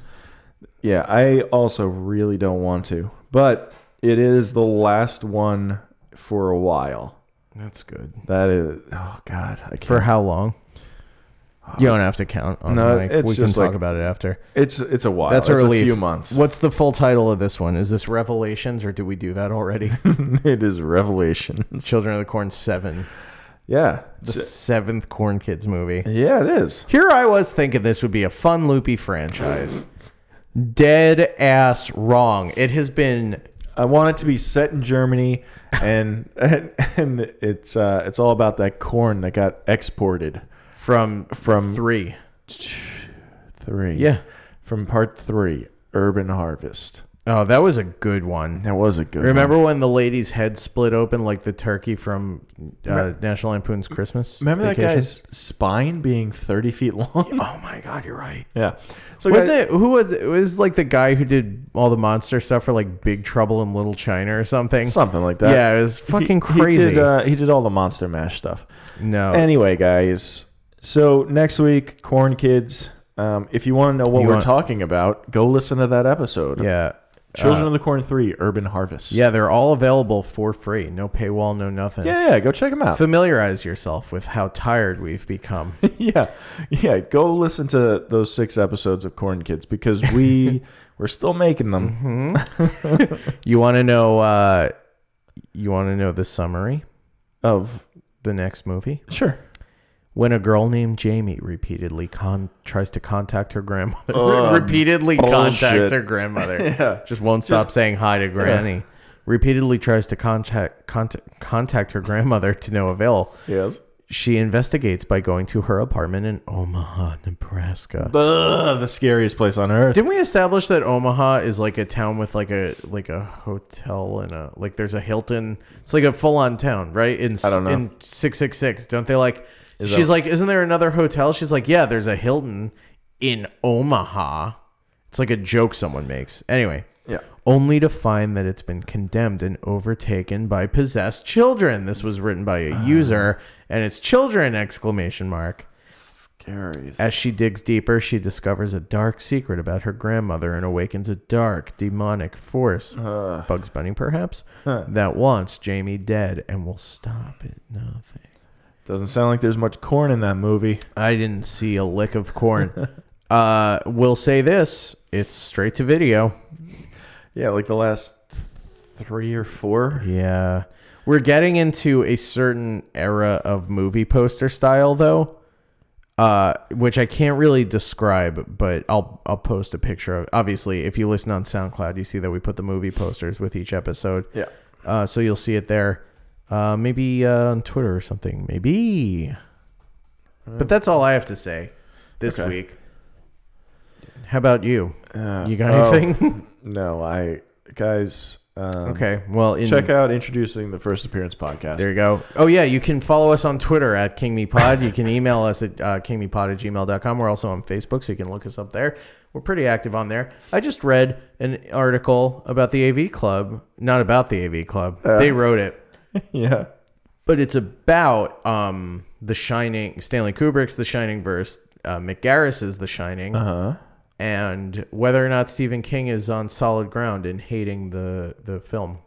Speaker 3: Yeah, I also really don't want to, but it is the last one for a while.
Speaker 1: That's good.
Speaker 3: That is, oh god, I can't.
Speaker 1: For how long? You don't have to count on
Speaker 3: No,
Speaker 1: the mic.
Speaker 3: it's
Speaker 1: we
Speaker 3: just
Speaker 1: can talk
Speaker 3: like-
Speaker 1: about it after.
Speaker 3: it's it's a while.
Speaker 1: That's
Speaker 3: it's
Speaker 1: a relief.
Speaker 3: few months.
Speaker 1: What's the full title of this one? Is this Revelations or do we do that already?
Speaker 3: it is Revelations.
Speaker 1: Children of the Corn 7.
Speaker 3: Yeah.
Speaker 1: The seventh Corn Kids movie.
Speaker 3: Yeah, it is.
Speaker 1: Here I was thinking this would be a fun, loopy franchise. Dead ass wrong. It has been
Speaker 3: I want it to be set in Germany, and and, and it's uh, it's all about that corn that got exported.
Speaker 1: from
Speaker 3: From-
Speaker 1: three.
Speaker 3: Three,
Speaker 1: Yeah.
Speaker 3: from part three, urban harvest.
Speaker 1: Oh, that was a good one.
Speaker 3: That was a good.
Speaker 1: Remember when the lady's head split open like the turkey from uh, National Lampoon's Christmas?
Speaker 3: one. remember that
Speaker 1: Vacation?
Speaker 3: guy's spine being thirty feet long.
Speaker 1: Oh my god, you're right.
Speaker 3: yeah, so
Speaker 1: Wasn't
Speaker 3: guys-
Speaker 1: it who was it was like the guy who did all the monster stuff for like Big Trouble in Little China or something?
Speaker 3: something like that?
Speaker 1: Yeah, it was fucking
Speaker 3: He- He did,
Speaker 1: crazy.
Speaker 3: uh, he did all the monster mash stuff.
Speaker 1: no.
Speaker 3: Anyway, guys, so next week, corn kids. Um, if you want to know what
Speaker 1: You
Speaker 3: we're
Speaker 1: want-
Speaker 3: talking about, go listen to that episode.
Speaker 1: yeah. uh,
Speaker 3: Children of the Corn Three, Urban Harvest.
Speaker 1: Yeah, they're all available for free. No paywall, no nothing.
Speaker 3: Yeah, yeah, go check them out.
Speaker 1: Familiarize yourself with how tired we've become.
Speaker 3: yeah, yeah, go listen to those six episodes of Corn Kids because we we're still making them.
Speaker 1: you want to know uh you want to know the summary?
Speaker 3: Of
Speaker 1: The next movie?
Speaker 3: sure,
Speaker 1: When a girl named Jamie repeatedly con- tries to contact her grandmother, repeatedly contacts
Speaker 3: bullshit.
Speaker 1: her grandmother, just won't stop saying hi to Granny. Repeatedly tries to contact, contact contact her grandmother to no avail.
Speaker 3: yes.
Speaker 1: She investigates by going to her apartment in Omaha, Nebraska.
Speaker 3: Ugh, the scariest place on earth.
Speaker 1: Didn't we establish that Omaha is like a town with like a like a hotel and a like there's a Hilton? It's like a full on town, right? In I
Speaker 3: don't know.
Speaker 1: in six six six. Don't they like?
Speaker 3: that-
Speaker 1: she's like, isn't there another hotel? She's like, yeah, there's a Hilton in Omaha. It's like a joke someone makes. Anyway,
Speaker 3: Yeah.
Speaker 1: Only to find that it's been condemned and overtaken by possessed children. This was written by
Speaker 3: Uh.
Speaker 1: a user, and it's children exclamation mark.
Speaker 3: Scariest.
Speaker 1: As she digs deeper, she discovers a dark secret about her grandmother and awakens a dark, demonic force, Bugs Bunny perhaps, that wants Jamie dead and will stop at nothing.
Speaker 3: Doesn't sound like there's much corn in that movie.
Speaker 1: I didn't see a lick of corn. uh, we'll say this it's straight to video.
Speaker 3: Yeah, like the last three or four.
Speaker 1: Yeah. We're getting into a certain era of movie poster style though. Uh, which I can't really describe, but I'll I'll post a picture of. Obviously, if you listen on SoundCloud, you see that we put the movie posters with each episode.
Speaker 3: Yeah.
Speaker 1: Uh, so you'll see it there. Uh, maybe uh, on Twitter or something. Maybe. But that's all I have to say this
Speaker 3: Okay.
Speaker 1: week. How about you? you got
Speaker 3: oh.
Speaker 1: anything?
Speaker 3: No, I guys. Um,
Speaker 1: okay. Well, in,
Speaker 3: Check out introducing the first appearance podcast.
Speaker 1: There you go. Oh, yeah. You can follow us on Twitter at King Me Pod. You can email us at uh, kingmepod at gmail.com. We're also on Facebook, so you can look us up there. We're pretty active on there. I just read an article about the AV Club. Not about the AV Club. they wrote it.
Speaker 3: yeah.
Speaker 1: But it's about um, The Shining, Stanley Kubrick's The Shining verse, uh, McGarris's The Shining,
Speaker 3: Huh?
Speaker 1: and whether or not Stephen King is on solid ground in hating the, the film.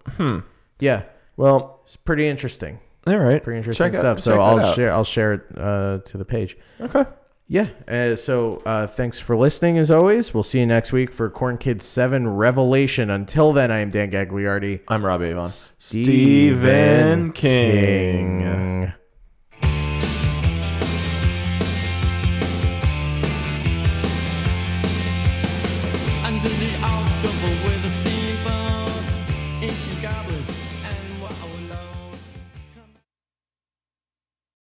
Speaker 1: Yeah.
Speaker 3: Well,
Speaker 1: It's pretty interesting
Speaker 3: all right.
Speaker 1: pretty interesting
Speaker 3: Check out-
Speaker 1: stuff.
Speaker 3: check
Speaker 1: So
Speaker 3: that
Speaker 1: I'll
Speaker 3: out.
Speaker 1: share I'll share it uh, to the page.
Speaker 3: Okay.
Speaker 1: Yeah. Uh, so uh, thanks for listening as always. We'll see you next week for Corn Kids Seven Revelation. Until then, I am Dan Gagliardi.
Speaker 3: I'm Rob Avon.
Speaker 1: Stephen
Speaker 3: Stephen King.
Speaker 1: King.